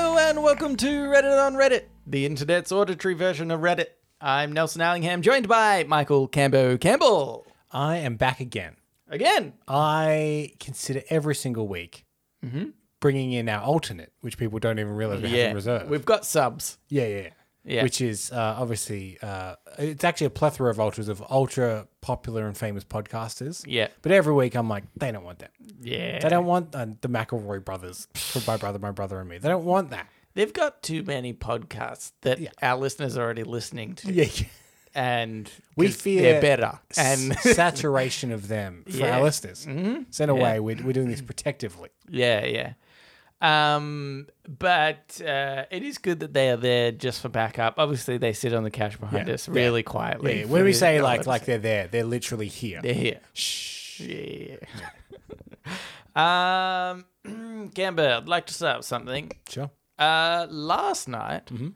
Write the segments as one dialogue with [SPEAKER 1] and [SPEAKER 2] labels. [SPEAKER 1] Welcome to Reddit on Reddit, the internet's auditory version of Reddit. I'm Nelson Allingham, joined by Michael Cambo Campbell.
[SPEAKER 2] I am back again.
[SPEAKER 1] Again,
[SPEAKER 2] I consider every single week bringing in our alternate, which people don't even realize we have
[SPEAKER 1] Mm-hmm. yeah,
[SPEAKER 2] in reserve.
[SPEAKER 1] we've got subs.
[SPEAKER 2] yeah, yeah, yeah.
[SPEAKER 1] Yeah.
[SPEAKER 2] Which is uh, obviously, uh, it's actually a plethora of ultras of ultra popular and famous podcasters.
[SPEAKER 1] Yeah.
[SPEAKER 2] But every week I'm like, they don't want that. They
[SPEAKER 1] Yeah,
[SPEAKER 2] don't want uh, the McElroy brothers, from my brother, my brother, and me. They don't want that.
[SPEAKER 1] they've got too many podcasts that our listeners are already listening to,
[SPEAKER 2] Yeah.
[SPEAKER 1] and
[SPEAKER 2] We
[SPEAKER 1] 'cause
[SPEAKER 2] fear
[SPEAKER 1] they're better.
[SPEAKER 2] And
[SPEAKER 1] And
[SPEAKER 2] saturation of them for
[SPEAKER 1] Yeah.
[SPEAKER 2] our listeners. Mm-hmm. So, in a way, we're, we're doing this protectively.
[SPEAKER 1] yeah, yeah. Um, but uh, it is good that they are there just for backup. Obviously, they sit on the couch behind
[SPEAKER 2] Yeah,
[SPEAKER 1] us really quietly.
[SPEAKER 2] Yeah,
[SPEAKER 1] for
[SPEAKER 2] when we
[SPEAKER 1] the
[SPEAKER 2] say
[SPEAKER 1] other
[SPEAKER 2] like like they're there, they're literally here.
[SPEAKER 1] They're here. Shh. Yeah. um, Gamba, I'd like to say something.
[SPEAKER 2] Sure.
[SPEAKER 1] Uh, last night,
[SPEAKER 2] Mm-hmm.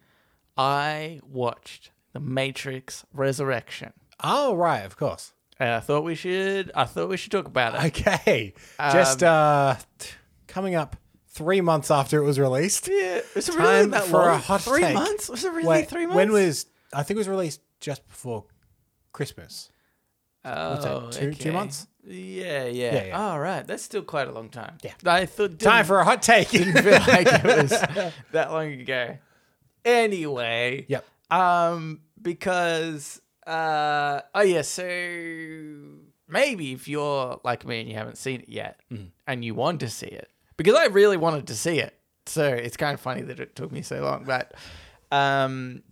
[SPEAKER 1] I watched The Matrix Resurrection.
[SPEAKER 2] Oh right, of course.
[SPEAKER 1] And I thought we should. I thought we should talk about it.
[SPEAKER 2] Okay. Just
[SPEAKER 1] Um,
[SPEAKER 2] uh t- coming up three months after it was released.
[SPEAKER 1] yeah, was it
[SPEAKER 2] Time
[SPEAKER 1] really that
[SPEAKER 2] for
[SPEAKER 1] long?
[SPEAKER 2] a hot
[SPEAKER 1] three
[SPEAKER 2] take.
[SPEAKER 1] months? Was it really
[SPEAKER 2] Wait,
[SPEAKER 1] three months?
[SPEAKER 2] When was I think it was released just before Christmas.
[SPEAKER 1] oh,
[SPEAKER 2] that, two- two months?
[SPEAKER 1] Yeah, yeah.
[SPEAKER 2] Yeah, yeah.
[SPEAKER 1] All right, that's still quite a long time.
[SPEAKER 2] Yeah.
[SPEAKER 1] I thought
[SPEAKER 2] Time
[SPEAKER 1] didn't-
[SPEAKER 2] for a hot take.
[SPEAKER 1] feel like it was that long ago. Anyway.
[SPEAKER 2] Yep.
[SPEAKER 1] Um, because uh oh yeah, so maybe if you're like me and you haven't seen it yet
[SPEAKER 2] Mm.
[SPEAKER 1] and you want to see it. Because I really wanted to see it. So it's kind of funny that it took me so long, but um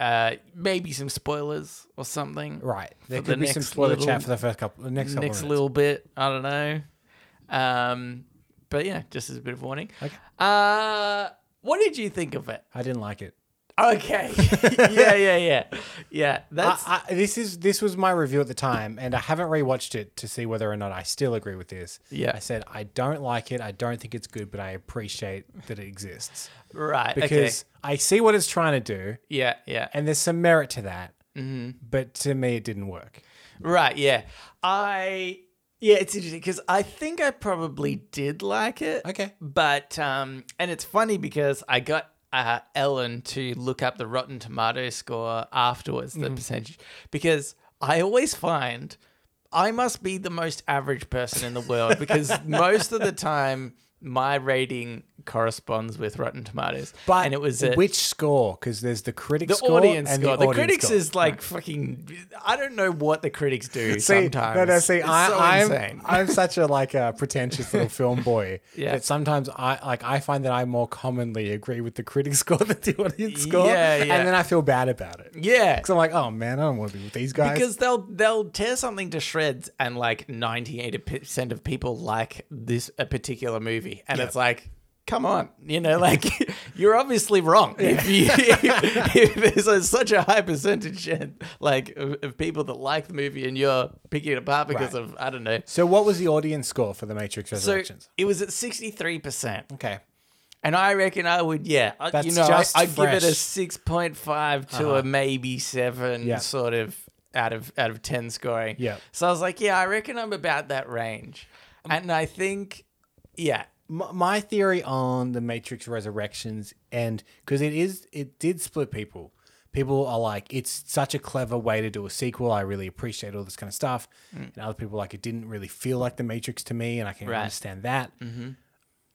[SPEAKER 1] uh maybe some spoilers or something.
[SPEAKER 2] right. There
[SPEAKER 1] For the
[SPEAKER 2] could be some
[SPEAKER 1] next
[SPEAKER 2] spoiler
[SPEAKER 1] little-
[SPEAKER 2] chat for the first couple the next couple
[SPEAKER 1] Next
[SPEAKER 2] of
[SPEAKER 1] little bit, I don't know. Um but yeah, just as a bit of warning.
[SPEAKER 2] Okay.
[SPEAKER 1] Uh what did you think of it?
[SPEAKER 2] I didn't like it.
[SPEAKER 1] Okay. yeah, yeah, yeah. Yeah, that's
[SPEAKER 2] I, I, this is this was my review at the time, and I haven't rewatched it to see whether or not I still agree with this.
[SPEAKER 1] Yeah.
[SPEAKER 2] I said I don't like it. I don't think it's good, but I appreciate that it exists
[SPEAKER 1] right.
[SPEAKER 2] because I see what it's trying to do,
[SPEAKER 1] okay. Yeah, yeah.
[SPEAKER 2] and there's some merit to that. Mm-hmm. But to me, it didn't work.
[SPEAKER 1] Right, yeah. I yeah, it's interesting because I think I probably did like it.
[SPEAKER 2] Okay.
[SPEAKER 1] But um and it's funny because I got uh, Ellen to look up the Rotten Tomato score afterwards,
[SPEAKER 2] Mm-hmm.
[SPEAKER 1] the percentage, because I always find I must be the most average person in the world because most of the time my rating corresponds with Rotten Tomatoes. and it was at-
[SPEAKER 2] which score? Because there's the critic
[SPEAKER 1] the
[SPEAKER 2] score
[SPEAKER 1] audience
[SPEAKER 2] and
[SPEAKER 1] score. The,
[SPEAKER 2] the, audience
[SPEAKER 1] critics
[SPEAKER 2] score.
[SPEAKER 1] is like fucking. I don't know what the critics do
[SPEAKER 2] See,
[SPEAKER 1] sometimes.
[SPEAKER 2] No, no, see,
[SPEAKER 1] It's
[SPEAKER 2] I,
[SPEAKER 1] so
[SPEAKER 2] I'm
[SPEAKER 1] insane.
[SPEAKER 2] I'm such a like a pretentious little film boy
[SPEAKER 1] Yeah.
[SPEAKER 2] that sometimes I like I find that I more commonly agree with the critic score than the audience score,
[SPEAKER 1] Yeah, yeah.
[SPEAKER 2] and then I feel bad about it
[SPEAKER 1] yeah,
[SPEAKER 2] because I'm like, oh man, I don't want to be with these guys.
[SPEAKER 1] because they'll they'll tear something to shreds, and like ninety eight percent of people like this a particular movie, and it's like. Come on, you know, like you're obviously wrong. If, you, if there's a- such a high percentage, and, like of, of people that like the movie, and you're picking it apart because
[SPEAKER 2] Right.
[SPEAKER 1] of I don't know.
[SPEAKER 2] so, what was the audience score for the Matrix
[SPEAKER 1] So
[SPEAKER 2] Resurrections?
[SPEAKER 1] it was at sixty three percent.
[SPEAKER 2] okay,
[SPEAKER 1] And I reckon I would, yeah. I-
[SPEAKER 2] That's
[SPEAKER 1] you know,
[SPEAKER 2] just
[SPEAKER 1] I, I give it a
[SPEAKER 2] fresh. Uh-huh.
[SPEAKER 1] six point five to a maybe seven,
[SPEAKER 2] Yeah.
[SPEAKER 1] sort of out of out of ten scoring.
[SPEAKER 2] Yeah. Um,
[SPEAKER 1] So I was like, yeah, I reckon I'm about that range, and I think, yeah,
[SPEAKER 2] M- my theory on the Matrix Resurrections, and because it is, it did split people. People are like, it's such a clever way to do a sequel. I really appreciate all this kind of stuff. And other people are like, it didn't really feel like the Matrix to me, and I can
[SPEAKER 1] Right.
[SPEAKER 2] understand that.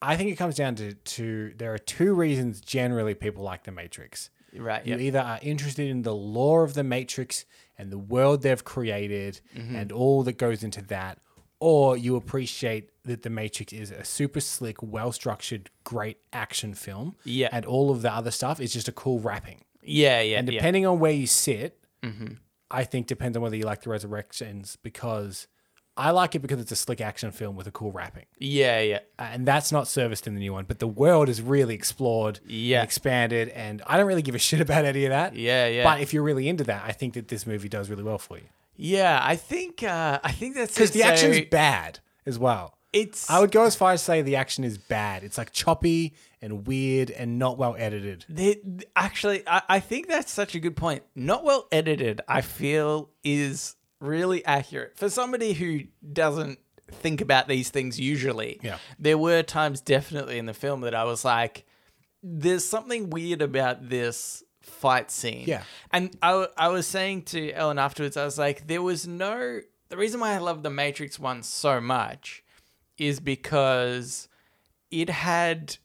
[SPEAKER 2] I think it comes down to, to there are two reasons generally people like the Matrix.
[SPEAKER 1] right,
[SPEAKER 2] You
[SPEAKER 1] Uh, yeah,
[SPEAKER 2] either are interested in the lore of the Matrix and the world they've created
[SPEAKER 1] Mm-hmm.
[SPEAKER 2] and all that goes into that, or you appreciate that the Matrix is a super slick, well structured, great action film.
[SPEAKER 1] Yeah.
[SPEAKER 2] And all of the other stuff is just a cool wrapping.
[SPEAKER 1] yeah, yeah, Mm-hmm.
[SPEAKER 2] And
[SPEAKER 1] yeah.
[SPEAKER 2] depending on where you sit, I think depends on whether you like the Resurrections because I like it because it's a slick action film with a cool wrapping
[SPEAKER 1] yeah, yeah,
[SPEAKER 2] Uh, and that's not serviced in the new one. But the world is really explored, and
[SPEAKER 1] Yeah.
[SPEAKER 2] expanded, and I don't really give a shit about any of that.
[SPEAKER 1] Yeah, yeah.
[SPEAKER 2] But if you're really into that, I think that this movie does really well for you
[SPEAKER 1] yeah. I think, uh, I think that's
[SPEAKER 2] because
[SPEAKER 1] it.
[SPEAKER 2] the action's
[SPEAKER 1] So
[SPEAKER 2] bad as well.
[SPEAKER 1] It's
[SPEAKER 2] I would go as far as say the action is bad. It's like choppy and weird and not well edited.
[SPEAKER 1] They, actually, I, I think that's such a good point. Not well edited, I feel, is really accurate for somebody who doesn't think about these things usually.
[SPEAKER 2] Yeah.
[SPEAKER 1] there were times definitely in the film that I was like, there's something weird about this fight scene.
[SPEAKER 2] Yeah.
[SPEAKER 1] And I, w- I was saying to Ellen afterwards, I was like, there was no. The reason why I love the Matrix one so much is because it had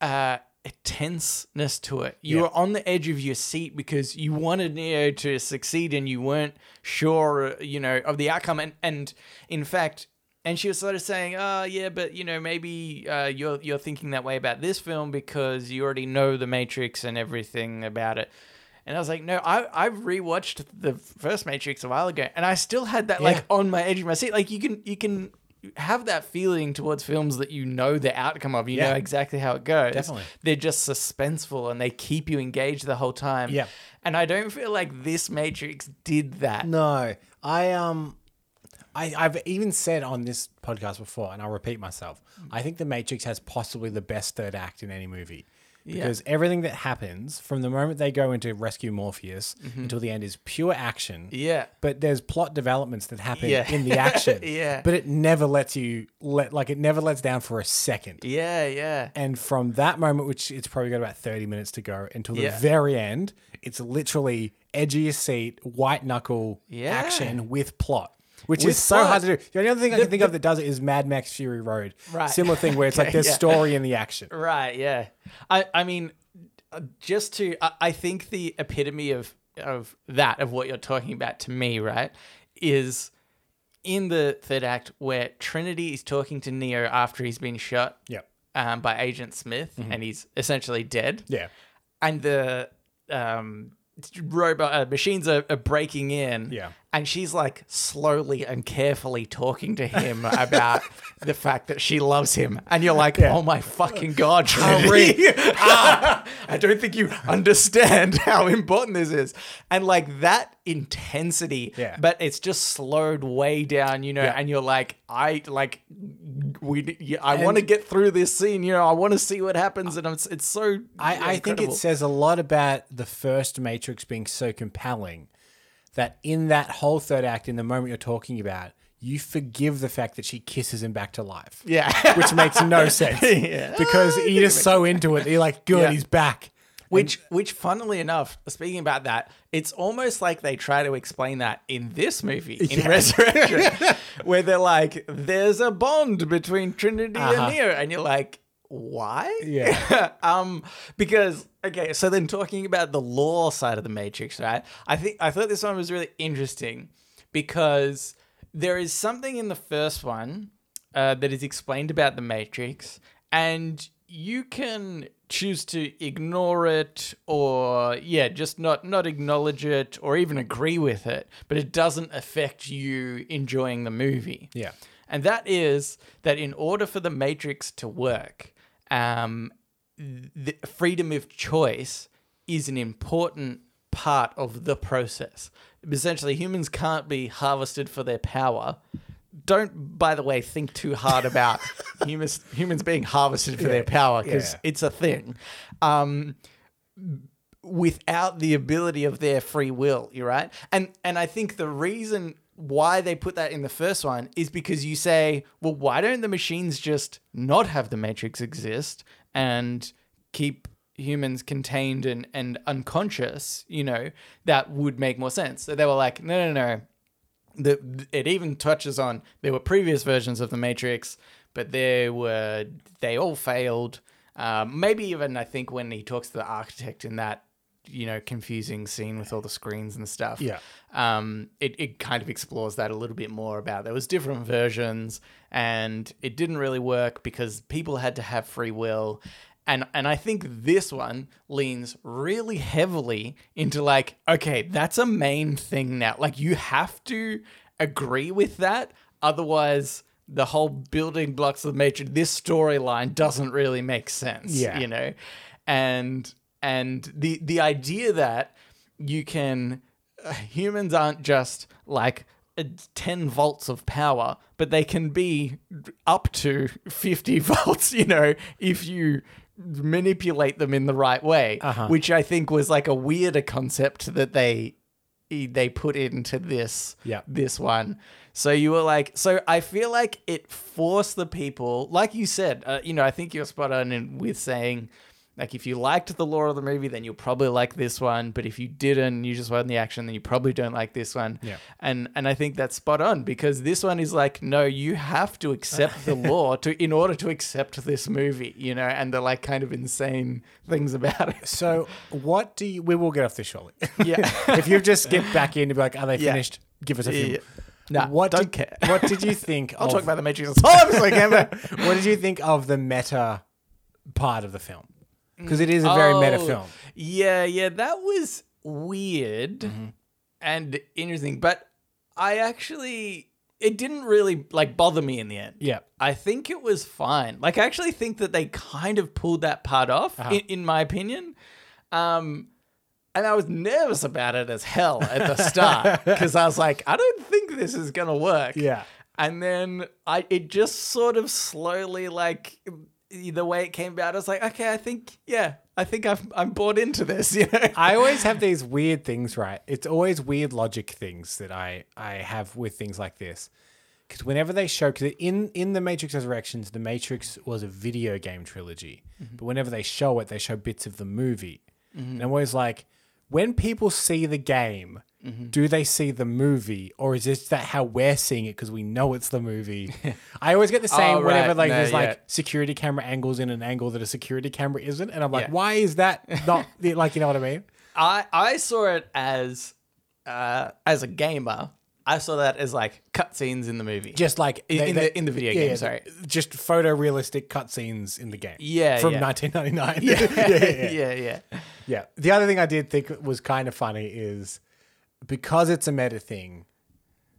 [SPEAKER 1] uh, a tenseness to it. You
[SPEAKER 2] Yeah.
[SPEAKER 1] were on the edge of your seat because you wanted Neo to succeed and you weren't sure, you know, of the outcome. And, and in fact, and she was sort of saying, "Oh, yeah, but you know, maybe uh, you're you're thinking that way about this film because you already know the Matrix and everything about it." And I was like, "No, I I rewatched the first Matrix a while ago, and I still had that
[SPEAKER 2] Yeah.
[SPEAKER 1] like on my edge of my seat. Like you can you can have that feeling towards films that you know the outcome of. You
[SPEAKER 2] Yeah.
[SPEAKER 1] know exactly how it goes.
[SPEAKER 2] Definitely.
[SPEAKER 1] They're just suspenseful and they keep you engaged the whole time.
[SPEAKER 2] Yeah.
[SPEAKER 1] And I don't feel like this Matrix did that.
[SPEAKER 2] No, I um, I I've even said on this podcast before, and I'll repeat myself. I think The Matrix has possibly the best third act in any movie because everything that happens from the moment they go into rescue Morpheus until the end is pure action.
[SPEAKER 1] Mm-hmm. Yeah.
[SPEAKER 2] But there's plot developments that happen
[SPEAKER 1] Yeah.
[SPEAKER 2] in the action.
[SPEAKER 1] Yeah.
[SPEAKER 2] But it never lets you let like it never lets down for a second.
[SPEAKER 1] Yeah. Yeah.
[SPEAKER 2] And from that moment, which it's probably got about 30 minutes to go until the
[SPEAKER 1] Yeah.
[SPEAKER 2] very end, it's literally edge of your seat, white knuckle
[SPEAKER 1] Yeah.
[SPEAKER 2] action with plot. Which
[SPEAKER 1] With
[SPEAKER 2] is so hard to do. The only other thing I can think of that does it is Mad Max Fury Road.
[SPEAKER 1] Right.
[SPEAKER 2] Similar thing where it's like
[SPEAKER 1] Okay,
[SPEAKER 2] there's
[SPEAKER 1] yeah.
[SPEAKER 2] story in the action.
[SPEAKER 1] Right. Yeah. I. I mean, uh, just to. I, I think the epitome of of that of what you're talking about to me, right, is in the third act where Trinity is talking to Neo after he's been shot.
[SPEAKER 2] Yep.
[SPEAKER 1] Um, by Agent Smith, and he's essentially dead.
[SPEAKER 2] Yeah.
[SPEAKER 1] and the um robot uh, machines are, are breaking in
[SPEAKER 2] Yeah.
[SPEAKER 1] and she's like slowly and carefully talking to him about the fact that she loves him and you're like oh my fucking god Trinity. i don't think you understand how important this is and like that intensity
[SPEAKER 2] Yeah.
[SPEAKER 1] but it's just slowed way down you know and you're like i like we yeah, i want to get through this scene you know i want to see what happens and it's, it's so
[SPEAKER 2] I, I think it
[SPEAKER 1] incredible.
[SPEAKER 2] says a lot about the first Matrix being so compelling that in that whole third act, in the moment you're talking about, you forgive the fact that she kisses him back to life.
[SPEAKER 1] Yeah.
[SPEAKER 2] which makes no sense because you're just so into it. You're like, good,
[SPEAKER 1] Yeah.
[SPEAKER 2] he's back.
[SPEAKER 1] which which funnily enough, speaking about that, it's almost like they try to explain that in this movie, in
[SPEAKER 2] Yeah.
[SPEAKER 1] Resurrection, where they're like, there's a bond between Trinity
[SPEAKER 2] Uh-huh.
[SPEAKER 1] and Neo, and you're like, why?
[SPEAKER 2] Yeah.
[SPEAKER 1] um, because okay, so then talking about the law side of the Matrix, right? I think I thought this one was really interesting because there is something in the first one uh, that is explained about the Matrix, and you can choose to ignore it or yeah just not not acknowledge it or even agree with it but it doesn't affect you enjoying the movie
[SPEAKER 2] Yeah.
[SPEAKER 1] and that is that in order for the matrix to work, um, the freedom of choice is an important part of the process. Essentially, humans can't be harvested for their power. Don't, by the way, think too hard about humans humans being harvested for their power because
[SPEAKER 2] yeah.
[SPEAKER 1] it's a thing. Um, without the ability of their free will, you're right? And and I think the reason why they put that in the first one is because you say, well, why don't the machines just not have the matrix exist and keep humans contained and, and unconscious, you know, that would make more sense. So they were like, no, no, no. The, it even touches on there were previous versions of the Matrix, but there were they all failed. Um, maybe even I think when he talks to the architect in that you know confusing scene with all the screens and stuff,
[SPEAKER 2] Yeah.
[SPEAKER 1] um, it it kind of explores that a little bit more about there was different versions and it didn't really work because people had to have free will. And, and I think this one leans really heavily into like, okay, that's a main thing now. Like, you have to agree with that. Otherwise, the whole building blocks of the Matrix, this storyline doesn't really make sense.
[SPEAKER 2] Yeah.
[SPEAKER 1] You know? And, and the, the idea that you can uh, humans aren't just like uh, 10 volts of power but they can be up to 50 volts you know if you manipulate them in the right way which i think was like a weirder concept that they they put into this
[SPEAKER 2] Yeah.
[SPEAKER 1] this one so you were like so i feel like it forced the people like you said uh, you know i think you're spot on in, with saying Like if you liked the lore of the movie, then you'll probably like this one. But if you didn't, you just weren't in the action, then you probably don't like this one.
[SPEAKER 2] Yeah.
[SPEAKER 1] And and I think that's spot on because this one is like, no, you have to accept the lore to in order to accept this movie, you know, and the like kind of insane things about it.
[SPEAKER 2] So, what do you? We will get off this shortly.
[SPEAKER 1] Yeah.
[SPEAKER 2] if you've just skipped back in to be like, are they
[SPEAKER 1] Yeah.
[SPEAKER 2] finished? Give us a few.
[SPEAKER 1] Yeah. Nah,
[SPEAKER 2] what
[SPEAKER 1] don't
[SPEAKER 2] did,
[SPEAKER 1] care.
[SPEAKER 2] What did you think?
[SPEAKER 1] I'll
[SPEAKER 2] of,
[SPEAKER 1] talk about the Matrix this whole episode, can
[SPEAKER 2] What did you think of the meta part of the film? Because it is a very meta
[SPEAKER 1] Oh,
[SPEAKER 2] film.
[SPEAKER 1] Yeah, yeah, that was weird
[SPEAKER 2] Mm-hmm.
[SPEAKER 1] and interesting, but I actually it didn't really like bother me in the end.
[SPEAKER 2] Yeah.
[SPEAKER 1] I think it was fine. Like I actually think that they kind of pulled that part off in, in my opinion. Um and I was nervous about it as hell at the start because I was like, I don't think this is gonna work.
[SPEAKER 2] Yeah.
[SPEAKER 1] And then I it just sort of slowly like the way it came about, I was like, okay, I think yeah, I think I've, I'm bought into this. You know?
[SPEAKER 2] I always have these weird things, right? It's always weird logic things that I I have with things like this. Because whenever they show, because in in the Matrix Resurrections, the Matrix was a video game trilogy,
[SPEAKER 1] Mm-hmm.
[SPEAKER 2] but whenever they show it, they show bits of the movie, and I'm always like, when people see the game.
[SPEAKER 1] Mm-hmm.
[SPEAKER 2] Do they see the movie, or is this that how we're seeing it because we know it's the movie? I always get the same
[SPEAKER 1] Oh, right.
[SPEAKER 2] whenever like
[SPEAKER 1] No,
[SPEAKER 2] there's
[SPEAKER 1] yeah.
[SPEAKER 2] like security camera angles in an angle that a security camera isn't, and I'm like,
[SPEAKER 1] Yeah.
[SPEAKER 2] why is that not the- like you know what I mean?
[SPEAKER 1] I I saw it as uh, as a gamer. I saw that as like cutscenes in the movie.
[SPEAKER 2] just like
[SPEAKER 1] In- in the- in the video game, sorry.
[SPEAKER 2] just photorealistic cutscenes in the game.
[SPEAKER 1] Yeah,
[SPEAKER 2] from
[SPEAKER 1] yeah.
[SPEAKER 2] 1999. Yeah. yeah, yeah, yeah.
[SPEAKER 1] yeah, yeah.
[SPEAKER 2] Yeah. The other thing I did think was kind of funny is because it's a meta thing.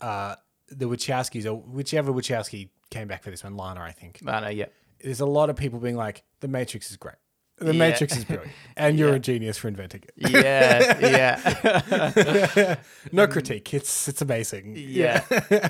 [SPEAKER 2] Uh, the Wachowskis or whichever Wachowski came back for this one, Lana, I think.
[SPEAKER 1] I know, yeah.
[SPEAKER 2] There's a lot of people being like, "The Matrix is great. The
[SPEAKER 1] Yeah.
[SPEAKER 2] Matrix is brilliant, and you're a genius for inventing it."
[SPEAKER 1] Yeah, yeah,
[SPEAKER 2] No critique. It's it's amazing.
[SPEAKER 1] yeah.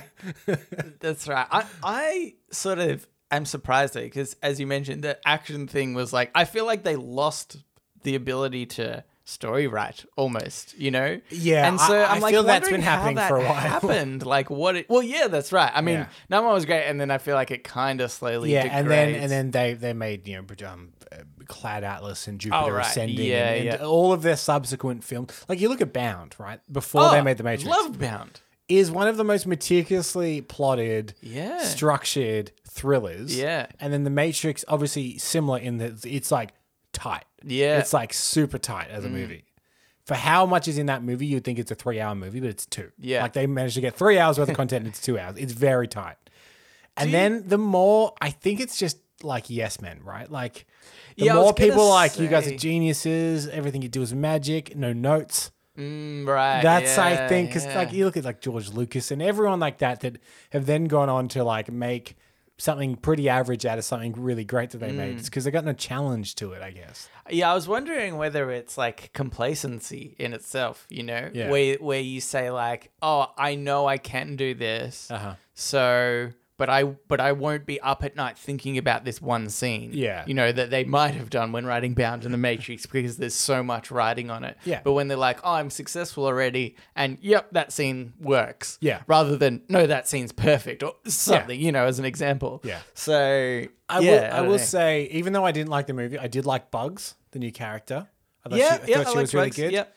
[SPEAKER 1] That's right. I, I sort of am surprised at because, as you mentioned, the action thing was like, I feel like they lost the ability to story write almost, you know?
[SPEAKER 2] Yeah,
[SPEAKER 1] And so
[SPEAKER 2] I-
[SPEAKER 1] I,
[SPEAKER 2] I
[SPEAKER 1] am like,
[SPEAKER 2] feel that's been
[SPEAKER 1] wondering how
[SPEAKER 2] happening
[SPEAKER 1] that
[SPEAKER 2] for a while.
[SPEAKER 1] Happened like what? It, well, yeah, that's right. I mean,
[SPEAKER 2] Yeah.
[SPEAKER 1] no one was great, and then I feel like it kind of slowly
[SPEAKER 2] yeah,
[SPEAKER 1] degrades.
[SPEAKER 2] and then and then they they made you know um, uh, Cloud Atlas and Jupiter
[SPEAKER 1] Oh, right.
[SPEAKER 2] Ascending
[SPEAKER 1] Yeah,
[SPEAKER 2] and, and
[SPEAKER 1] yeah.
[SPEAKER 2] all of their subsequent films. Like you look at Bound, right? Before they made the Matrix,
[SPEAKER 1] Oh, Love Bound.
[SPEAKER 2] is one of the most meticulously plotted,
[SPEAKER 1] Yeah.
[SPEAKER 2] structured thrillers.
[SPEAKER 1] Yeah.
[SPEAKER 2] and then the Matrix, obviously similar in that it's like tight.
[SPEAKER 1] Yeah. Mm.
[SPEAKER 2] it's like super tight as a movie. For how much is in that movie, you'd think it's a three-hour movie, but it's two.
[SPEAKER 1] Yeah.
[SPEAKER 2] like they managed to get three hours worth of content. and It's two hours. It's very tight. And then the more, I think it's just like yes men, right? Like the
[SPEAKER 1] Yeah, I was
[SPEAKER 2] more
[SPEAKER 1] gonna
[SPEAKER 2] people are like you guys are
[SPEAKER 1] say-
[SPEAKER 2] geniuses. Everything you do is magic. No notes.
[SPEAKER 1] Mm, right.
[SPEAKER 2] That's I
[SPEAKER 1] yeah,
[SPEAKER 2] think 'cause,
[SPEAKER 1] yeah.
[SPEAKER 2] like you look at like George Lucas and everyone like that that have then gone on to like make something pretty average out of something really great that they
[SPEAKER 1] Mm.
[SPEAKER 2] made because they got no challenge to it, I guess.
[SPEAKER 1] Yeah, I was wondering whether it's like complacency in itself, you know,
[SPEAKER 2] Yeah.
[SPEAKER 1] where where you say like, "Oh, I know I can do this,"
[SPEAKER 2] Uh-huh.
[SPEAKER 1] so but I but I won't be up at night thinking about this one scene.
[SPEAKER 2] Yeah.
[SPEAKER 1] you know that they might have done when writing Bound and the Matrix because there's so much writing on it.
[SPEAKER 2] Yeah.
[SPEAKER 1] but when they're like, "Oh, I'm successful already," and yep, that scene works.
[SPEAKER 2] Yeah.
[SPEAKER 1] rather than no, that scene's perfect or something, you know, as an example.
[SPEAKER 2] Yeah.
[SPEAKER 1] So
[SPEAKER 2] I
[SPEAKER 1] yeah,
[SPEAKER 2] will, I
[SPEAKER 1] don't
[SPEAKER 2] will
[SPEAKER 1] know.
[SPEAKER 2] say, even though I didn't like the movie, I did like Bugs, the new character. I thought
[SPEAKER 1] yeah,
[SPEAKER 2] she, I
[SPEAKER 1] yeah,
[SPEAKER 2] thought
[SPEAKER 1] I
[SPEAKER 2] she
[SPEAKER 1] like
[SPEAKER 2] was really
[SPEAKER 1] Bugs,
[SPEAKER 2] good.
[SPEAKER 1] Yep.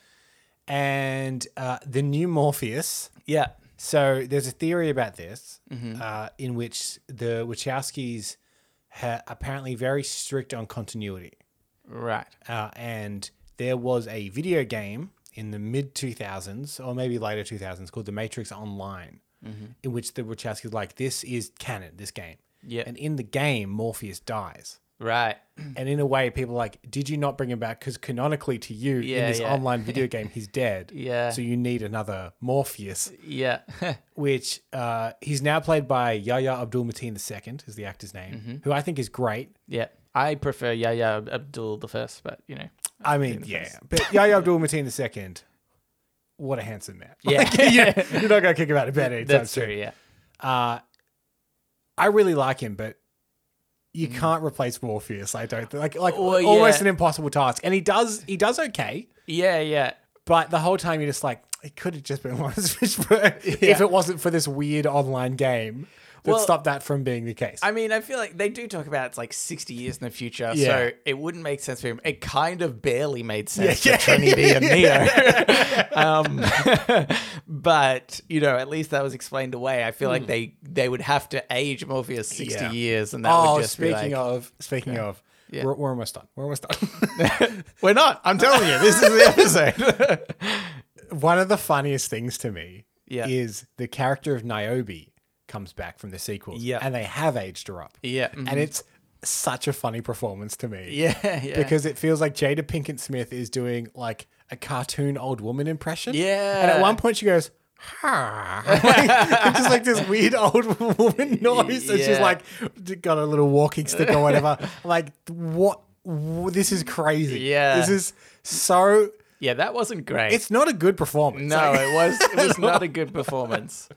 [SPEAKER 2] And uh, the new Morpheus.
[SPEAKER 1] Yeah.
[SPEAKER 2] So there's a theory about this
[SPEAKER 1] Mm-hmm.
[SPEAKER 2] uh, in which the Wachowskis ha- apparently very strict on continuity.
[SPEAKER 1] Right.
[SPEAKER 2] Uh, and there was a video game in the mid 2000s or maybe later 2000s called The Matrix Online,
[SPEAKER 1] Mm-hmm.
[SPEAKER 2] in which the Wachowskis like, this is canon, this game.
[SPEAKER 1] Yeah.
[SPEAKER 2] And in the game, Morpheus dies.
[SPEAKER 1] Right.
[SPEAKER 2] And in a way, people are like, did you not bring him back? Because canonically to you, in
[SPEAKER 1] Yeah,
[SPEAKER 2] this
[SPEAKER 1] yeah.
[SPEAKER 2] online video game, he's dead.
[SPEAKER 1] Yeah.
[SPEAKER 2] So you need another Morpheus,
[SPEAKER 1] Yeah.
[SPEAKER 2] which uh, he's now played by Yahya Abdul Mateen II, is the actor's name,
[SPEAKER 1] Mm-hmm.
[SPEAKER 2] who I think is great.
[SPEAKER 1] yeah. I prefer Yahya Abdul the first, but you know.
[SPEAKER 2] I mean, yeah, but Yahya Abdul Mateen II, what a handsome man.
[SPEAKER 1] Yeah.
[SPEAKER 2] Like, yeah, you're not gonna kick him out of bed anytime
[SPEAKER 1] That's
[SPEAKER 2] soon.
[SPEAKER 1] true. Yeah.
[SPEAKER 2] Uh, I really like him, but you can't replace Morpheus. I don't think. like like
[SPEAKER 1] Mm. Well,
[SPEAKER 2] almost
[SPEAKER 1] yeah.
[SPEAKER 2] an impossible task, and he does he does okay,
[SPEAKER 1] Yeah. Yeah.
[SPEAKER 2] but the whole time you're just like. It could have just been Lawrence Fishburne if it wasn't for this weird online game. that
[SPEAKER 1] Well-
[SPEAKER 2] stop that from being the case.
[SPEAKER 1] I mean, I feel like they do talk about it's like 60 years in the future,
[SPEAKER 2] Yeah.
[SPEAKER 1] so it wouldn't make sense for him. It kind of barely made sense
[SPEAKER 2] Yeah, yeah,
[SPEAKER 1] for Trinity and Neo. um, but, you know, at least that was explained away. I feel like they they would have to age Morpheus 60
[SPEAKER 2] Hmm. Yeah.
[SPEAKER 1] years, and that
[SPEAKER 2] oh,
[SPEAKER 1] would just
[SPEAKER 2] speaking
[SPEAKER 1] be like,
[SPEAKER 2] of, speaking of,
[SPEAKER 1] Yeah.
[SPEAKER 2] we're, we're almost done. We're almost done.
[SPEAKER 1] we're not. I'm telling you, this is the episode.
[SPEAKER 2] One of the funniest things to me
[SPEAKER 1] Yeah.
[SPEAKER 2] is the character of Niobe comes back from the sequel,
[SPEAKER 1] Yeah.
[SPEAKER 2] and they have aged her up.
[SPEAKER 1] yeah. mhm.
[SPEAKER 2] And it's such a funny performance to me.
[SPEAKER 1] yeah. Yeah.
[SPEAKER 2] Because it feels like Jada Pinkett Smith is doing like a cartoon old woman impression.
[SPEAKER 1] Yeah.
[SPEAKER 2] And at one point she goes, "Huh." like, it's just like this weird old woman noise. And she's
[SPEAKER 1] Yeah.
[SPEAKER 2] like got a little walking stick or whatever. like, what? w- This is crazy.
[SPEAKER 1] Yeah.
[SPEAKER 2] This is so.
[SPEAKER 1] yeah, that wasn't great.
[SPEAKER 2] It's not a good performance.
[SPEAKER 1] no,
[SPEAKER 2] Like-
[SPEAKER 1] it was it was not a good performance.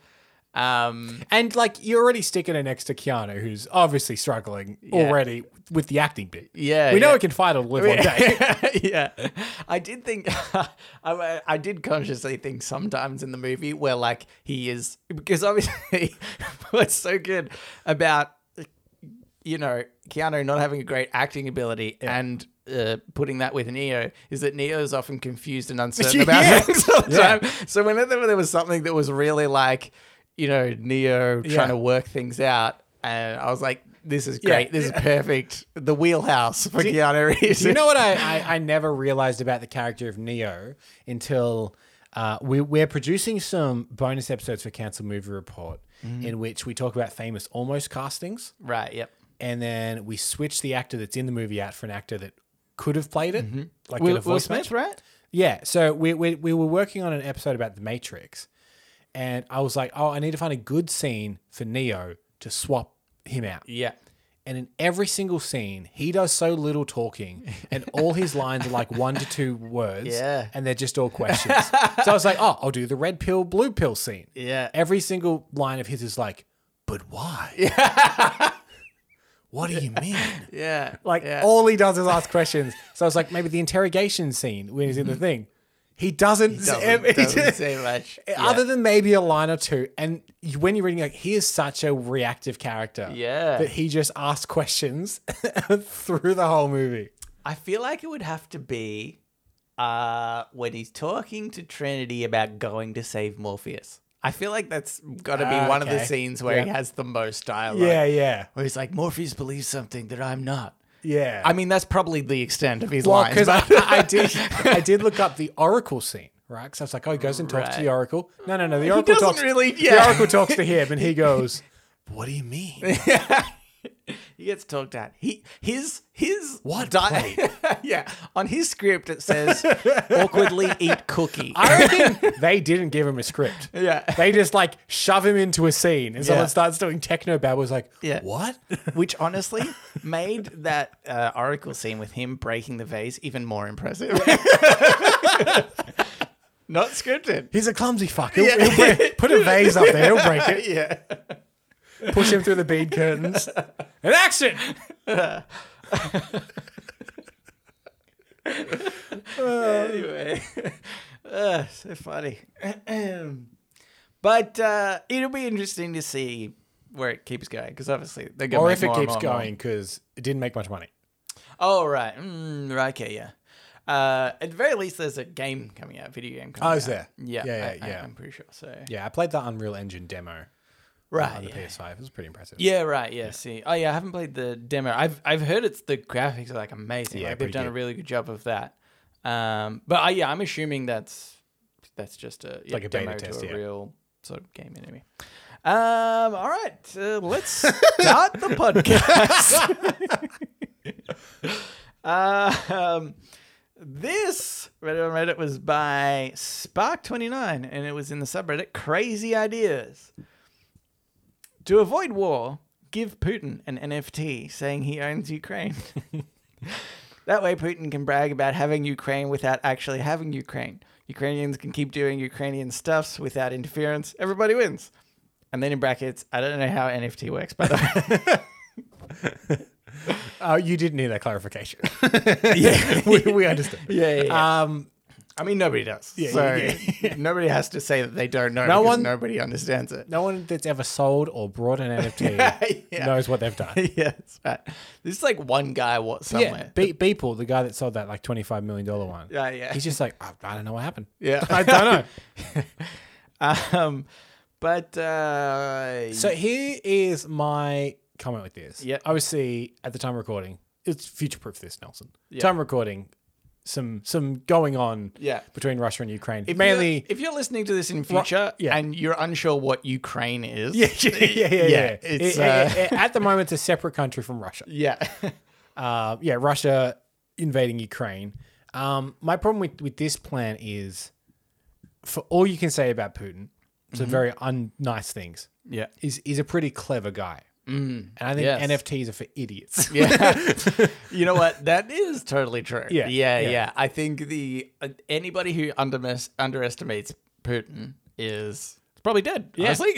[SPEAKER 1] Um,
[SPEAKER 2] and like you're already sticking her next to Keanu, who's obviously struggling already with the acting bit.
[SPEAKER 1] Yeah,
[SPEAKER 2] We know
[SPEAKER 1] yeah.
[SPEAKER 2] it can fight or live one day.
[SPEAKER 1] yeah, I did think I, I did consciously think sometimes in the movie where like he is because obviously what's so good about you know Keanu not having a great acting ability and uh, putting that with Neo is that Neo is often confused and uncertain about
[SPEAKER 2] Yeah.
[SPEAKER 1] things all the
[SPEAKER 2] Yeah.
[SPEAKER 1] time. So whenever there was something that was really like you know Neo trying
[SPEAKER 2] Yeah.
[SPEAKER 1] to work things out, and I was like. This is great. This is perfect. The wheelhouse for Keanu Reeves.
[SPEAKER 2] Do you know what I, I, I never realized about the character of Neo until uh, we, we're producing some bonus episodes for Council Movie Report in which we talk about famous almost castings
[SPEAKER 1] Right. Yep.
[SPEAKER 2] and then we switch the actor that's in the movie out for an actor that could have played it, like in a voice match.
[SPEAKER 1] right?
[SPEAKER 2] Yeah. So we, we, we were working on an episode about The Matrix, and I was like, oh, I need to find a good scene for Neo to swap him out.
[SPEAKER 1] Yeah.
[SPEAKER 2] And in every single scene, he does so little talking, and all his lines are like one to two words.
[SPEAKER 1] Yeah.
[SPEAKER 2] And they're just all questions. so I was like, oh, I'll do the red pill, blue pill scene.
[SPEAKER 1] Yeah.
[SPEAKER 2] Every single line of his is like, but why? what do you mean?
[SPEAKER 1] Yeah.
[SPEAKER 2] Like,
[SPEAKER 1] yeah.
[SPEAKER 2] all he does is ask questions. So I was like, maybe the interrogation scene when he's in the thing. He doesn't,
[SPEAKER 1] Mm-hmm. doesn't,
[SPEAKER 2] he
[SPEAKER 1] doesn't
[SPEAKER 2] just-
[SPEAKER 1] say much.
[SPEAKER 2] Eh, other than maybe a line or two. And you- when you're reading, like, he is such a reactive character.
[SPEAKER 1] Yeah.
[SPEAKER 2] That he just asks questions through the whole movie.
[SPEAKER 1] I feel like it would have to be uh when he's talking to Trinity about going to save Morpheus. I feel like that's got to be
[SPEAKER 2] Ah,
[SPEAKER 1] one of the
[SPEAKER 2] okay.
[SPEAKER 1] scenes where he
[SPEAKER 2] Yeah.
[SPEAKER 1] has the most dialogue.
[SPEAKER 2] Yeah, yeah.
[SPEAKER 1] Where he's like, Morpheus believes something that I'm not.
[SPEAKER 2] Yeah.
[SPEAKER 1] I mean, that's probably the extent of his
[SPEAKER 2] well,
[SPEAKER 1] lines.
[SPEAKER 2] because I,
[SPEAKER 1] But
[SPEAKER 2] I did I did look up the Oracle scene, right? Because I was like, oh, he goes and talks to
[SPEAKER 1] Right.
[SPEAKER 2] the Oracle. No, no, no. The Oracle
[SPEAKER 1] doesn't
[SPEAKER 2] talks
[SPEAKER 1] really-
[SPEAKER 2] The
[SPEAKER 1] yeah.
[SPEAKER 2] Oracle talks to him and he goes, What do you mean?
[SPEAKER 1] he gets talked at. He his his
[SPEAKER 2] What
[SPEAKER 1] di- yeah. On his script, it says awkwardly eat cookie.
[SPEAKER 2] I reckon they didn't give him a script.
[SPEAKER 1] yeah.
[SPEAKER 2] They just like shove him into a scene and
[SPEAKER 1] Yeah.
[SPEAKER 2] someone starts doing techno babbles like,
[SPEAKER 1] Yeah.
[SPEAKER 2] What?
[SPEAKER 1] which honestly made that uh, oracle scene with him breaking the vase even more impressive. Not scripted.
[SPEAKER 2] He's a clumsy fuck. He'll, he'll break, put a vase up there. He'll break it.
[SPEAKER 1] Yeah.
[SPEAKER 2] Push him through the bead curtains. And action!
[SPEAKER 1] Anyway, Ugh, so funny. but uh, it'll be interesting to see where it keeps going because obviously they're going.
[SPEAKER 2] Or if it keeps going because it didn't make much money.
[SPEAKER 1] Oh right, mm, right. Okay, yeah. Uh, at the very least, there's a game coming out, video game coming out.
[SPEAKER 2] Oh, is there?
[SPEAKER 1] Yeah,
[SPEAKER 2] Yeah,
[SPEAKER 1] I-
[SPEAKER 2] yeah,
[SPEAKER 1] I,
[SPEAKER 2] yeah.
[SPEAKER 1] I'm pretty sure. So
[SPEAKER 2] Yeah, I played the Unreal Engine demo
[SPEAKER 1] right,
[SPEAKER 2] on the
[SPEAKER 1] yeah.
[SPEAKER 2] PS5. It was pretty impressive.
[SPEAKER 1] Yeah, right. Yeah, see. Oh, yeah. I haven't played the demo. I've I've heard it's the graphics are like amazing.
[SPEAKER 2] Yeah,
[SPEAKER 1] like, they've
[SPEAKER 2] pretty
[SPEAKER 1] done a
[SPEAKER 2] good.
[SPEAKER 1] really good job of that. Um, but I, yeah, I'm assuming that's that's just a yeah,
[SPEAKER 2] Like a beta
[SPEAKER 1] demo
[SPEAKER 2] test,
[SPEAKER 1] to a
[SPEAKER 2] yeah.
[SPEAKER 1] real sort of game anyway. Um, all right, uh, let's start the podcast. um, this Reddit on Reddit was by Spark29, and it was in the subreddit Crazy Ideas. To avoid war, give Putin an NFT saying he owns Ukraine. that way, Putin can brag about having Ukraine without actually having Ukraine. Ukrainians can keep doing Ukrainian stuffs without interference. Everybody wins. And then in brackets, I don't know how NFT works, by the way.
[SPEAKER 2] Oh, you didn't need that clarification.
[SPEAKER 1] yeah.
[SPEAKER 2] we, we understood.
[SPEAKER 1] yeah, yeah, yeah.
[SPEAKER 2] Um,
[SPEAKER 1] I mean, nobody does.
[SPEAKER 2] Yeah,
[SPEAKER 1] so
[SPEAKER 2] yeah,
[SPEAKER 1] nobody has to say that they don't know.
[SPEAKER 2] No
[SPEAKER 1] because
[SPEAKER 2] one-
[SPEAKER 1] Nobody understands it.
[SPEAKER 2] No one that's ever sold or brought an NFT
[SPEAKER 1] Yeah.
[SPEAKER 2] knows what they've done.
[SPEAKER 1] yes, right. This is like one guy what
[SPEAKER 2] Yeah,
[SPEAKER 1] somewhere.
[SPEAKER 2] Be- Beeple, the guy that sold that like twenty five million dollar one.
[SPEAKER 1] Yeah, yeah.
[SPEAKER 2] He's just like, I, I don't know what happened.
[SPEAKER 1] Yeah.
[SPEAKER 2] I don't know.
[SPEAKER 1] um, but uh,
[SPEAKER 2] So here is my comment with this.
[SPEAKER 1] Yeah.
[SPEAKER 2] Obviously, at the time of recording, it's future proof this, Nelson.
[SPEAKER 1] Yeah.
[SPEAKER 2] Time of recording, some some going on
[SPEAKER 1] Yeah.
[SPEAKER 2] between Russia and Ukraine.
[SPEAKER 1] if
[SPEAKER 2] mainly
[SPEAKER 1] you're, if you're listening to this in future
[SPEAKER 2] yeah.
[SPEAKER 1] and you're unsure what Ukraine is,
[SPEAKER 2] yeah, yeah, yeah, yeah, yeah.
[SPEAKER 1] it's
[SPEAKER 2] It-
[SPEAKER 1] uh,
[SPEAKER 2] it- it- at the moment, it's a separate country from Russia.
[SPEAKER 1] yeah,
[SPEAKER 2] Uh, yeah, Russia invading Ukraine. Um, my problem with, with this plan is, for all you can say about Putin, so
[SPEAKER 1] Mm-hmm.
[SPEAKER 2] very unnice things.
[SPEAKER 1] yeah,
[SPEAKER 2] Is is a pretty clever guy, mm, and I think
[SPEAKER 1] yes.
[SPEAKER 2] NFTs are for idiots.
[SPEAKER 1] yeah. you know what? That is totally true.
[SPEAKER 2] Yeah,
[SPEAKER 1] yeah,
[SPEAKER 2] yeah.
[SPEAKER 1] yeah. I think the uh, anybody who under, underestimates Putin is probably dead. Honestly,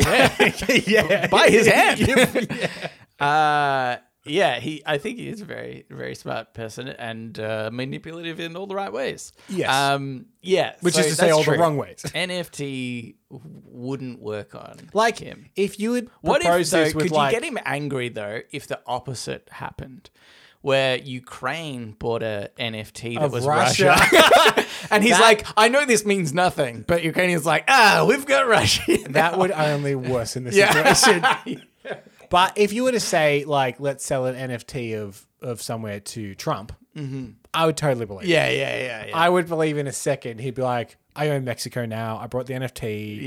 [SPEAKER 2] yeah,
[SPEAKER 1] by his hand. Uh, yeah, he. I think he is a very, very smart person and uh, manipulative in all the right ways.
[SPEAKER 2] Yes.
[SPEAKER 1] Um. Yeah.
[SPEAKER 2] Which
[SPEAKER 1] so
[SPEAKER 2] is to say,
[SPEAKER 1] that's
[SPEAKER 2] all
[SPEAKER 1] true.
[SPEAKER 2] the wrong ways.
[SPEAKER 1] NFT wouldn't work on
[SPEAKER 2] Like
[SPEAKER 1] him.
[SPEAKER 2] If you would
[SPEAKER 1] What if
[SPEAKER 2] propose
[SPEAKER 1] though?
[SPEAKER 2] this with
[SPEAKER 1] Could
[SPEAKER 2] like,
[SPEAKER 1] you get him angry though if the opposite happened, where Ukraine bought a NFT that
[SPEAKER 2] Of
[SPEAKER 1] was Russia,
[SPEAKER 2] Russia.
[SPEAKER 1] and he's like, I know this means nothing, but Ukrainians like, ah, we've got Russia.
[SPEAKER 2] that would only worsen the
[SPEAKER 1] Yeah.
[SPEAKER 2] situation. But if you were to say, like, let's sell an NFT of of somewhere to Trump, I would totally believe. it.
[SPEAKER 1] Mm-hmm. yeah, yeah, yeah, yeah.
[SPEAKER 2] I would believe in a second. He'd be like, "I own Mexico now. I brought the NFT.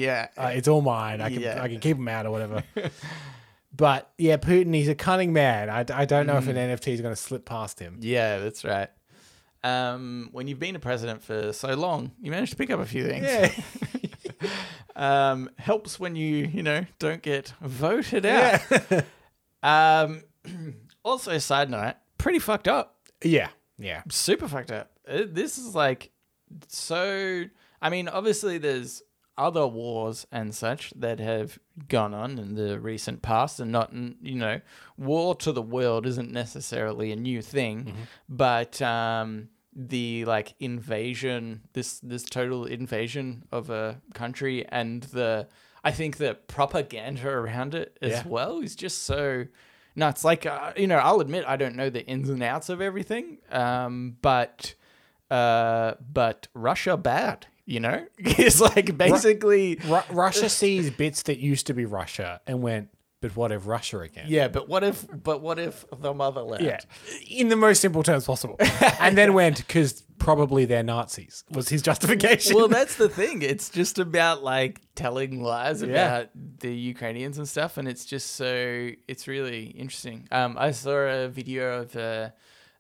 [SPEAKER 1] Yeah.
[SPEAKER 2] uh, it's all mine. I can
[SPEAKER 1] Yeah.
[SPEAKER 2] I can keep them out or whatever." but yeah, Putin, he's a cunning man. I, I don't know if an
[SPEAKER 1] Mm.
[SPEAKER 2] NFT is going to slip past him.
[SPEAKER 1] Yeah, that's right. Um, when you've been a president for so long, you manage to pick up a few things. Um, helps when you, you know, don't get voted out. um, also, side note, pretty fucked up.
[SPEAKER 2] yeah, yeah.
[SPEAKER 1] Super fucked up. Uh, This is like so. I mean, obviously, there's other wars and such that have gone on in the recent past, and not, you know, war to the world isn't necessarily a new thing, but um, the like invasion, this this total invasion of a country, and the I think the propaganda around it as
[SPEAKER 2] Yeah.
[SPEAKER 1] well is just so. No, it's like uh, you know. I'll admit I don't know the ins and outs of everything, um, but uh, but Russia bad, you know? it's like basically.
[SPEAKER 2] Ru- Russia sees bits that used to be Russia and went, "But what if Russia again?"
[SPEAKER 1] Yeah, but what if, but what if the motherland?
[SPEAKER 2] Yeah, in the most simple terms possible. And then went because probably they're Nazis was his justification.
[SPEAKER 1] Well, that's the thing. It's just about like telling lies
[SPEAKER 2] Yeah.
[SPEAKER 1] about the Ukrainians and stuff, and it's just so it's really interesting. Um, I saw a video of a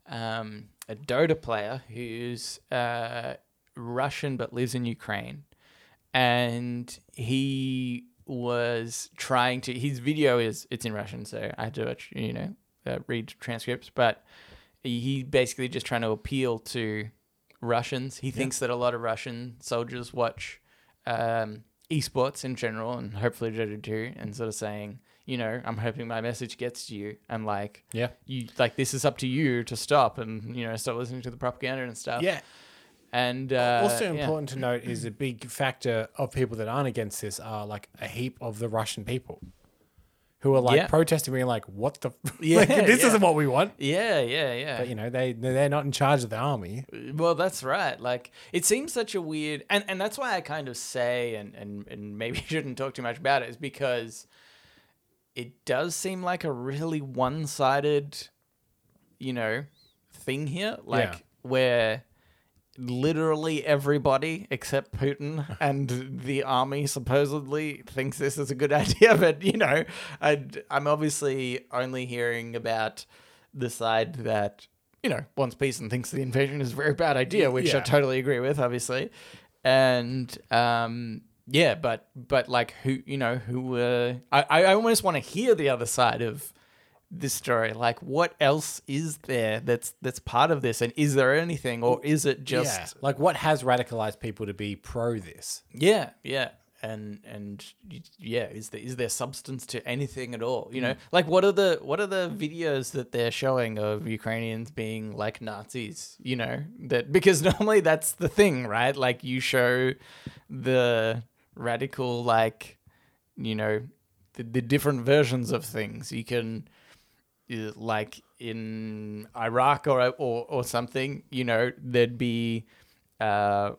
[SPEAKER 1] um, a Dota player who's uh, Russian but lives in Ukraine, and he was trying to. His video is it's in Russian, so I had to watch, you know uh, read transcripts, but he basically just trying to appeal to Russians. He thinks that a lot of Russian soldiers watch um, esports in general and hopefully Dota 2 and sort of saying, you know, I'm hoping my message gets to you and like,
[SPEAKER 2] Yeah.
[SPEAKER 1] you like this is up to you to stop and you know stop listening to the propaganda and stuff.
[SPEAKER 2] yeah.
[SPEAKER 1] and uh,
[SPEAKER 2] Also
[SPEAKER 1] yeah.
[SPEAKER 2] important to note is a big factor of people that aren't against this are like a heap of the Russian people who are like
[SPEAKER 1] Yeah.
[SPEAKER 2] protesting, being like, "What the?
[SPEAKER 1] Yeah,
[SPEAKER 2] like, this
[SPEAKER 1] yeah.
[SPEAKER 2] isn't what we want."
[SPEAKER 1] Yeah, yeah, yeah.
[SPEAKER 2] But you know, they they're not in charge of the army.
[SPEAKER 1] Well, that's right. Like it seems such a weird, and and that's why I kind of say, and and and maybe shouldn't talk too much about it, is because it does seem like a really one-sided, you know, thing here. Like where literally everybody except Putin and the army supposedly thinks this is a good idea. But you know, i I'm obviously only hearing about the side that you know wants peace and thinks the invasion is a very bad idea, which I
[SPEAKER 2] Yeah.
[SPEAKER 1] totally agree with, obviously. And um, yeah, but but like who you know who uh, I I I almost want to hear the other side of this story like what else is there that's that's part of this and is there anything or is it
[SPEAKER 2] Just
[SPEAKER 1] just
[SPEAKER 2] like what has radicalized people to be pro this?
[SPEAKER 1] yeah yeah, and and y- yeah, is there is there substance to anything at all? You know, like what are the what are the videos that they're showing of Ukrainians being like Nazis? You know that because normally that's the thing, right? Like you show the radical like you know the, the different versions of things you can uh, like in iraq or or, or something you know there'd be uh,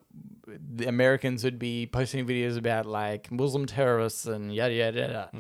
[SPEAKER 1] the Americans would be posting videos about like Muslim terrorists and yada yada yada.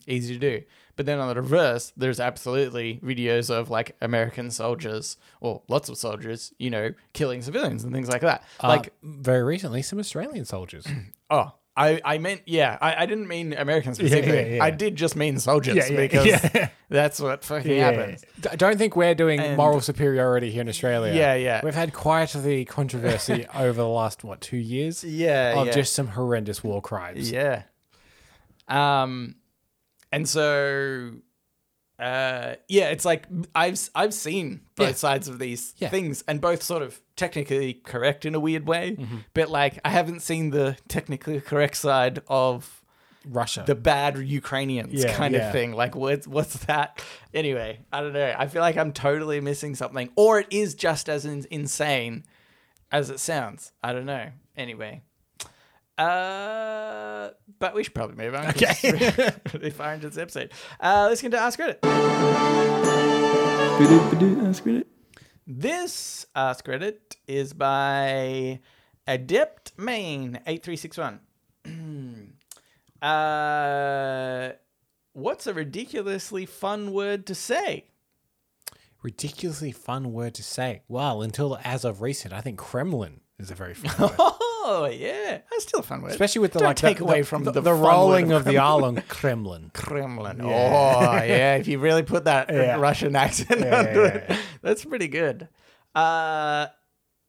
[SPEAKER 1] Easy to do. But then on the reverse, there's absolutely videos of like American soldiers or lots of soldiers, you know, killing civilians and things like that. like
[SPEAKER 2] Like very recently, some Australian soldiers.
[SPEAKER 1] Oh, I, I meant yeah. I, I didn't mean Americans specifically.
[SPEAKER 2] yeah.
[SPEAKER 1] I did just mean soldiers
[SPEAKER 2] Yeah, yeah,
[SPEAKER 1] because
[SPEAKER 2] yeah.
[SPEAKER 1] that's what fucking happens.
[SPEAKER 2] D- I don't think we're doing moral superiority here in Australia.
[SPEAKER 1] Yeah, yeah.
[SPEAKER 2] We've had quite the controversy over the last what two years
[SPEAKER 1] Yeah,
[SPEAKER 2] of
[SPEAKER 1] yeah.
[SPEAKER 2] just some horrendous war crimes.
[SPEAKER 1] Yeah. Um, and so, uh, yeah, it's like I've I've seen both
[SPEAKER 2] Yeah.
[SPEAKER 1] sides of these
[SPEAKER 2] Yeah.
[SPEAKER 1] things, and both sort of technically correct in a weird way,
[SPEAKER 2] Mm-hmm.
[SPEAKER 1] but like I haven't seen the technically correct side of
[SPEAKER 2] Russia.
[SPEAKER 1] the bad Ukrainians
[SPEAKER 2] Yeah,
[SPEAKER 1] kind
[SPEAKER 2] yeah.
[SPEAKER 1] of thing. Like, what's what's that? Anyway, I don't know. I feel like I'm totally missing something, or it is just as in- insane as it sounds. I don't know. Anyway, uh, but we should probably move on. Okay, if I this episode, uh, let's get to Ask Reddit. Ask Reddit. This Ask Reddit is by Adept Main eight three six one. Uh, what's a ridiculously fun word to say?
[SPEAKER 2] Ridiculously fun word to say. Well, until as of recent, I think Kremlin is a very fun word.
[SPEAKER 1] Oh yeah, that's still a fun word.
[SPEAKER 2] Especially with the
[SPEAKER 1] Don't
[SPEAKER 2] like
[SPEAKER 1] take
[SPEAKER 2] the,
[SPEAKER 1] away
[SPEAKER 2] the-
[SPEAKER 1] from
[SPEAKER 2] the,
[SPEAKER 1] the,
[SPEAKER 2] the
[SPEAKER 1] fun word
[SPEAKER 2] rolling of the
[SPEAKER 1] Kremlin.
[SPEAKER 2] R on Kremlin.
[SPEAKER 1] Kremlin. Oh yeah, if you really put that
[SPEAKER 2] Yeah.
[SPEAKER 1] Russian accent
[SPEAKER 2] Yeah,
[SPEAKER 1] onto
[SPEAKER 2] yeah,
[SPEAKER 1] it, that's pretty good. Uh,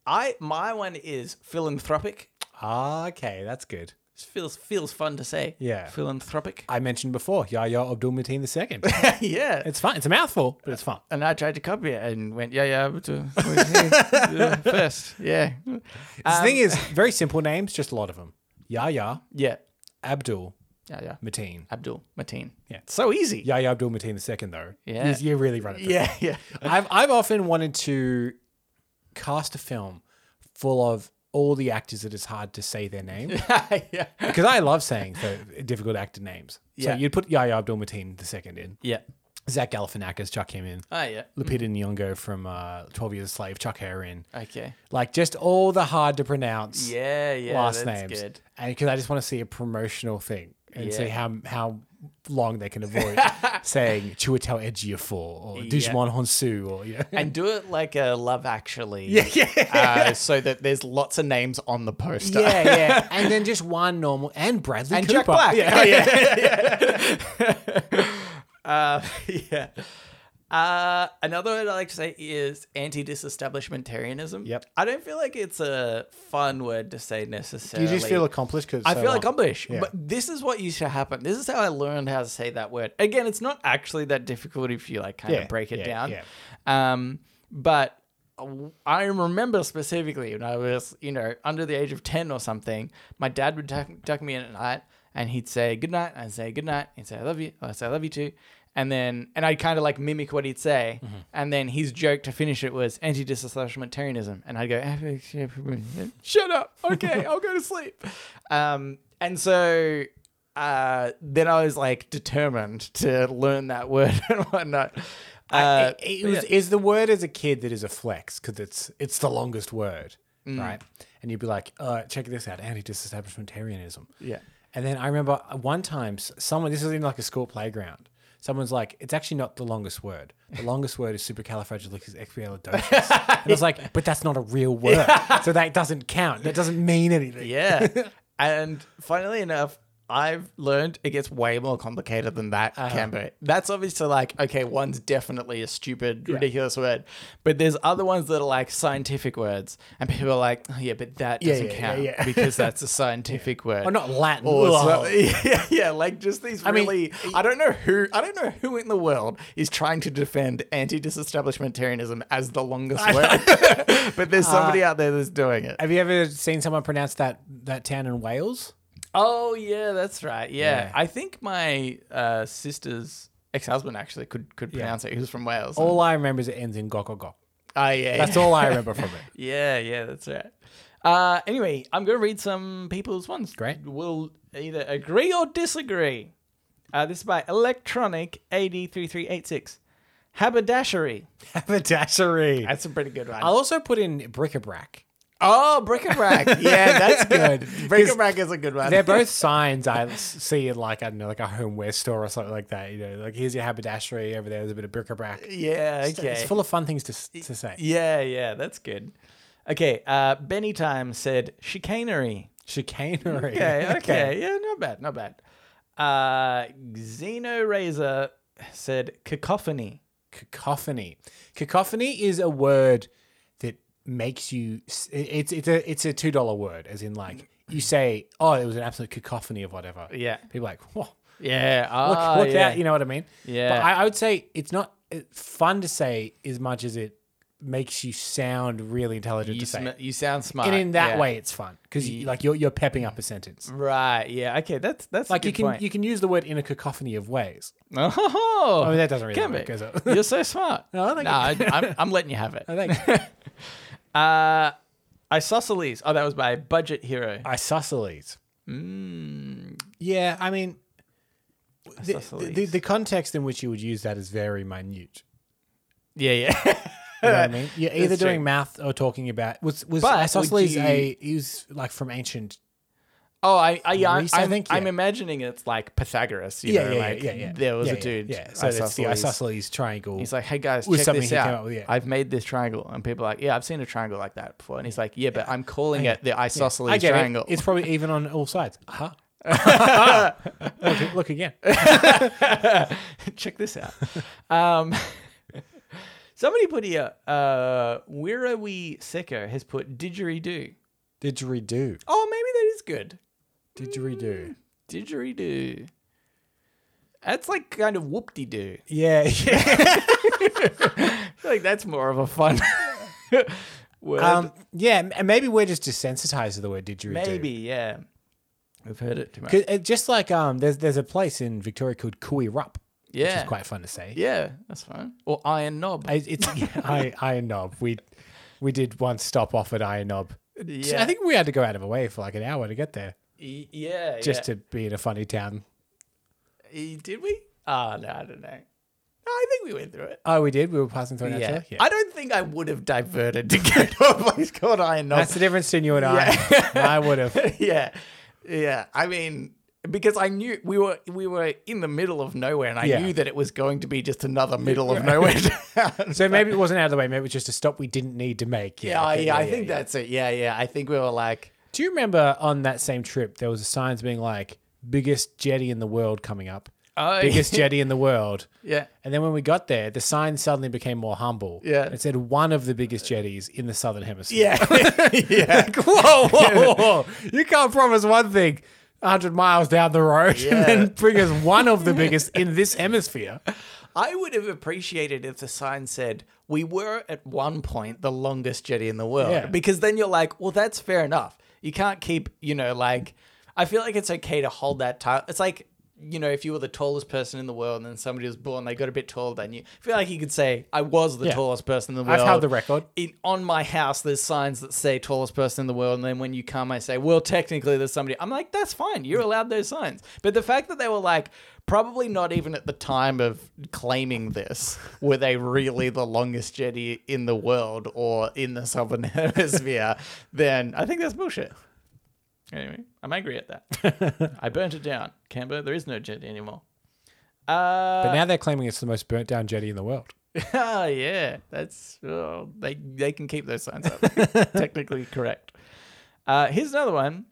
[SPEAKER 1] I my one is philanthropic.
[SPEAKER 2] Ah, okay, that's good.
[SPEAKER 1] It feels feels fun to say.
[SPEAKER 2] Yeah.
[SPEAKER 1] philanthropic.
[SPEAKER 2] I mentioned before Yahya Abdul Mateen II.
[SPEAKER 1] yeah,
[SPEAKER 2] It's fun. It's a mouthful, but it's fun.
[SPEAKER 1] and I tried to copy it and went yeah yeah but, uh, uh, first yeah
[SPEAKER 2] the
[SPEAKER 1] Um,
[SPEAKER 2] thing is, very simple names, just a lot of them. Yahya
[SPEAKER 1] yeah
[SPEAKER 2] Abdul
[SPEAKER 1] yeah yeah.
[SPEAKER 2] Mateen.
[SPEAKER 1] Abdul Mateen.
[SPEAKER 2] Yeah.
[SPEAKER 1] So easy.
[SPEAKER 2] Yahya Abdul Mateen II, though.
[SPEAKER 1] Yeah.
[SPEAKER 2] You, you really run it. through.
[SPEAKER 1] Yeah, yeah.
[SPEAKER 2] I've, I've often wanted to cast a film full of all the actors that it's hard to say their name
[SPEAKER 1] yeah.
[SPEAKER 2] because I love saying the difficult actor names.
[SPEAKER 1] Yeah.
[SPEAKER 2] So you'd put Yahya Abdul Mateen II in,
[SPEAKER 1] Yeah.
[SPEAKER 2] Zach Galifianakis, chuck him in,
[SPEAKER 1] Oh yeah.
[SPEAKER 2] Lupita Nyong'o from uh, 12 Years a Slave, chuck her in.
[SPEAKER 1] Okay.
[SPEAKER 2] Like just all the hard to pronounce
[SPEAKER 1] Yeah, yeah.
[SPEAKER 2] last
[SPEAKER 1] that's
[SPEAKER 2] names,
[SPEAKER 1] good.
[SPEAKER 2] and because I just want to see a promotional thing and
[SPEAKER 1] Yeah.
[SPEAKER 2] see how how long they can avoid saying Chiwetel Ejiofor or Digimon Honsu or you know.
[SPEAKER 1] And do it like a Love Actually.
[SPEAKER 2] yeah,
[SPEAKER 1] Uh, so that there's lots of names on the poster.
[SPEAKER 2] yeah, yeah, and then just one normal and Bradley
[SPEAKER 1] And
[SPEAKER 2] Cooper.
[SPEAKER 1] Jack Black.
[SPEAKER 2] Yeah.
[SPEAKER 1] Oh, Uh, yeah. Uh, another word I like to say is anti-disestablishmentarianism.
[SPEAKER 2] Yep.
[SPEAKER 1] I don't feel like it's a fun word to say
[SPEAKER 2] You
[SPEAKER 1] necessarily.
[SPEAKER 2] just feel accomplished because
[SPEAKER 1] I feel like accomplished.
[SPEAKER 2] Yeah.
[SPEAKER 1] But this is what used to happen. This is how I learned how to say that word. Again, it's not actually that difficult if you like kind
[SPEAKER 2] Yeah,
[SPEAKER 1] of break it
[SPEAKER 2] yeah,
[SPEAKER 1] down.
[SPEAKER 2] yeah.
[SPEAKER 1] Um, but I remember specifically when I was, you know, under the age of 10 or something, my dad would tuck, tuck me in at night and he'd say good night. I'd say good night. He'd say I love you. I'd say I love you too. And then, and I kind of like mimic what he'd say. And then his joke to finish it was anti disestablishmentarianism. And I'd go, shut up. Okay, I'll go to sleep. Um, and so uh, then I was like determined to learn that word and whatnot. Uh,
[SPEAKER 2] it, it was, is the word as a kid that is a flex because it's it's the longest word,
[SPEAKER 1] Mm.
[SPEAKER 2] right? And you'd be like, uh, check this out, anti-disestablishmentarianism.
[SPEAKER 1] Yeah.
[SPEAKER 2] And then I remember one time s- someone this is in like a school playground. Someone's like, it's actually not the longest word. The longest word is supercalifragilisticexpialidocious. and I was like, but that's not a real word, so that doesn't count. That doesn't mean anything.
[SPEAKER 1] Yeah. and funnily enough, I've learned it gets way more complicated than that
[SPEAKER 2] Uh-huh.
[SPEAKER 1] can be. That's obviously like, okay, one's definitely a stupid, ridiculous word, but there's other ones that are like scientific words, and people are like, oh, yeah, but that doesn't
[SPEAKER 2] yeah, yeah,
[SPEAKER 1] count
[SPEAKER 2] yeah.
[SPEAKER 1] because that's a scientific word.
[SPEAKER 2] Or not Latin.
[SPEAKER 1] Or
[SPEAKER 2] Ugh.
[SPEAKER 1] so- yeah, yeah, like just these
[SPEAKER 2] mean,
[SPEAKER 1] really. I don't know who. I don't know who in the world is trying to defend anti-disestablishmentarianism as the longest word,
[SPEAKER 2] Uh,
[SPEAKER 1] but there's somebody out there that's doing it.
[SPEAKER 2] Have you ever seen someone pronounce that that town in Wales?
[SPEAKER 1] Oh yeah, that's right. Yeah,
[SPEAKER 2] Yeah.
[SPEAKER 1] I think my uh, sister's ex-husband actually could could pronounce it. He was from Wales. Oh
[SPEAKER 2] All I remember is it ends in gok or gok.
[SPEAKER 1] yeah,
[SPEAKER 2] That's all I remember from it.
[SPEAKER 1] Yeah, yeah, that's right. Uh, anyway, I'm going to read some people's ones.
[SPEAKER 2] Great.
[SPEAKER 1] We'll either agree or disagree. Uh, this is by Electronic AD3386. Haberdashery.
[SPEAKER 2] Haberdashery.
[SPEAKER 1] That's a pretty good one.
[SPEAKER 2] I'll also put in bric-a-brac.
[SPEAKER 1] oh, bric-a-brac. yeah, that's good. Bric-a-brac is a good one.
[SPEAKER 2] They're both signs I s- see in like I don't know, like a homeware store or something like that. You know, like here's your haberdashery over there. There's a bit of bric-a-brac.
[SPEAKER 1] Yeah, okay.
[SPEAKER 2] It's full of fun things to s- to say.
[SPEAKER 1] yeah, yeah, that's good. Okay, uh, Benny Time said chicanery.
[SPEAKER 2] Chicanery.
[SPEAKER 1] Okay, okay. yeah, not bad, not bad. Uh, Xeno Razor said cacophony.
[SPEAKER 2] Cacophony. Cacophony is a word that makes you. s- It's it's a it's a two dollar word, as in like you say, oh, it was an absolute cacophony of whatever.
[SPEAKER 1] Mm. Yeah.
[SPEAKER 2] People are like, whoa,
[SPEAKER 1] Yeah.
[SPEAKER 2] look,
[SPEAKER 1] ah,
[SPEAKER 2] look
[SPEAKER 1] yeah.
[SPEAKER 2] out. You know what I mean?
[SPEAKER 1] Yeah.
[SPEAKER 2] But I, I would say it's not uh, fun to say as much as it makes you sound really intelligent
[SPEAKER 1] You,
[SPEAKER 2] to say.
[SPEAKER 1] sm- you sound smart.
[SPEAKER 2] and in that
[SPEAKER 1] yeah.
[SPEAKER 2] way, it's fun because you, like you're you're pepping up a sentence.
[SPEAKER 1] Right. Yeah. Okay. That's that's
[SPEAKER 2] Like
[SPEAKER 1] a
[SPEAKER 2] you
[SPEAKER 1] good
[SPEAKER 2] can
[SPEAKER 1] point.
[SPEAKER 2] you can use the word in a cacophony of ways.
[SPEAKER 1] Oh,
[SPEAKER 2] I mean, that doesn't really
[SPEAKER 1] can
[SPEAKER 2] work,
[SPEAKER 1] be.
[SPEAKER 2] does it?
[SPEAKER 1] You're so smart.
[SPEAKER 2] No, I think
[SPEAKER 1] no, I, I'm, I'm letting you have it.
[SPEAKER 2] I think
[SPEAKER 1] Uh, Isosceles. Oh, that was by Budget Hero.
[SPEAKER 2] isosceles.
[SPEAKER 1] Mm.
[SPEAKER 2] Yeah, I mean, the,
[SPEAKER 1] Isosceles.
[SPEAKER 2] the, the context in which you would use that is very minute.
[SPEAKER 1] yeah. Yeah.
[SPEAKER 2] You know what I mean? You're either
[SPEAKER 1] That's
[SPEAKER 2] doing
[SPEAKER 1] true.
[SPEAKER 2] math or talking about was was
[SPEAKER 1] But would
[SPEAKER 2] isosceles
[SPEAKER 1] you-
[SPEAKER 2] a he was like from ancient.
[SPEAKER 1] Oh, I, I, yeah,
[SPEAKER 2] Greece, I
[SPEAKER 1] I'm,
[SPEAKER 2] think,
[SPEAKER 1] I'm
[SPEAKER 2] yeah.
[SPEAKER 1] imagining it's like Pythagoras. You know, like there was
[SPEAKER 2] yeah,
[SPEAKER 1] a dude.
[SPEAKER 2] Yeah, yeah. so that's the isosceles triangle.
[SPEAKER 1] He's like, hey guys,
[SPEAKER 2] Was
[SPEAKER 1] check
[SPEAKER 2] something
[SPEAKER 1] this
[SPEAKER 2] he
[SPEAKER 1] out.
[SPEAKER 2] came up with, yeah.
[SPEAKER 1] I've made this triangle, and people are like, yeah, I've seen a triangle like that before. And he's like, yeah, but I'm calling it the isosceles
[SPEAKER 2] I get
[SPEAKER 1] triangle.
[SPEAKER 2] it. It's probably even on all sides. Uh-huh. look, look again.
[SPEAKER 1] check this out. um, somebody put here, uh, where are we? Sicko has put didgeridoo.
[SPEAKER 2] Didgeridoo.
[SPEAKER 1] Oh, maybe that is good.
[SPEAKER 2] Didgeridoo.
[SPEAKER 1] Didgeridoo. That's like kind of whoop de doo.
[SPEAKER 2] Yeah, yeah.
[SPEAKER 1] I feel like that's more of a fun word.
[SPEAKER 2] um, yeah. m- And maybe we're just desensitized to the word didgeridoo.
[SPEAKER 1] maybe, yeah. We've heard it too much.
[SPEAKER 2] 'Cause it- just like um, there's there's a place in Victoria called Kui Rup, which
[SPEAKER 1] Yeah.
[SPEAKER 2] is quite fun to say.
[SPEAKER 1] Yeah, that's fine. Or iron knob.
[SPEAKER 2] I, it's I, Iron Knob. We we did one stop off at Iron Knob. So
[SPEAKER 1] yeah.
[SPEAKER 2] I think we had to go out of our way for like an hour to get there,
[SPEAKER 1] Y- yeah.
[SPEAKER 2] just
[SPEAKER 1] yeah.
[SPEAKER 2] to be in a funny town.
[SPEAKER 1] Y- Did we? Ah, no, I don't know. No, I think we went through it.
[SPEAKER 2] Oh, we did. We were passing through an
[SPEAKER 1] Yeah.
[SPEAKER 2] yeah. yeah.
[SPEAKER 1] I don't think I would have diverted to go to a place called Iron Knob.
[SPEAKER 2] That's the difference between you and I. I would have.
[SPEAKER 1] yeah. Yeah. I mean, because I knew we were we were in the middle of nowhere and I
[SPEAKER 2] Yeah.
[SPEAKER 1] knew that it was going to be just another middle of nowhere town.
[SPEAKER 2] So maybe it wasn't out of the way. Maybe it was just a stop we didn't need to make.
[SPEAKER 1] yeah, I-
[SPEAKER 2] okay,
[SPEAKER 1] yeah, I think that's it. Yeah, yeah. I think we were like,
[SPEAKER 2] Do you remember on that same trip there was a signs being like biggest jetty in the world coming up,
[SPEAKER 1] oh,
[SPEAKER 2] biggest jetty in the world.
[SPEAKER 1] yeah.
[SPEAKER 2] And then when we got there, the sign suddenly became more humble.
[SPEAKER 1] Yeah.
[SPEAKER 2] It said one of the biggest jetties in the southern hemisphere.
[SPEAKER 1] Yeah. yeah.
[SPEAKER 2] whoa, whoa, whoa. You can't promise one thing 100 miles down the road
[SPEAKER 1] Yeah.
[SPEAKER 2] and then bring us one of the biggest in this hemisphere.
[SPEAKER 1] I would have appreciated if the sign said, We were at one point the longest jetty in the world.
[SPEAKER 2] Yeah.
[SPEAKER 1] Because then you're like, Well, that's fair enough. You can't keep, you know, like, I feel like it's okay to hold that title. It's like, you know, if you were the tallest person in the world and then somebody was born, they got a bit taller than you. I feel like you could say, I was the
[SPEAKER 2] Yeah.
[SPEAKER 1] tallest person in the
[SPEAKER 2] I've
[SPEAKER 1] world.
[SPEAKER 2] held the record.
[SPEAKER 1] In, on my house, there's signs that say tallest person in the world. And then when you come, I say, well, technically there's somebody. I'm like, that's fine. You're allowed those signs. But the fact that they were like, probably not even at the time of claiming this, were they really the longest jetty in the world or in the southern hemisphere, then I think that's bullshit. Anyway, I'm angry at that. I burnt it down. Canberra, there is no jetty anymore. Uh,
[SPEAKER 2] But now they're claiming it's the most burnt down jetty in the world.
[SPEAKER 1] Ah, yeah, that's oh, they they can keep those signs up. Technically correct. Uh, here's another one.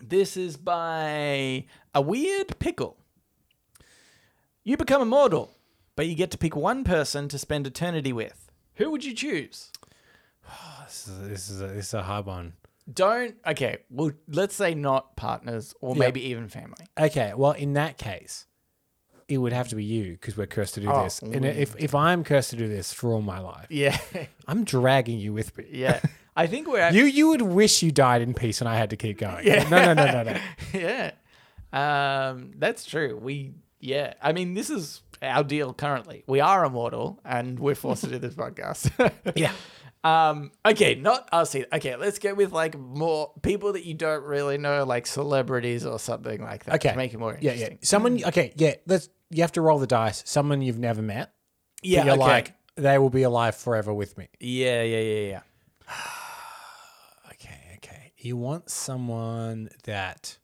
[SPEAKER 1] This is by a weird pickle. You become immortal, but you get to pick one person to spend eternity with. Who would you choose?
[SPEAKER 2] This is, this is, a, this is a hard one.
[SPEAKER 1] Don't okay. Well, let's say not partners or maybe even family.
[SPEAKER 2] Okay, well, in that case, it would have to be you because we're cursed to do
[SPEAKER 1] Oh,
[SPEAKER 2] this. And if, if I'm cursed to do this for all my life,
[SPEAKER 1] Yeah,
[SPEAKER 2] I'm dragging you with me.
[SPEAKER 1] yeah. I think we're at,
[SPEAKER 2] You you would wish you died in peace and I had to keep going. Yeah. No, no, no, no, no.
[SPEAKER 1] yeah. Um, that's true. We yeah. I mean, this is our deal currently. We are immortal, and we're forced to do this podcast.
[SPEAKER 2] Yeah.
[SPEAKER 1] Um, okay, not us either. Okay, let's go with like more people that you don't really know, like celebrities or something like that.
[SPEAKER 2] Okay.
[SPEAKER 1] To make it more
[SPEAKER 2] Yeah, yeah.
[SPEAKER 1] interesting.
[SPEAKER 2] Someone okay, yeah, let's you have to roll the dice. Someone you've never met. but
[SPEAKER 1] Yeah.
[SPEAKER 2] You're
[SPEAKER 1] okay.
[SPEAKER 2] like, they will be alive forever with me.
[SPEAKER 1] Yeah, yeah, yeah, yeah.
[SPEAKER 2] Okay, okay. You want someone that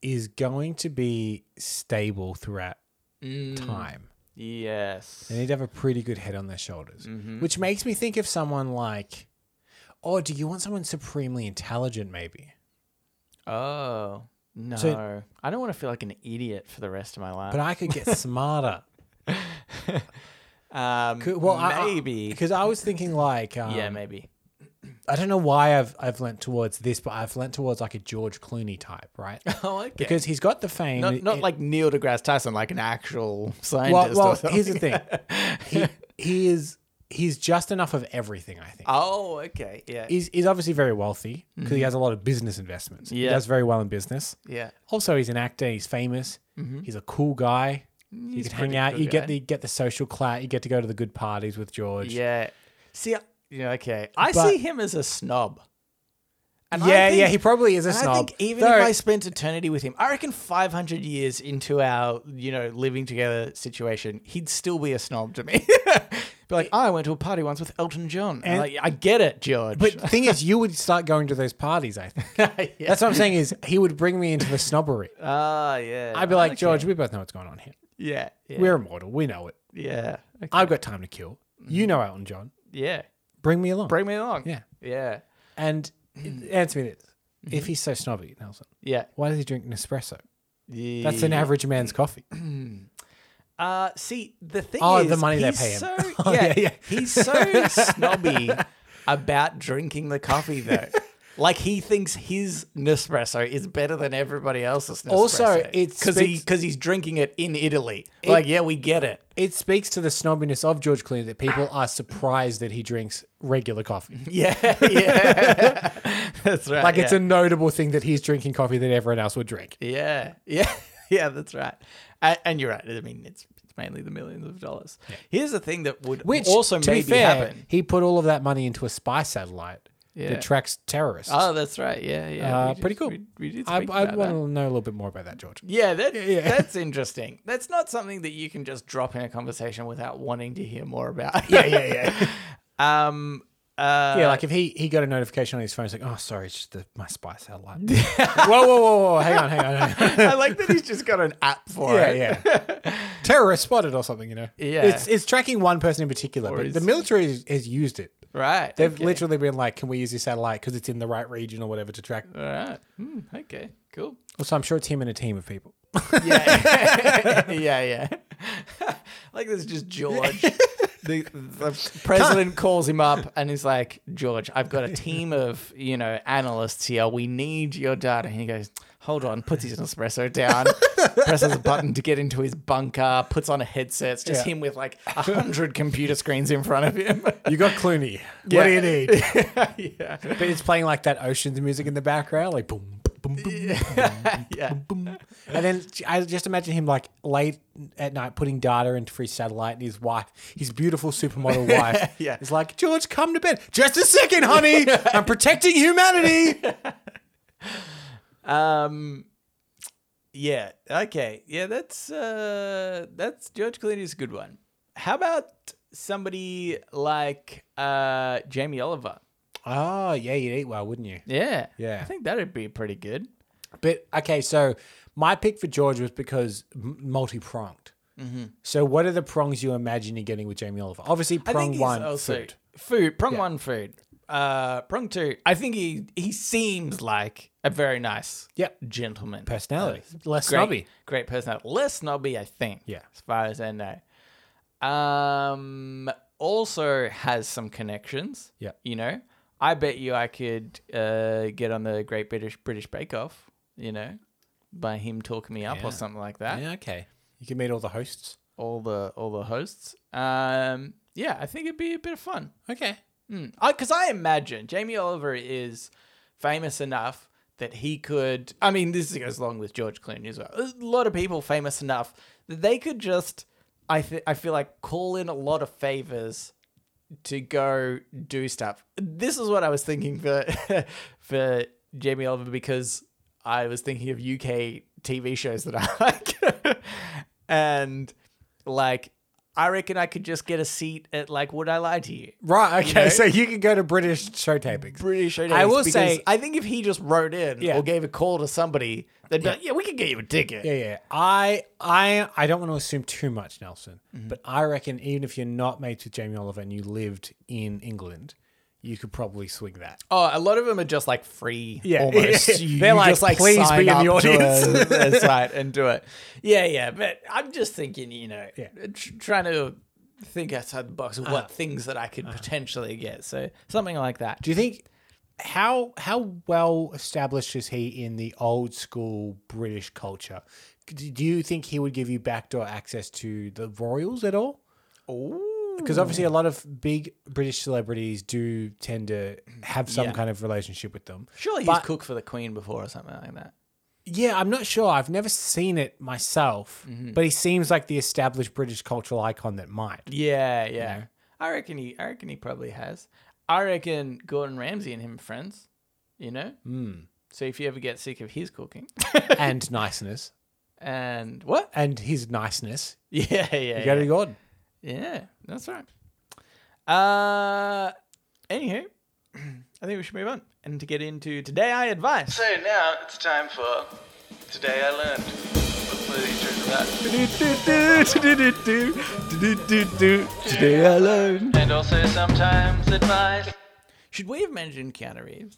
[SPEAKER 2] is going to be stable throughout time.
[SPEAKER 1] Mm, Yes.
[SPEAKER 2] They need to have a pretty good head on their shoulders,
[SPEAKER 1] Mm-hmm.
[SPEAKER 2] which makes me think of someone like, oh, do you want someone supremely intelligent, maybe?
[SPEAKER 1] Oh no. I don't want to feel like an idiot for the rest of my life.
[SPEAKER 2] But I could get smarter.
[SPEAKER 1] um
[SPEAKER 2] Could- well,
[SPEAKER 1] maybe.
[SPEAKER 2] because I, was thinking like, um,
[SPEAKER 1] yeah, maybe.
[SPEAKER 2] I don't know why I've I've lent towards this, but I've lent towards like a George Clooney type, right?
[SPEAKER 1] Oh, okay.
[SPEAKER 2] Because he's got the fame.
[SPEAKER 1] not,
[SPEAKER 2] it-
[SPEAKER 1] not
[SPEAKER 2] it-
[SPEAKER 1] like Neil deGrasse Tyson, like an actual
[SPEAKER 2] well,
[SPEAKER 1] scientist. or
[SPEAKER 2] well
[SPEAKER 1] something.
[SPEAKER 2] here's the thing, he, he is he's just enough of everything. I think
[SPEAKER 1] Oh, okay. Yeah.
[SPEAKER 2] he's he's obviously very wealthy because he has a lot of business investments. He
[SPEAKER 1] Mm-hmm. Yeah.
[SPEAKER 2] does very well in business.
[SPEAKER 1] yeah.
[SPEAKER 2] Also, he's an actor. He's famous. He's a cool guy. you
[SPEAKER 1] Mm-hmm. Mm, He's
[SPEAKER 2] can
[SPEAKER 1] a
[SPEAKER 2] hang
[SPEAKER 1] pretty
[SPEAKER 2] out.
[SPEAKER 1] cool
[SPEAKER 2] you
[SPEAKER 1] guy.
[SPEAKER 2] get the get the social clout. You get to go to the good parties with George.
[SPEAKER 1] Yeah. See, I- yeah, okay. I
[SPEAKER 2] But-
[SPEAKER 1] see him as a snob. And I
[SPEAKER 2] yeah,
[SPEAKER 1] think-
[SPEAKER 2] yeah, He probably is a
[SPEAKER 1] and
[SPEAKER 2] snob.
[SPEAKER 1] I think even
[SPEAKER 2] though-
[SPEAKER 1] if I spent eternity with him, I reckon 500 years into our, you know, living together situation, he'd still be a snob to me. be like, I went to a party once with Elton John. And like, I get it, George.
[SPEAKER 2] but the thing is, you would start going to those parties. I think
[SPEAKER 1] yeah.
[SPEAKER 2] that's what I'm saying. Is he would bring me into the snobbery?
[SPEAKER 1] Ah, yeah.
[SPEAKER 2] I'd be like, George, we both know what's going on here.
[SPEAKER 1] yeah, yeah,
[SPEAKER 2] We're immortal. We know it.
[SPEAKER 1] yeah, okay,
[SPEAKER 2] I've got time to kill. You know Elton John.
[SPEAKER 1] yeah.
[SPEAKER 2] Bring me along.
[SPEAKER 1] Mm-hmm. Bring Mm-hmm. me along.
[SPEAKER 2] Yeah.
[SPEAKER 1] yeah,
[SPEAKER 2] And answer me this:
[SPEAKER 1] Mm-hmm.
[SPEAKER 2] If he's so snobby, Nelson,
[SPEAKER 1] yeah.
[SPEAKER 2] why does he drink Nespresso?
[SPEAKER 1] yeah.
[SPEAKER 2] That's an average man's coffee.
[SPEAKER 1] Uh, see, the thing
[SPEAKER 2] Oh,
[SPEAKER 1] is,
[SPEAKER 2] the money they
[SPEAKER 1] he's
[SPEAKER 2] pay him.
[SPEAKER 1] So,
[SPEAKER 2] Oh,
[SPEAKER 1] yeah,
[SPEAKER 2] yeah, yeah.
[SPEAKER 1] he's so snobby about drinking the coffee though. like he thinks his Nespresso is better than everybody else's. Nespresso.
[SPEAKER 2] Also, it
[SPEAKER 1] because he
[SPEAKER 2] speaks-
[SPEAKER 1] because he's drinking it in Italy. like, yeah, we get it.
[SPEAKER 2] It speaks to the snobbiness of George Clooney that people are surprised that he drinks regular coffee.
[SPEAKER 1] Yeah, yeah. that's right.
[SPEAKER 2] Like
[SPEAKER 1] Mm-hmm. Uh, yeah.
[SPEAKER 2] it's a notable thing that he's drinking coffee that everyone else would drink.
[SPEAKER 1] Yeah, yeah, yeah. That's right. And, and you're right. I mean, it's it's mainly the millions of dollars. Here's the thing that would
[SPEAKER 2] Which
[SPEAKER 1] also
[SPEAKER 2] to be
[SPEAKER 1] maybe
[SPEAKER 2] fair,
[SPEAKER 1] happen.
[SPEAKER 2] he put all of that money into a spy satellite
[SPEAKER 1] Yeah.
[SPEAKER 2] that tracks terrorists.
[SPEAKER 1] Oh, that's right. Yeah, yeah.
[SPEAKER 2] Uh,
[SPEAKER 1] we did-
[SPEAKER 2] pretty cool.
[SPEAKER 1] We, we did
[SPEAKER 2] I,
[SPEAKER 1] speak
[SPEAKER 2] I
[SPEAKER 1] about
[SPEAKER 2] want
[SPEAKER 1] that.
[SPEAKER 2] to know a little bit more about that, George.
[SPEAKER 1] Yeah, that,
[SPEAKER 2] yeah.
[SPEAKER 1] that's interesting. That's not something that you can just drop in a conversation without wanting to hear more about.
[SPEAKER 2] yeah, yeah.
[SPEAKER 1] yeah. Um, uh,
[SPEAKER 2] yeah, like if he he got a notification on his phone, it's like, oh, sorry, it's just the, my spy satellite. whoa, whoa, whoa, whoa, hang on, hang on. Hang on.
[SPEAKER 1] I like that he's just got an app for it.
[SPEAKER 2] yeah, yeah. Terrorist spotted or something, you know.
[SPEAKER 1] Yeah.
[SPEAKER 2] it's it's tracking one person in particular, but
[SPEAKER 1] is-
[SPEAKER 2] the military has, has used it.
[SPEAKER 1] Right.
[SPEAKER 2] They've
[SPEAKER 1] okay.
[SPEAKER 2] literally been like, "Can we use this satellite because it's in the right region or whatever to track?"
[SPEAKER 1] All right. Hmm, okay. Cool.
[SPEAKER 2] So I'm sure it's him and a team of people.
[SPEAKER 1] Yeah. yeah. Yeah. like this, just George. The, the president calls him up and he's like, George, I've got a team of, you know, analysts here. We need your data. And he goes, hold on, puts his espresso down, presses a button to get into his bunker, puts on a headset. It's just
[SPEAKER 2] Yeah.
[SPEAKER 1] him with like a hundred computer screens in front of him.
[SPEAKER 2] You got Clooney. What
[SPEAKER 1] Yeah.
[SPEAKER 2] do you need?
[SPEAKER 1] yeah.
[SPEAKER 2] but it's playing like that oceans music in the background, like boom, boom, boom,
[SPEAKER 1] yeah.
[SPEAKER 2] boom. And then I just imagine him like late at night putting data into free satellite, and his wife, his beautiful supermodel wife,
[SPEAKER 1] Yeah.
[SPEAKER 2] is like, George, come to bed. Just a second, honey. I'm protecting humanity.
[SPEAKER 1] Um, yeah. Okay. Yeah, that's uh, that's George Clooney's a good one. How about somebody like uh, Jamie Oliver?
[SPEAKER 2] oh, yeah, you'd eat well, wouldn't you?
[SPEAKER 1] Yeah.
[SPEAKER 2] Yeah.
[SPEAKER 1] I think that'd be pretty good.
[SPEAKER 2] But okay, so my pick for George was because multi pronged. So, what are the prongs you imagine you're getting with Jamie Oliver? Obviously,
[SPEAKER 1] Mm-hmm. I think
[SPEAKER 2] prong
[SPEAKER 1] he's
[SPEAKER 2] one,
[SPEAKER 1] also
[SPEAKER 2] food.
[SPEAKER 1] food prong one food. Uh, prong two. I think he he seems like a very nice
[SPEAKER 2] Yep.
[SPEAKER 1] gentleman.
[SPEAKER 2] Personality. Less
[SPEAKER 1] Uh, great,
[SPEAKER 2] snobby.
[SPEAKER 1] Great personality. Less snobby, I think.
[SPEAKER 2] Yeah.
[SPEAKER 1] As far as I know. Um also has some connections.
[SPEAKER 2] Yeah.
[SPEAKER 1] You know? I bet you I could uh, get on the Great British British Bake Off, you know, by him talking me up
[SPEAKER 2] Yeah.
[SPEAKER 1] or something like that.
[SPEAKER 2] Yeah, okay. You can meet all the hosts.
[SPEAKER 1] All the all the hosts. Um yeah, I think it'd be a bit of fun.
[SPEAKER 2] Okay.
[SPEAKER 1] Because I, imagine Jamie Oliver is famous enough that he could. I mean, this goes along with George Clooney as well. There's A lot of people famous enough that they could just. I th- I feel like call in a lot of favors to go do stuff. This is what I was thinking for for Jamie Oliver because I was thinking of UK TV shows that I like, and like I reckon I could just get a seat at like Would I Lie to You?
[SPEAKER 2] Right. Okay.
[SPEAKER 1] know?
[SPEAKER 2] So you can go to British show tapings.
[SPEAKER 1] British show.
[SPEAKER 2] I
[SPEAKER 1] days,
[SPEAKER 2] will
[SPEAKER 1] because
[SPEAKER 2] say-
[SPEAKER 1] I think if he just wrote in
[SPEAKER 2] Yeah.
[SPEAKER 1] or gave a call to somebody, they'd be like, "Yeah, we could get you a ticket."
[SPEAKER 2] Yeah, yeah. I, I, I don't want to assume too much, Nelson. But I reckon even if you're not mates with Jamie Oliver and you lived in England, you could probably swing that.
[SPEAKER 1] Oh, a lot of them are just like free.
[SPEAKER 2] Yeah.
[SPEAKER 1] almost.
[SPEAKER 2] Yeah.
[SPEAKER 1] You
[SPEAKER 2] They're like,
[SPEAKER 1] just,
[SPEAKER 2] "Please be
[SPEAKER 1] sign
[SPEAKER 2] in the
[SPEAKER 1] up to
[SPEAKER 2] audience."
[SPEAKER 1] a- their site and do it. Yeah, yeah. But I'm just thinking, you know, tr- trying to think outside the box of
[SPEAKER 2] Uh-huh.
[SPEAKER 1] what things that I could potentially get. So something like that.
[SPEAKER 2] Do you think how how well established is he in the old school British culture? Do do you think he would give you backdoor access to the royals at all? Because obviously, a lot of big British celebrities do tend to have some
[SPEAKER 1] Yeah.
[SPEAKER 2] kind of relationship with them.
[SPEAKER 1] Surely he's
[SPEAKER 2] But-
[SPEAKER 1] cooked for the Queen before or something like that.
[SPEAKER 2] Yeah, I'm not sure. I've never seen it myself,
[SPEAKER 1] Mm-hmm.
[SPEAKER 2] but he seems like the established British cultural icon that might.
[SPEAKER 1] Yeah, yeah. I reckon he. I reckon he probably has. I reckon Gordon Ramsay and him are friends. You know.
[SPEAKER 2] Hmm.
[SPEAKER 1] So if you ever get sick of his cooking,
[SPEAKER 2] and niceness.
[SPEAKER 1] and what?
[SPEAKER 2] And his niceness.
[SPEAKER 1] Yeah, yeah,
[SPEAKER 2] You
[SPEAKER 1] yeah.
[SPEAKER 2] go to God.
[SPEAKER 1] yeah. That's right. Uh, anywho, I think we should move on and to get into today I advise.
[SPEAKER 3] So now it's time for Today I Learned. Hopefully you enjoyed that.
[SPEAKER 1] Today I learned.
[SPEAKER 3] And also sometimes advice.
[SPEAKER 1] Should we have mentioned Keanu Reeves?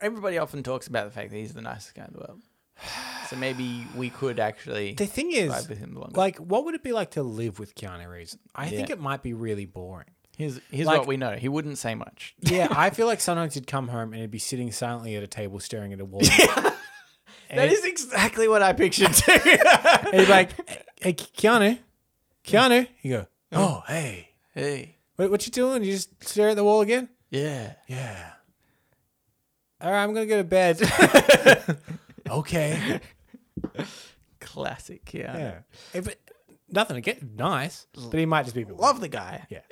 [SPEAKER 1] Everybody often talks about the fact that he's the nicest guy in the world. So maybe we could actually
[SPEAKER 2] The thing is,
[SPEAKER 1] vibe with him the longest.
[SPEAKER 2] like, what would it be like to live with Keanu Reeves? I think
[SPEAKER 1] Yeah.
[SPEAKER 2] it might be really boring.
[SPEAKER 1] Here's here's
[SPEAKER 2] like-
[SPEAKER 1] what we know. He wouldn't say much.
[SPEAKER 2] Yeah, I feel like sometimes you'd come home and he'd be sitting silently at a table staring at a wall.
[SPEAKER 1] That is exactly what I pictured too.
[SPEAKER 2] And he'd be like, hey, Keanu, Keanu. You go, oh, hey.
[SPEAKER 1] hey.
[SPEAKER 2] What, what you doing? You just stare at the wall again?
[SPEAKER 1] Yeah.
[SPEAKER 2] Yeah. All right, I'm going to go to bed. okay.
[SPEAKER 1] Classic Keanu.
[SPEAKER 2] Yeah. If it, nothing again. Nice. But he might just be. a bit weird.
[SPEAKER 1] Love the guy.
[SPEAKER 2] Yeah.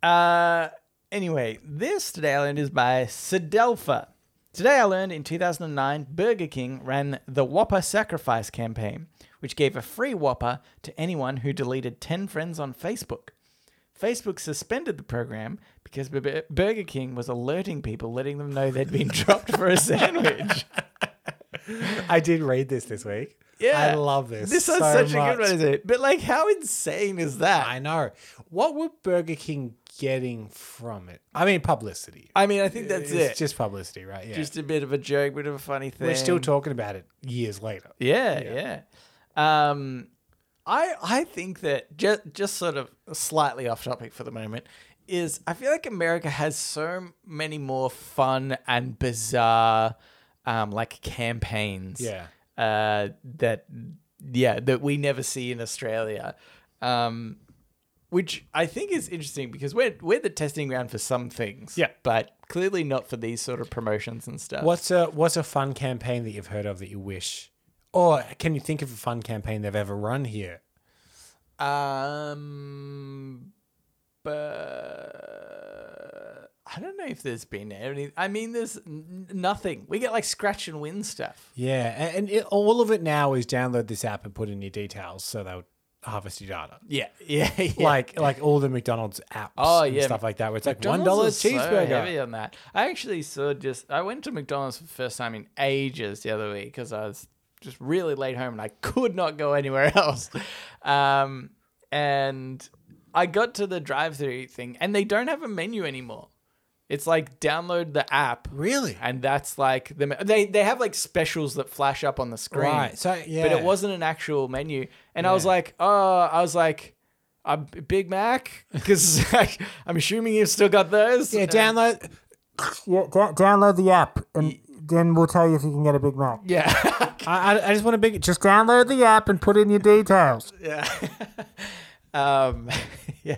[SPEAKER 1] Yeah. Uh, anyway, this Today I Learned is by Sedelfa. Today I learned in 2009, Burger King ran the Whopper Sacrifice campaign, which gave a free Whopper to anyone who deleted 10 friends on Facebook. Facebook suspended the program because B- B- Burger King was alerting people, letting them know they'd been dropped for a sandwich.
[SPEAKER 2] I did read this this week. I love this.
[SPEAKER 1] This is
[SPEAKER 2] so
[SPEAKER 1] such a
[SPEAKER 2] much.
[SPEAKER 1] good one, isn't it? But like, how insane is that?
[SPEAKER 2] I know. What were Burger King getting from it? I mean, publicity.
[SPEAKER 1] I mean, I think that's
[SPEAKER 2] it's
[SPEAKER 1] it.
[SPEAKER 2] just publicity, right? Yeah.
[SPEAKER 1] just a bit of a joke, bit of a funny thing.
[SPEAKER 2] We're still talking about it years later.
[SPEAKER 1] Yeah, yeah. Um, I I think that just just sort of slightly off topic for the moment is I feel like America has so many more fun and bizarre, um, like campaigns.
[SPEAKER 2] Yeah.
[SPEAKER 1] Uh, that yeah that we never see in Australia. Um. Which I think is interesting because we're we're the testing ground for some things,
[SPEAKER 2] Yeah.
[SPEAKER 1] but clearly not for these sort of promotions and stuff.
[SPEAKER 2] What's a what's a fun campaign that you've heard of that you wish, or can you think of a fun campaign they've ever run here?
[SPEAKER 1] Um, but I don't know if there's been any. I mean, there's n- nothing. We get like scratch and win stuff.
[SPEAKER 2] Yeah, a- and it, all of it now is download this app and put in your details so they'll harvest your data.
[SPEAKER 1] Yeah, yeah, yeah.
[SPEAKER 2] Like like all the McDonald's apps
[SPEAKER 1] Oh,
[SPEAKER 2] and
[SPEAKER 1] yeah.
[SPEAKER 2] stuff like that where it's like one
[SPEAKER 1] McDonald's
[SPEAKER 2] dollar
[SPEAKER 1] is so
[SPEAKER 2] cheeseburger.
[SPEAKER 1] heavy on that. I actually saw just. I went to McDonald's for the first time in ages the other week because I was just really late home and I could not go anywhere else. Um, and I got to the drive-through thing, and they don't have a menu anymore. It's like download the app.
[SPEAKER 2] really?
[SPEAKER 1] and that's like the they they have like specials that flash up on the screen.
[SPEAKER 2] Right. So yeah,
[SPEAKER 1] But it wasn't an actual menu, and I was like, oh, I was like, a B- Big Mac, because I'm assuming you've still got those.
[SPEAKER 2] yeah. Download.
[SPEAKER 4] Yeah, da- download the app, and then we'll tell you if you can get a Big Mac.
[SPEAKER 1] yeah,
[SPEAKER 2] I, I I just want a big.
[SPEAKER 4] Just download the app and put in your details.
[SPEAKER 1] yeah, um, yeah.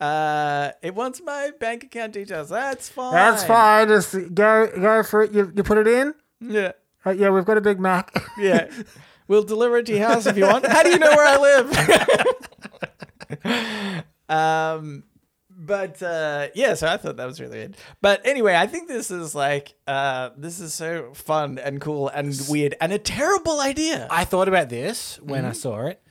[SPEAKER 1] Uh, it wants my bank account details. That's fine.
[SPEAKER 4] That's fine. Just go go for it. You, you put it in.
[SPEAKER 1] Yeah.
[SPEAKER 4] Uh, yeah, we've got a Big Mac.
[SPEAKER 1] Yeah. We'll deliver it to your house if you want. How do you know where I live? um, but uh, yeah, so I thought that was really weird. But anyway, I think this is like uh, this is so fun and cool and weird and a terrible idea.
[SPEAKER 2] I thought about this when
[SPEAKER 1] Mm-hmm.
[SPEAKER 2] I saw it.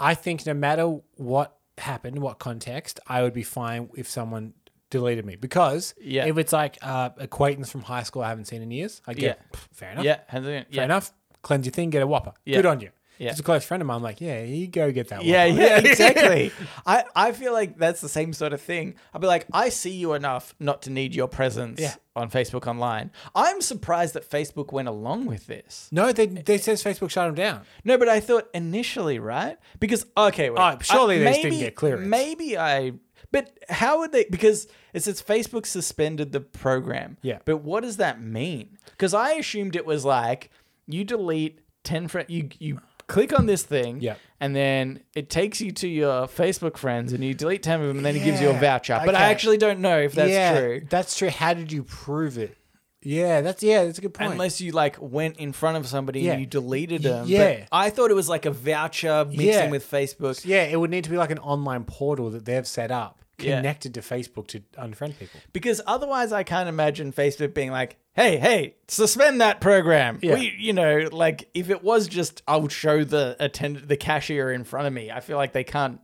[SPEAKER 2] I think no matter what happened, what context, I would be fine if someone deleted me because
[SPEAKER 1] Yeah.
[SPEAKER 2] if it's like uh, acquaintance from high school I haven't seen in years, I get
[SPEAKER 1] Yeah.
[SPEAKER 2] pff, fair enough.
[SPEAKER 1] yeah, hands on-
[SPEAKER 2] Fair
[SPEAKER 1] yeah,
[SPEAKER 2] enough. Cleanse your thing, get a whopper.
[SPEAKER 1] Yeah.
[SPEAKER 2] Good on you.
[SPEAKER 1] Yeah.
[SPEAKER 2] It's a close friend of mine. I'm like, yeah, you go get that.
[SPEAKER 1] Yeah,
[SPEAKER 2] whopper.
[SPEAKER 1] yeah, exactly. I, I feel like that's the same sort of thing. I'll be like, I see you enough not to need your presence
[SPEAKER 2] Yeah.
[SPEAKER 1] on Facebook Online. I'm surprised that Facebook went along with this.
[SPEAKER 2] No, they they says Facebook shut them down.
[SPEAKER 1] No, but I thought initially, right? Because okay, wait,
[SPEAKER 2] Oh, surely
[SPEAKER 1] I-
[SPEAKER 2] they just didn't get clearance.
[SPEAKER 1] Maybe I. But how would they? Because it says Facebook suspended the program.
[SPEAKER 2] Yeah.
[SPEAKER 1] But what does that mean? Because I assumed it was like you delete ten friends. You you click on this thing.
[SPEAKER 2] Yeah.
[SPEAKER 1] And then it takes you to your Facebook friends, and you delete ten of them, and then it gives you a
[SPEAKER 2] Yeah,
[SPEAKER 1] voucher. But I
[SPEAKER 2] okay.
[SPEAKER 1] actually don't know if that's
[SPEAKER 2] yeah,
[SPEAKER 1] true.
[SPEAKER 2] That's true. How did you prove it? Yeah, that's yeah, that's a good point.
[SPEAKER 1] Unless you like went in front of somebody
[SPEAKER 2] Yeah.
[SPEAKER 1] and you deleted
[SPEAKER 2] Y-
[SPEAKER 1] them.
[SPEAKER 2] yeah.
[SPEAKER 1] But I thought it was like a voucher mixing
[SPEAKER 2] Yeah.
[SPEAKER 1] with Facebook.
[SPEAKER 2] yeah, it would need to be like an online portal that they've set up
[SPEAKER 1] Yeah.
[SPEAKER 2] connected to Facebook to unfriend people.
[SPEAKER 1] because otherwise I can't imagine Facebook being like, "Hey, hey, suspend that program."
[SPEAKER 2] Yeah.
[SPEAKER 1] We, you know, like if it was just I'll show the attend the cashier in front of me. I feel like they can't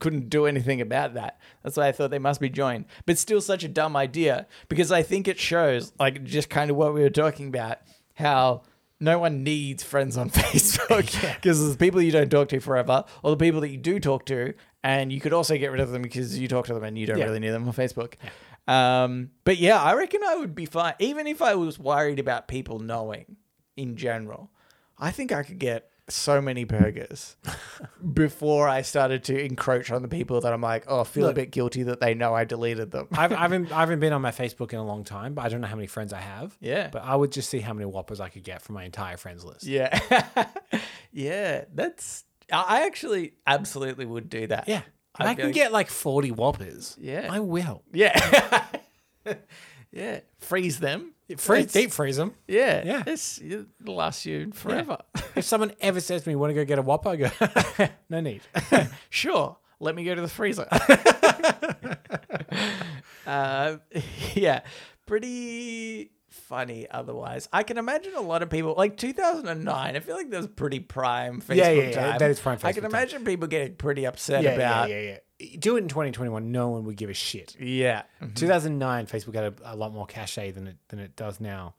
[SPEAKER 1] couldn't do anything about that. That's why I thought they must be joined. But still such a dumb idea because I think it shows like just kind of what we were talking about how no one needs friends on Facebook because there's people you don't talk to forever or the people that you do talk to and you could also get rid of them because you talk to them and you don't
[SPEAKER 2] Yeah.
[SPEAKER 1] really need them on Facebook. Um, but yeah, I reckon I would be fine even if I was worried about people knowing in general. I think I could get so many burgers before I started to encroach on the people that I'm like, oh, I feel a
[SPEAKER 2] Look-
[SPEAKER 1] bit guilty that they know I deleted them.
[SPEAKER 2] I've, I haven't I haven't been on my Facebook in a long time, but I don't know how many friends I have.
[SPEAKER 1] Yeah.
[SPEAKER 2] but I would just see how many whoppers I could get from my entire friends list.
[SPEAKER 1] yeah. yeah. That's, I I actually absolutely would do that.
[SPEAKER 2] Yeah. If
[SPEAKER 1] I'd
[SPEAKER 2] I
[SPEAKER 1] be
[SPEAKER 2] can
[SPEAKER 1] like-
[SPEAKER 2] get like forty whoppers.
[SPEAKER 1] Yeah.
[SPEAKER 2] I will.
[SPEAKER 1] Yeah. yeah. Freeze them.
[SPEAKER 2] Free,
[SPEAKER 1] It's-
[SPEAKER 2] deep freeze them.
[SPEAKER 1] Yeah.
[SPEAKER 2] Yeah.
[SPEAKER 1] It's, it'll last you forever.
[SPEAKER 2] If someone ever says to me, "Want to go get a whopper?" I go, "No need."
[SPEAKER 1] sure, let me go to the freezer. uh, yeah, pretty funny otherwise. I can imagine a lot of people, like 2009, I feel like that was pretty prime Facebook
[SPEAKER 2] Yeah, yeah, yeah,
[SPEAKER 1] time.
[SPEAKER 2] that is prime
[SPEAKER 1] I can
[SPEAKER 2] Facebook time.
[SPEAKER 1] imagine people getting pretty upset
[SPEAKER 2] Yeah,
[SPEAKER 1] about.
[SPEAKER 2] yeah, yeah, yeah. Do it in twenty twenty one. No one would give a shit.
[SPEAKER 1] yeah.
[SPEAKER 2] 2009, Facebook had a, a lot more cachet than it than it does now.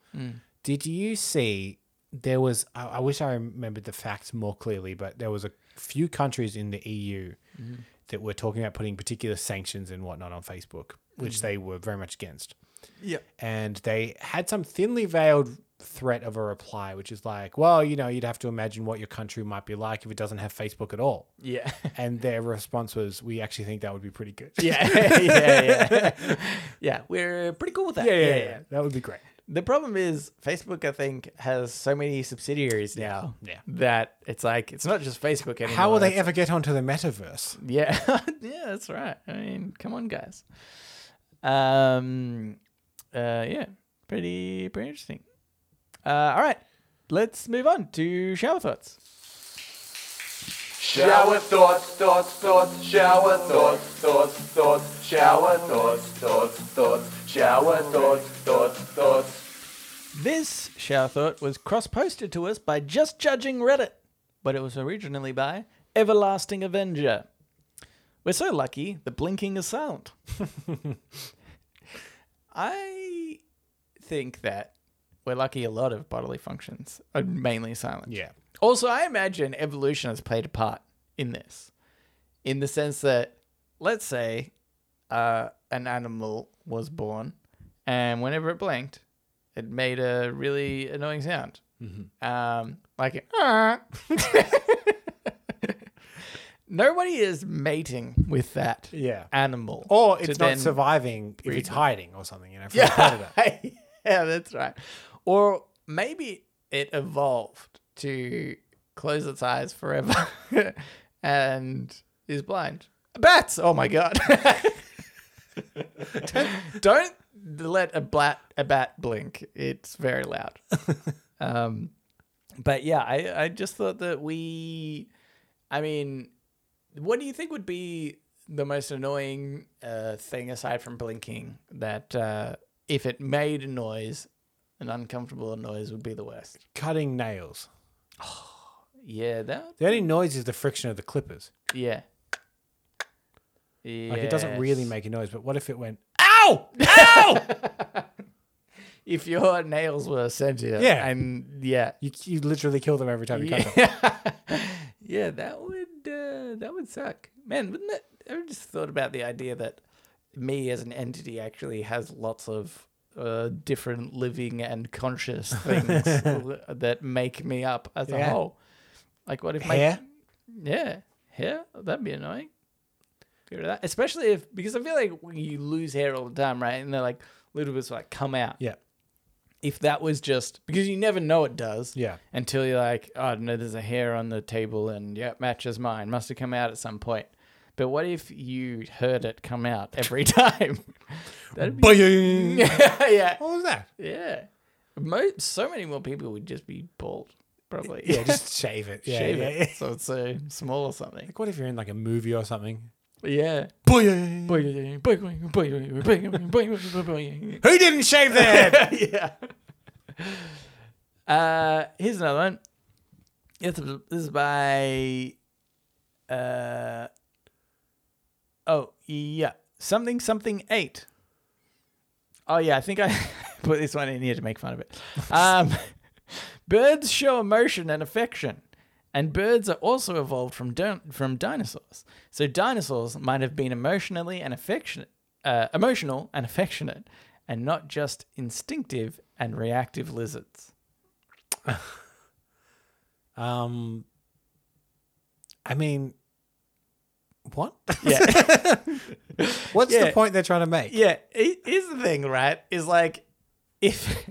[SPEAKER 2] Did you see there was? I, I wish I remembered the facts more clearly, but there was a few countries in the EU that were talking about putting particular sanctions and whatnot on Facebook, which they were very much against.
[SPEAKER 1] Yeah.
[SPEAKER 2] And they had some thinly veiled threat of a reply, which is like, well, you know, you'd have to imagine what your country might be like if it doesn't have Facebook at all.
[SPEAKER 1] Yeah.
[SPEAKER 2] And their response was, we actually think that would be pretty good.
[SPEAKER 1] Yeah. yeah. Yeah. Yeah. We're pretty cool with that.
[SPEAKER 2] yeah, yeah. That would be great.
[SPEAKER 1] The problem is Facebook, I think, has so many subsidiaries now
[SPEAKER 2] Yeah.
[SPEAKER 1] that it's like it's not just Facebook anymore.
[SPEAKER 2] How will
[SPEAKER 1] It's-
[SPEAKER 2] they ever get onto the metaverse?
[SPEAKER 1] Yeah, yeah, that's right. I mean, come on, guys. Um, uh, yeah, pretty pretty interesting. Uh, all right, let's move on to shower thoughts.
[SPEAKER 5] Shower thoughts, thoughts, thoughts, shower thoughts, thoughts, thoughts, shower thoughts, thoughts, thoughts, shower thoughts, thoughts, thoughts.
[SPEAKER 1] This shower thought was cross posted to us by Just Judging Reddit, but it was originally by Everlasting Avenger. We're so lucky the blinking is silent. I think that we're lucky a lot of bodily functions are mainly silent.
[SPEAKER 2] Yeah.
[SPEAKER 1] Also, I imagine evolution has played a part in this, in the sense that, let's say, uh, an animal was born, and whenever it blinked, it made a really annoying sound,
[SPEAKER 2] Mm-hmm.
[SPEAKER 1] um, like "Ah." Nobody is mating with that
[SPEAKER 2] Yeah.
[SPEAKER 1] animal,
[SPEAKER 2] Or
[SPEAKER 1] to
[SPEAKER 2] it's not
[SPEAKER 1] then-
[SPEAKER 2] surviving if it's hiding or something, you know, from a
[SPEAKER 1] yeah.
[SPEAKER 2] predator.
[SPEAKER 1] yeah, that's right. Or maybe it evolved to close its eyes forever and is blind Bats. Oh my god. don't, don't let a bat a bat blink. It's very loud. um, but yeah, I I just thought that we, I mean, what do you think would be the most annoying uh, thing aside from blinking that uh, if it made a noise, an uncomfortable noise would be the worst.
[SPEAKER 2] Cutting nails.
[SPEAKER 1] Yeah, that.
[SPEAKER 2] The only noise is the friction of the clippers.
[SPEAKER 1] Yeah.
[SPEAKER 2] Like it doesn't really make a noise, but what if it went
[SPEAKER 1] if your nails were sentient.
[SPEAKER 2] Yeah.
[SPEAKER 1] and yeah,
[SPEAKER 2] you, you literally kill them every time you cut them.
[SPEAKER 1] yeah, yeah, that would uh, that would suck, man. Wouldn't that? I just thought about the idea that me as an entity actually has lots of uh, different living and conscious things that make me up as a
[SPEAKER 2] Yeah.
[SPEAKER 1] whole. Like, what if my
[SPEAKER 2] Hair?
[SPEAKER 1] yeah, hair? That'd be annoying. Get rid of that. Especially if, because I feel like you lose hair all the time, right? And they're like, little bits like come out.
[SPEAKER 2] Yeah.
[SPEAKER 1] If that was just, because you never know it does.
[SPEAKER 2] Yeah.
[SPEAKER 1] Until you're like, oh, no, there's a hair on the table and yeah, it matches mine. Must have come out at some point. But what if you heard it come out every time? That'd be.
[SPEAKER 2] Boing!
[SPEAKER 1] yeah.
[SPEAKER 2] What was that?
[SPEAKER 1] Yeah. Most, so many more people would just be bald, probably.
[SPEAKER 2] Yeah, just shave it. Yeah,
[SPEAKER 1] shave
[SPEAKER 2] yeah,
[SPEAKER 1] it.
[SPEAKER 2] yeah.
[SPEAKER 1] So it's uh, small or something.
[SPEAKER 2] Like what if you're in like a movie or something?
[SPEAKER 1] Yeah.
[SPEAKER 2] Boing!
[SPEAKER 1] yeah.
[SPEAKER 2] Who didn't shave their head?
[SPEAKER 1] Uh, here's another one. This is, this is by. Uh, oh, yeah. Something, something eight. Oh, yeah. I think I put this one in here to make fun of it. Um, birds show emotion and affection. And birds are also evolved from din- from dinosaurs. So dinosaurs might have been emotionally and affectionate, uh, emotional and affectionate, and not just instinctive and reactive lizards.
[SPEAKER 2] Um, I mean, what?
[SPEAKER 1] Yeah,
[SPEAKER 2] What's
[SPEAKER 1] Yeah.
[SPEAKER 2] the point they're trying to make?
[SPEAKER 1] yeah. he- Here's the thing, right? Is like if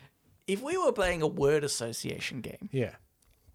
[SPEAKER 1] if we were playing a word association game,
[SPEAKER 2] Yeah,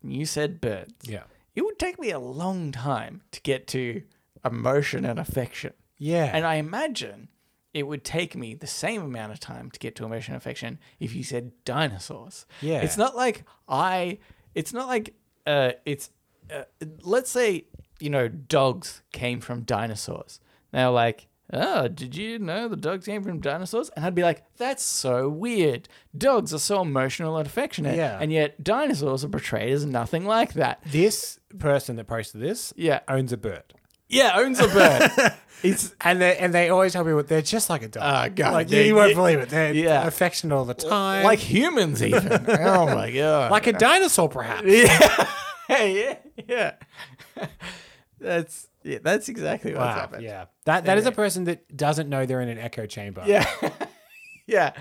[SPEAKER 1] and you said birds.
[SPEAKER 2] yeah,
[SPEAKER 1] It would take me a long time to get to emotion and affection.
[SPEAKER 2] yeah.
[SPEAKER 1] And I imagine it would take me the same amount of time to get to emotion and affection if you said dinosaurs.
[SPEAKER 2] Yeah.
[SPEAKER 1] It's not like I, it's not like, uh, it's, uh, let's say, you know, dogs came from dinosaurs. Now, like, oh, did you know the dogs came from dinosaurs? And I'd be like, that's so weird. Dogs are so emotional and affectionate.
[SPEAKER 2] Yeah.
[SPEAKER 1] And yet dinosaurs are portrayed as nothing like that.
[SPEAKER 2] this person that posted this,
[SPEAKER 1] Yeah.
[SPEAKER 2] owns a bird.
[SPEAKER 1] Yeah, owns a bird.
[SPEAKER 2] It's Ah, and they and they always tell me what they're just like a dog.
[SPEAKER 1] Oh, God,
[SPEAKER 2] like
[SPEAKER 1] yeah,
[SPEAKER 2] you won't
[SPEAKER 1] yeah.
[SPEAKER 2] believe it. They're
[SPEAKER 1] Yeah.
[SPEAKER 2] affectionate all the time,
[SPEAKER 1] like humans, even. oh, my God.
[SPEAKER 2] like a dinosaur, perhaps.
[SPEAKER 1] Yeah. yeah. Yeah. that's yeah, that's exactly what's
[SPEAKER 2] Wow,
[SPEAKER 1] happened.
[SPEAKER 2] Ah, yeah, that that is a person that doesn't know they're in an echo chamber.
[SPEAKER 1] Yeah. yeah.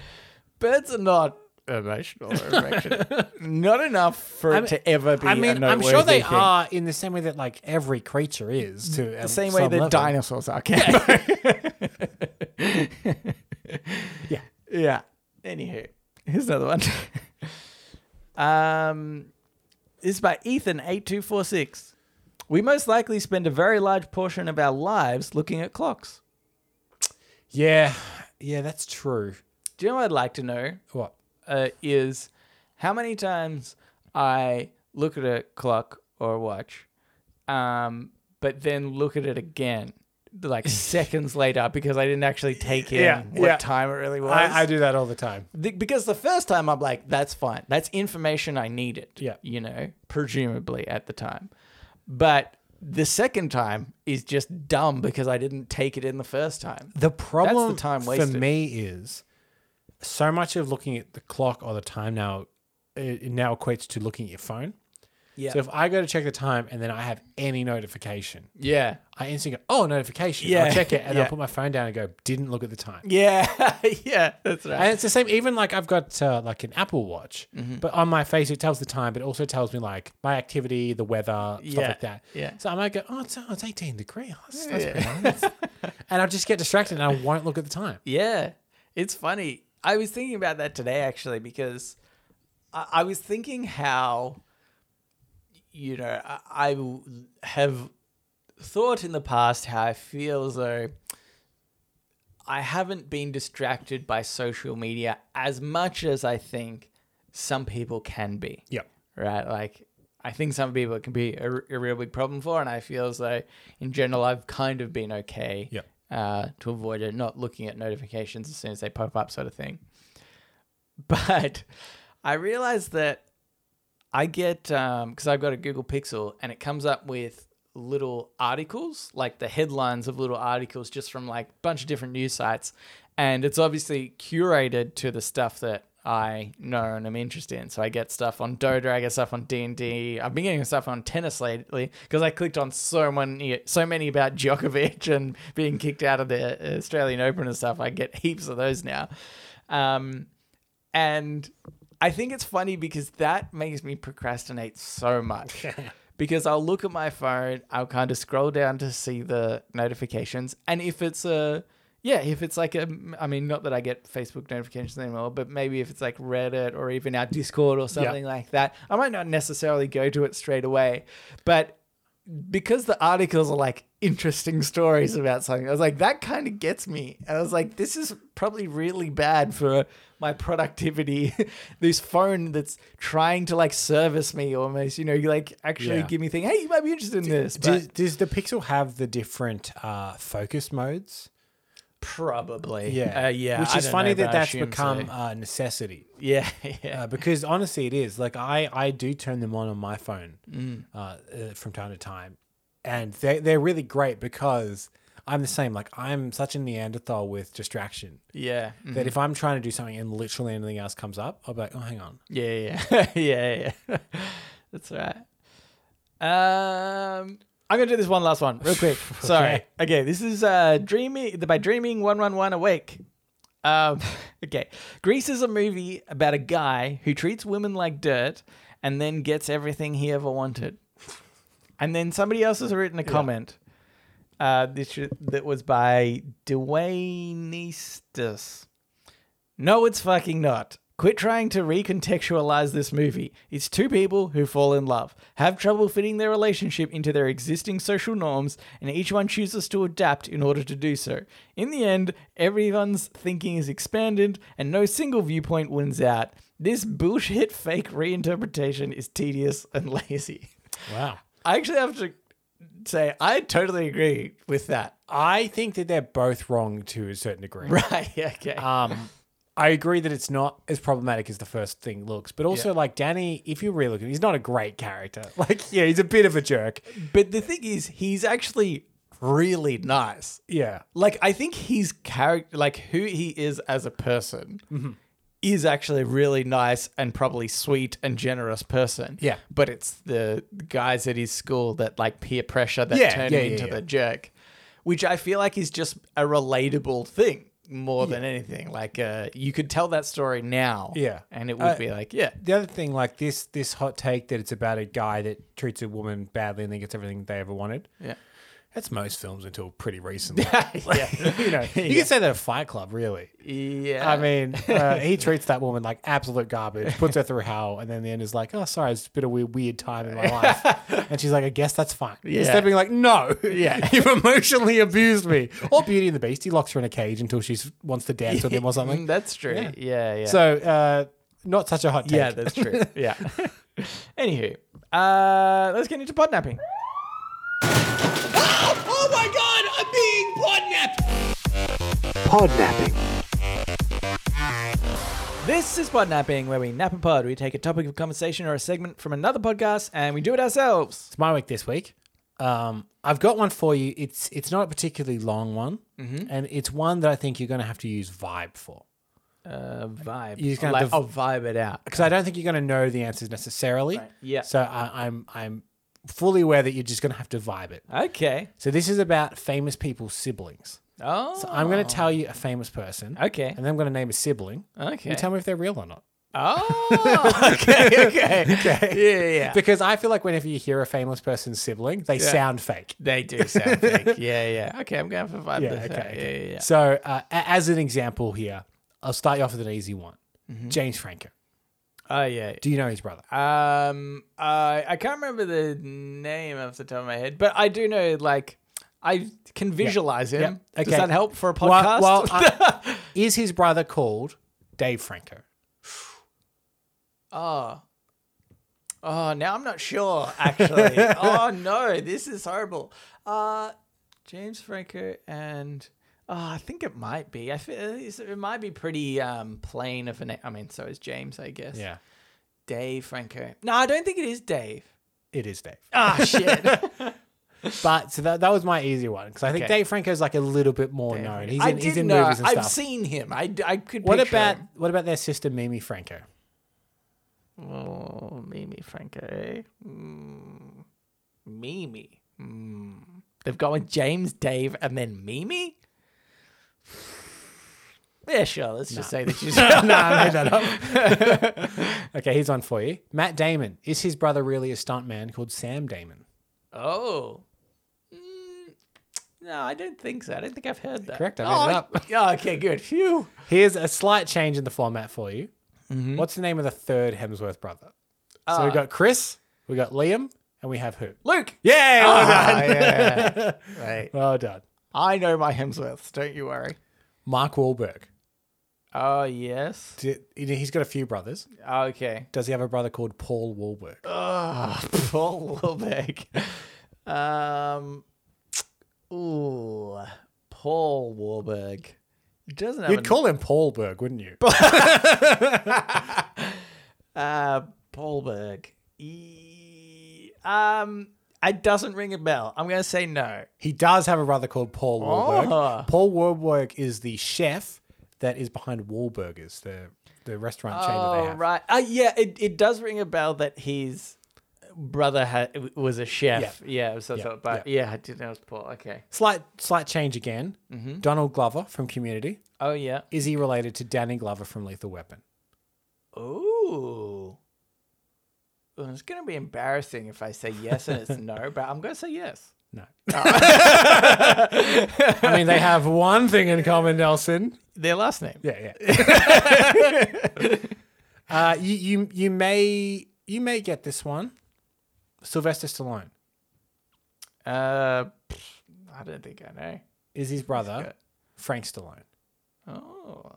[SPEAKER 1] Birds are not emotional or affectionate. not enough for it
[SPEAKER 2] mean-
[SPEAKER 1] to ever be
[SPEAKER 2] I
[SPEAKER 1] a
[SPEAKER 2] mean, I'm
[SPEAKER 1] noteworthy
[SPEAKER 2] sure they
[SPEAKER 1] thing.
[SPEAKER 2] are in the same way that like every creature is to um,
[SPEAKER 1] the same way that dinosaurs are. Cambo.
[SPEAKER 2] Yeah.
[SPEAKER 1] Yeah. Anywho, here's another one. um, this is by Ethan eight two four six. We most likely spend a very large portion of our lives looking at clocks.
[SPEAKER 2] Yeah, yeah, that's true.
[SPEAKER 1] Do you know what I'd like to know
[SPEAKER 2] What?
[SPEAKER 1] uh, is how many times I look at a clock or a watch, um, but then look at it again like seconds later because I didn't actually take in
[SPEAKER 2] Yeah,
[SPEAKER 1] what
[SPEAKER 2] yeah.
[SPEAKER 1] time it really was.
[SPEAKER 2] I, I do that all the time.
[SPEAKER 1] The- because the first time I'm like, that's fine. That's information I needed.
[SPEAKER 2] Yeah.
[SPEAKER 1] You know, presumably at the time. But the second time is just dumb because I didn't take it in the first time.
[SPEAKER 2] The problem
[SPEAKER 1] time
[SPEAKER 2] for
[SPEAKER 1] wasted.
[SPEAKER 2] me is so much of looking at the clock or the time now it it now equates to looking at your phone.
[SPEAKER 1] Yeah.
[SPEAKER 2] So if I go to check the time and then I have any notification,
[SPEAKER 1] yeah.
[SPEAKER 2] I instantly go, "Oh, notification!"
[SPEAKER 1] Yeah.
[SPEAKER 2] I'll check it and
[SPEAKER 1] Yeah.
[SPEAKER 2] I'll put my phone down and go, "Didn't look at the time."
[SPEAKER 1] Yeah. yeah. That's right.
[SPEAKER 2] And it's the same. Even like I've got uh, like an Apple Watch,
[SPEAKER 1] Mm-hmm.
[SPEAKER 2] but on my face it tells the time, but it also tells me like my activity, the weather, stuff
[SPEAKER 1] Yeah,
[SPEAKER 2] like that.
[SPEAKER 1] yeah.
[SPEAKER 2] So I might go, oh, it's, oh, it's eighteen degrees. That's pretty nice. and I'll just get distracted and I won't look at the time.
[SPEAKER 1] Yeah, it's funny. I was thinking about that today actually because I, I was thinking how you know I, I have thought in the past how I feel as though I haven't been distracted by social media as much as I think some people can be.
[SPEAKER 2] Yep.
[SPEAKER 1] Right? Like, I think some people it can be a, a real big problem for, and I feel as though in general I've kind of been okay
[SPEAKER 2] Yep.
[SPEAKER 1] uh, to avoid it, not looking at notifications as soon as they pop up, sort of thing. But I realized that I get because I've got a Google Pixel and it comes up with little articles, like the headlines of little articles just from like a bunch of different news sites. And it's obviously curated to the stuff that I know and I'm interested in. So I get stuff on Dota, I get stuff on D&D. I've been getting stuff on tennis lately because I clicked on so many, so many about Djokovic and being kicked out of the Australian Open and stuff. I get heaps of those now. Um, and I think it's funny because that makes me procrastinate so much. because I'll look at my phone, I'll kind of scroll down to see the notifications. And if it's a, yeah, if it's like a, I mean, not that I get Facebook notifications anymore, but maybe if it's like Reddit or even our Discord or something like that, I might not necessarily go to it straight away. But because the articles are like interesting stories about something, I was like, that kind of gets me. And I was like, this is probably really bad for my productivity. this phone that's trying to like service me almost, you know, you like actually
[SPEAKER 2] Yeah.
[SPEAKER 1] give me thing. Hey, you might be interested in this. But
[SPEAKER 2] Does, does the Pixel have the different uh, focus modes?
[SPEAKER 1] probably.
[SPEAKER 2] Yeah,
[SPEAKER 1] Uh, yeah.
[SPEAKER 2] Which
[SPEAKER 1] I
[SPEAKER 2] is
[SPEAKER 1] don't
[SPEAKER 2] funny
[SPEAKER 1] know,
[SPEAKER 2] that
[SPEAKER 1] but I
[SPEAKER 2] that's
[SPEAKER 1] assume
[SPEAKER 2] become
[SPEAKER 1] so.
[SPEAKER 2] a necessity.
[SPEAKER 1] Yeah. Yeah.
[SPEAKER 2] Uh, because honestly, it is like I I do turn them on on my phone
[SPEAKER 1] Mm.
[SPEAKER 2] uh, uh, from time to time, and they they're really great because I'm the same. Like I'm such a Neanderthal with distraction
[SPEAKER 1] yeah. Mm.
[SPEAKER 2] that if I'm trying to do something and literally anything else comes up, I'll be like, oh, hang on.
[SPEAKER 1] Yeah, yeah, yeah, yeah. That's right. Um, I'm gonna do this one last one real quick. Sorry.
[SPEAKER 2] Okay.
[SPEAKER 1] Okay, this is uh, dreaming by dreaming one one one awake. Um, okay, Grease is a movie about a guy who treats women like dirt and then gets everything he ever wanted. And then somebody else has written a comment. Uh, this sh- that was by Dwayne Eastus. No, it's fucking not. Quit trying to recontextualize this movie. It's two people who fall in love, have trouble fitting their relationship into their existing social norms, and each one chooses to adapt in order to do so. In the end, everyone's thinking is expanded, and no single viewpoint wins out. This bullshit fake reinterpretation is tedious and lazy.
[SPEAKER 2] Wow.
[SPEAKER 1] I actually have to say, I totally agree with that.
[SPEAKER 2] I think that they're both wrong to a certain degree.
[SPEAKER 1] Right, okay.
[SPEAKER 2] Um, I agree that it's not as problematic as the first thing looks, but also like Danny, if you really look at him, he's not a great character. Like, yeah, he's a bit of a jerk.
[SPEAKER 1] But the thing is, he's actually really nice.
[SPEAKER 2] Yeah,
[SPEAKER 1] Like, I think his character, like who he is as a person,
[SPEAKER 2] Mm-hmm.
[SPEAKER 1] is actually a really nice and probably sweet and generous person.
[SPEAKER 2] Yeah.
[SPEAKER 1] But it's the guys at his school that like peer pressure that
[SPEAKER 2] Yeah,
[SPEAKER 1] turn
[SPEAKER 2] yeah,
[SPEAKER 1] him
[SPEAKER 2] yeah,
[SPEAKER 1] into
[SPEAKER 2] yeah.
[SPEAKER 1] the jerk, which I feel like is just a relatable thing more than anything. Like, uh, you could tell that story now.
[SPEAKER 2] Yeah.
[SPEAKER 1] And it would
[SPEAKER 2] Uh,
[SPEAKER 1] be like, yeah.
[SPEAKER 2] the other thing, like this this hot take that it's about a guy that treats a woman badly and then gets everything they ever wanted.
[SPEAKER 1] Yeah.
[SPEAKER 2] That's most films until pretty recently.
[SPEAKER 1] yeah.
[SPEAKER 2] you know, you can say that at Fight Club, really.
[SPEAKER 1] Yeah.
[SPEAKER 2] I mean, uh, he treats that woman like absolute garbage, puts her through hell, and then the end is like, oh, sorry, it's been a weird, weird time in my life. And she's like, I guess that's fine. Instead of being like, no,
[SPEAKER 1] Yeah.
[SPEAKER 2] you've emotionally abused me. Or Beauty and the Beast, he locks her in a cage until she wants to dance with him or something.
[SPEAKER 1] Mm, that's true. Yeah. Yeah.
[SPEAKER 2] So, uh, not such a hot take.
[SPEAKER 1] Yeah, that's true. Yeah. Anywho, uh, let's get into podnapping.
[SPEAKER 6] Oh my god, I'm being podnapped!
[SPEAKER 1] This is podnapping, where we nap and pod. We take a topic of conversation or a segment from another podcast and we do it ourselves.
[SPEAKER 2] It's my week this week. Um, I've got one for you. It's it's not a particularly long one,
[SPEAKER 1] Mm-hmm.
[SPEAKER 2] and it's one that I think you're going to have to use vibe for.
[SPEAKER 1] Uh, vibe.
[SPEAKER 2] You just gotta
[SPEAKER 1] Like,
[SPEAKER 2] div-
[SPEAKER 1] I'll vibe it out.
[SPEAKER 2] because I don't think you're going to know the answers necessarily.
[SPEAKER 1] Yeah.
[SPEAKER 2] So I, I'm I'm fully aware that you're just going to have to vibe it.
[SPEAKER 1] Okay.
[SPEAKER 2] So this is about famous people's siblings.
[SPEAKER 1] Oh.
[SPEAKER 2] So I'm going to tell you a famous person.
[SPEAKER 1] Okay.
[SPEAKER 2] And then I'm going to name a sibling.
[SPEAKER 1] Okay.
[SPEAKER 2] You tell me if they're real or not.
[SPEAKER 1] oh. okay. Okay. okay. Yeah. Yeah.
[SPEAKER 2] Because I feel like whenever you hear a famous person's sibling, they sound fake.
[SPEAKER 1] They do sound fake. Yeah. Yeah. Okay. I'm gonna have to vibe
[SPEAKER 2] Yeah.
[SPEAKER 1] this
[SPEAKER 2] Okay.
[SPEAKER 1] out.
[SPEAKER 2] okay.
[SPEAKER 1] Yeah. Yeah.
[SPEAKER 2] So
[SPEAKER 1] Mm-hmm.
[SPEAKER 2] uh, a- as an example here, I'll start you off with an easy one. James Franco.
[SPEAKER 1] Oh yeah.
[SPEAKER 2] Do you know his brother?
[SPEAKER 1] Um, I I can't remember the name off the top of my head, but I do know like I can visualize him.
[SPEAKER 2] yeah,
[SPEAKER 1] Does
[SPEAKER 2] okay.
[SPEAKER 1] that help for a
[SPEAKER 2] Well-
[SPEAKER 1] podcast?
[SPEAKER 2] well, I- is his brother called Dave Franco?
[SPEAKER 1] oh, now I'm not sure actually. oh no, this is horrible. Uh, James Franco and oh, I think it might be. I feel it's- it might be pretty um plain of a name. I mean, so is James, I guess.
[SPEAKER 2] Yeah,
[SPEAKER 1] Dave Franco. No, I don't think it is Dave.
[SPEAKER 2] it is Dave.
[SPEAKER 1] Ah shit.
[SPEAKER 2] But so that, that was my easy one because I think
[SPEAKER 1] Okay.
[SPEAKER 2] Dave Franco is like a little bit more known. He's in,
[SPEAKER 1] I did
[SPEAKER 2] he's in
[SPEAKER 1] know.
[SPEAKER 2] movies and
[SPEAKER 1] I've
[SPEAKER 2] stuff.
[SPEAKER 1] seen him. I, d- I could.
[SPEAKER 2] what
[SPEAKER 1] picture
[SPEAKER 2] about
[SPEAKER 1] him.
[SPEAKER 2] what about their sister Mimi Franco?
[SPEAKER 1] Oh, Mimi Franco. Mm. Mimi. Mm. They've gone with James, Dave, and then Mimi? Yeah, sure. Let's just say that she's.
[SPEAKER 2] no, I made that up. okay, here's one for you. Matt Damon is his brother really a stuntman called Sam Damon?
[SPEAKER 1] oh. Mm, No, I don't think so. I don't think I've heard that.
[SPEAKER 2] Correct, I
[SPEAKER 1] oh,
[SPEAKER 2] made it up.
[SPEAKER 1] yeah, okay, good. Phew.
[SPEAKER 2] Here's a slight change in the format for you.
[SPEAKER 1] Mm-hmm.
[SPEAKER 2] What's the name of the third Hemsworth brother? so we got Chris, we got Liam, and we have who?
[SPEAKER 1] Uh, Luke. Ah.
[SPEAKER 2] Yeah, well done.
[SPEAKER 1] yeah. right.
[SPEAKER 2] Well done.
[SPEAKER 1] I know my Hemsworths. Don't you worry.
[SPEAKER 2] Mark Wahlberg.
[SPEAKER 1] Oh, yes.
[SPEAKER 2] Did- He's got a few brothers.
[SPEAKER 1] Okay.
[SPEAKER 2] Does he have a brother called Paul Wahlberg?
[SPEAKER 1] Ah, Paul Warbeck. Um, ooh, Paul Warburg. He doesn't have
[SPEAKER 2] You'd
[SPEAKER 1] a-
[SPEAKER 2] call him Paulberg, wouldn't you?
[SPEAKER 1] uh, Paulberg. E- um, it doesn't ring a bell. I'm gonna say no.
[SPEAKER 2] He does have a brother called Paul Wahlberg.
[SPEAKER 1] Oh.
[SPEAKER 2] Paul Wahlberg is the chef that is behind Wahlburgers, the the restaurant chain that they
[SPEAKER 1] Oh
[SPEAKER 2] have.
[SPEAKER 1] right. Uh, yeah, it, it does ring a bell that his brother ha- was a chef. Yeah. so I
[SPEAKER 2] Yeah,
[SPEAKER 1] thought, but yeah. I didn't know it was Paul. Okay.
[SPEAKER 2] Slight slight change again.
[SPEAKER 1] Mm-hmm.
[SPEAKER 2] Donald Glover from Community.
[SPEAKER 1] Oh yeah.
[SPEAKER 2] Is he related to Danny Glover from Lethal Weapon?
[SPEAKER 1] Ooh. Well, it's going to be embarrassing if I say yes and it's no, but I'm going to say yes.
[SPEAKER 2] No.
[SPEAKER 1] Ah.
[SPEAKER 2] I mean, they have one thing in common, Nelson.
[SPEAKER 1] Their last name.
[SPEAKER 2] Yeah, yeah. uh, you, you you may you may get this one. Sylvester Stallone
[SPEAKER 1] Uh, pff, I don't think I know.
[SPEAKER 2] is his brother, Frank Stallone.
[SPEAKER 1] Oh,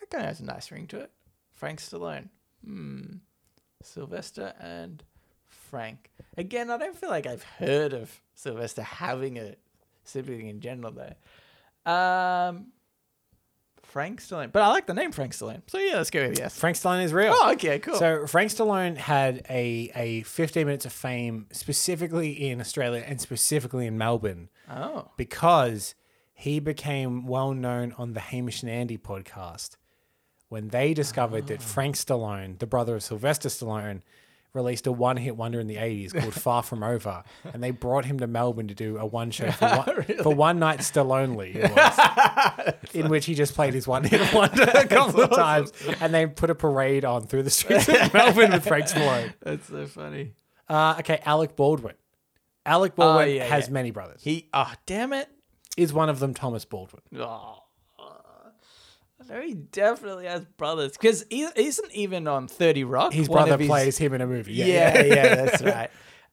[SPEAKER 1] that kind of has a nice ring to it. Frank Stallone. Hmm. Sylvester and Frank. Again, I don't feel like I've heard of Sylvester having a sibling in general, though. Um, Frank Stallone. But I like the name Frank Stallone. So yeah, let's go with yes.
[SPEAKER 2] Frank Stallone is real.
[SPEAKER 1] Oh, okay, cool.
[SPEAKER 2] So Frank Stallone had a a 15 minutes of fame specifically in Australia and specifically in Melbourne
[SPEAKER 1] oh.
[SPEAKER 2] because he became well known on the Hamish and Andy podcast when they discovered
[SPEAKER 1] Ah.
[SPEAKER 2] that Frank Stallone, the brother of Sylvester Stallone, released a one-hit wonder in the 80s called Far From Over and they brought him to Melbourne to do a one show for one, for one night Stallonely it was, in which he just played his one-hit wonder a couple of times and they put a parade on through the streets of Melbourne with Frank Stallone.
[SPEAKER 1] That's so funny.
[SPEAKER 2] Uh, okay, Alec Baldwin. Alec Baldwin
[SPEAKER 1] Ah, yeah,
[SPEAKER 2] has
[SPEAKER 1] yeah.
[SPEAKER 2] many brothers.
[SPEAKER 1] He, oh, damn it.
[SPEAKER 2] Is one of them Thomas Baldwin?
[SPEAKER 1] Oh. So he definitely has brothers. Because he isn't even on 30 Rock.
[SPEAKER 2] His
[SPEAKER 1] one
[SPEAKER 2] brother
[SPEAKER 1] of his-
[SPEAKER 2] plays him in a movie. Yeah,
[SPEAKER 1] Yeah,
[SPEAKER 2] yeah.
[SPEAKER 1] yeah, that's right.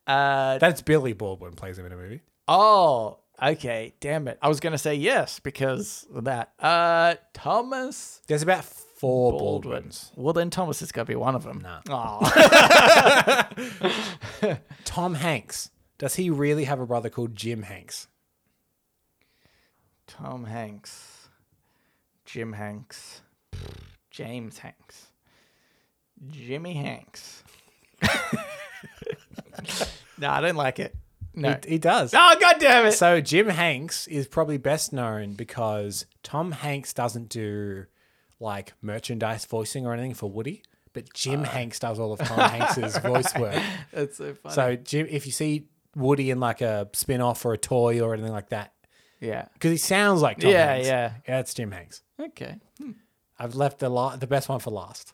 [SPEAKER 1] Uh,
[SPEAKER 2] That's Billy Baldwin plays him in a movie.
[SPEAKER 1] oh, okay. Damn it. I was going to say yes because of that. Uh, Thomas
[SPEAKER 2] There's about four
[SPEAKER 1] Baldwin.
[SPEAKER 2] Baldwins.
[SPEAKER 1] Well, then Thomas has got to be one of them.
[SPEAKER 2] Nah.
[SPEAKER 1] Oh.
[SPEAKER 2] Tom Hanks. Does he really have a brother called Jim Hanks?
[SPEAKER 1] Tom Hanks, Jim Hanks, James Hanks, Jimmy Hanks. no, I don't like it. No.
[SPEAKER 2] He, he does.
[SPEAKER 1] oh, God damn it.
[SPEAKER 2] So Jim Hanks is probably best known because Tom Hanks doesn't do like merchandise voicing or anything for Woody, but
[SPEAKER 1] Uh.
[SPEAKER 2] Jim Hanks does all of Tom Hanks's voice work.
[SPEAKER 1] That's so funny.
[SPEAKER 2] So Jim, if you see Woody in like a spin-off or a toy or anything like that,
[SPEAKER 1] yeah.
[SPEAKER 2] because he sounds like Tom
[SPEAKER 1] Yeah,
[SPEAKER 2] Hanks.
[SPEAKER 1] yeah.
[SPEAKER 2] yeah, it's Jim Hanks.
[SPEAKER 1] Okay.
[SPEAKER 2] I've left the la- the best one for last.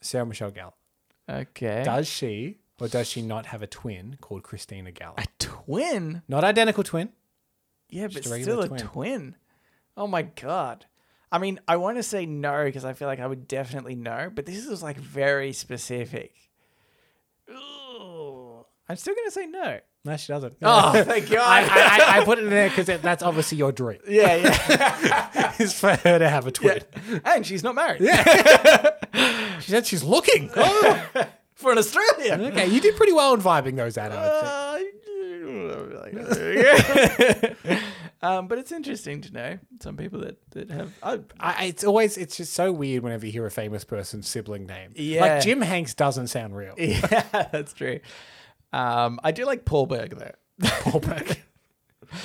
[SPEAKER 2] Sarah Michelle Gellar.
[SPEAKER 1] Okay.
[SPEAKER 2] Does she or does she not have a twin called Christina Gellar?
[SPEAKER 1] twin?
[SPEAKER 2] Not identical twin.
[SPEAKER 1] Yeah, but
[SPEAKER 2] a regular
[SPEAKER 1] still a twin.
[SPEAKER 2] twin.
[SPEAKER 1] Oh, my God. I mean, I want to say no because I feel like I would definitely know, but this was like very specific. Ooh. I'm still gonna say no.
[SPEAKER 2] No, she doesn't.
[SPEAKER 1] Oh, thank
[SPEAKER 2] I,
[SPEAKER 1] God.
[SPEAKER 2] I, I- I put it in there because that's obviously your dream.
[SPEAKER 1] yeah, yeah,
[SPEAKER 2] It's for her to have a twin.
[SPEAKER 1] and she's not married.
[SPEAKER 2] She said she's looking. Oh,
[SPEAKER 1] for an Australian.
[SPEAKER 2] okay, you did pretty well in vibing those out. I would think.
[SPEAKER 1] Uh, yeah. um, but it's interesting to know some people that that have. I,
[SPEAKER 2] I, it's always it's just so weird whenever you hear a famous person's sibling name.
[SPEAKER 1] Yeah.
[SPEAKER 2] like Jim Hanks doesn't sound real.
[SPEAKER 1] yeah, that's true. Um, I do like Paul Berg though. Paul Berg.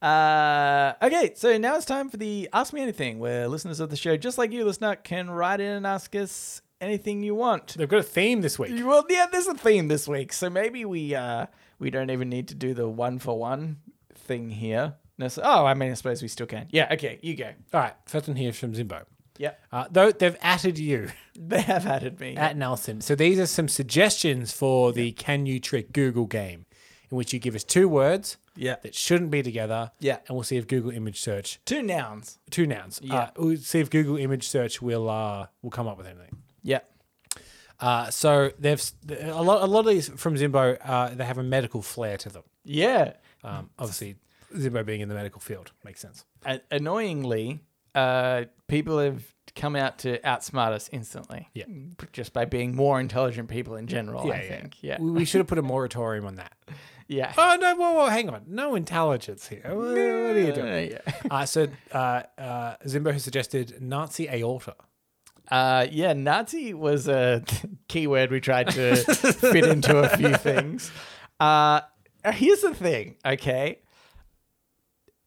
[SPEAKER 1] Uh, okay, so now it's time for the Ask Me Anything, where listeners of the show, just like you, listener, can write in and ask us anything you want.
[SPEAKER 2] They've got a theme this week.
[SPEAKER 1] Well, yeah, there's a theme this week, so maybe we uh we don't even need to do the one for one thing here. No, so- Oh, I mean, I suppose we still can. Yeah, okay, you go.
[SPEAKER 2] All right, first one here from Zimbo.
[SPEAKER 1] Yeah,
[SPEAKER 2] Uh, though they've added you
[SPEAKER 1] they have added me.
[SPEAKER 2] at Nelson. So these are some suggestions for the Can You Trick Google game, in which you give us two words
[SPEAKER 1] yeah,
[SPEAKER 2] that shouldn't be together.
[SPEAKER 1] Yeah.
[SPEAKER 2] and we'll see if Google image search
[SPEAKER 1] two nouns.
[SPEAKER 2] two nouns. Yeah. Uh, we'll see if Google image search will uh will come up with anything.
[SPEAKER 1] Yeah,
[SPEAKER 2] Uh, so they've a lot a lot of these from Zimbo. Uh, they have a medical flair to them.
[SPEAKER 1] yeah. Mm.
[SPEAKER 2] Um, obviously, Zimbo being in the medical field makes sense.
[SPEAKER 1] A- annoyingly, uh, people have come out to outsmart us instantly.
[SPEAKER 2] Yeah.
[SPEAKER 1] just by being more intelligent people in general. I think. Yeah,
[SPEAKER 2] We, we should have put a moratorium on that.
[SPEAKER 1] yeah.
[SPEAKER 2] Oh no! Whoa, whoa! Hang on. No intelligence here. What, what are you doing?
[SPEAKER 1] Yeah.
[SPEAKER 2] Uh, so uh, uh, Zimbo has suggested Nazi aorta.
[SPEAKER 1] Uh, yeah, Nazi was a keyword we tried to fit into a few things. Uh, here's the thing, okay?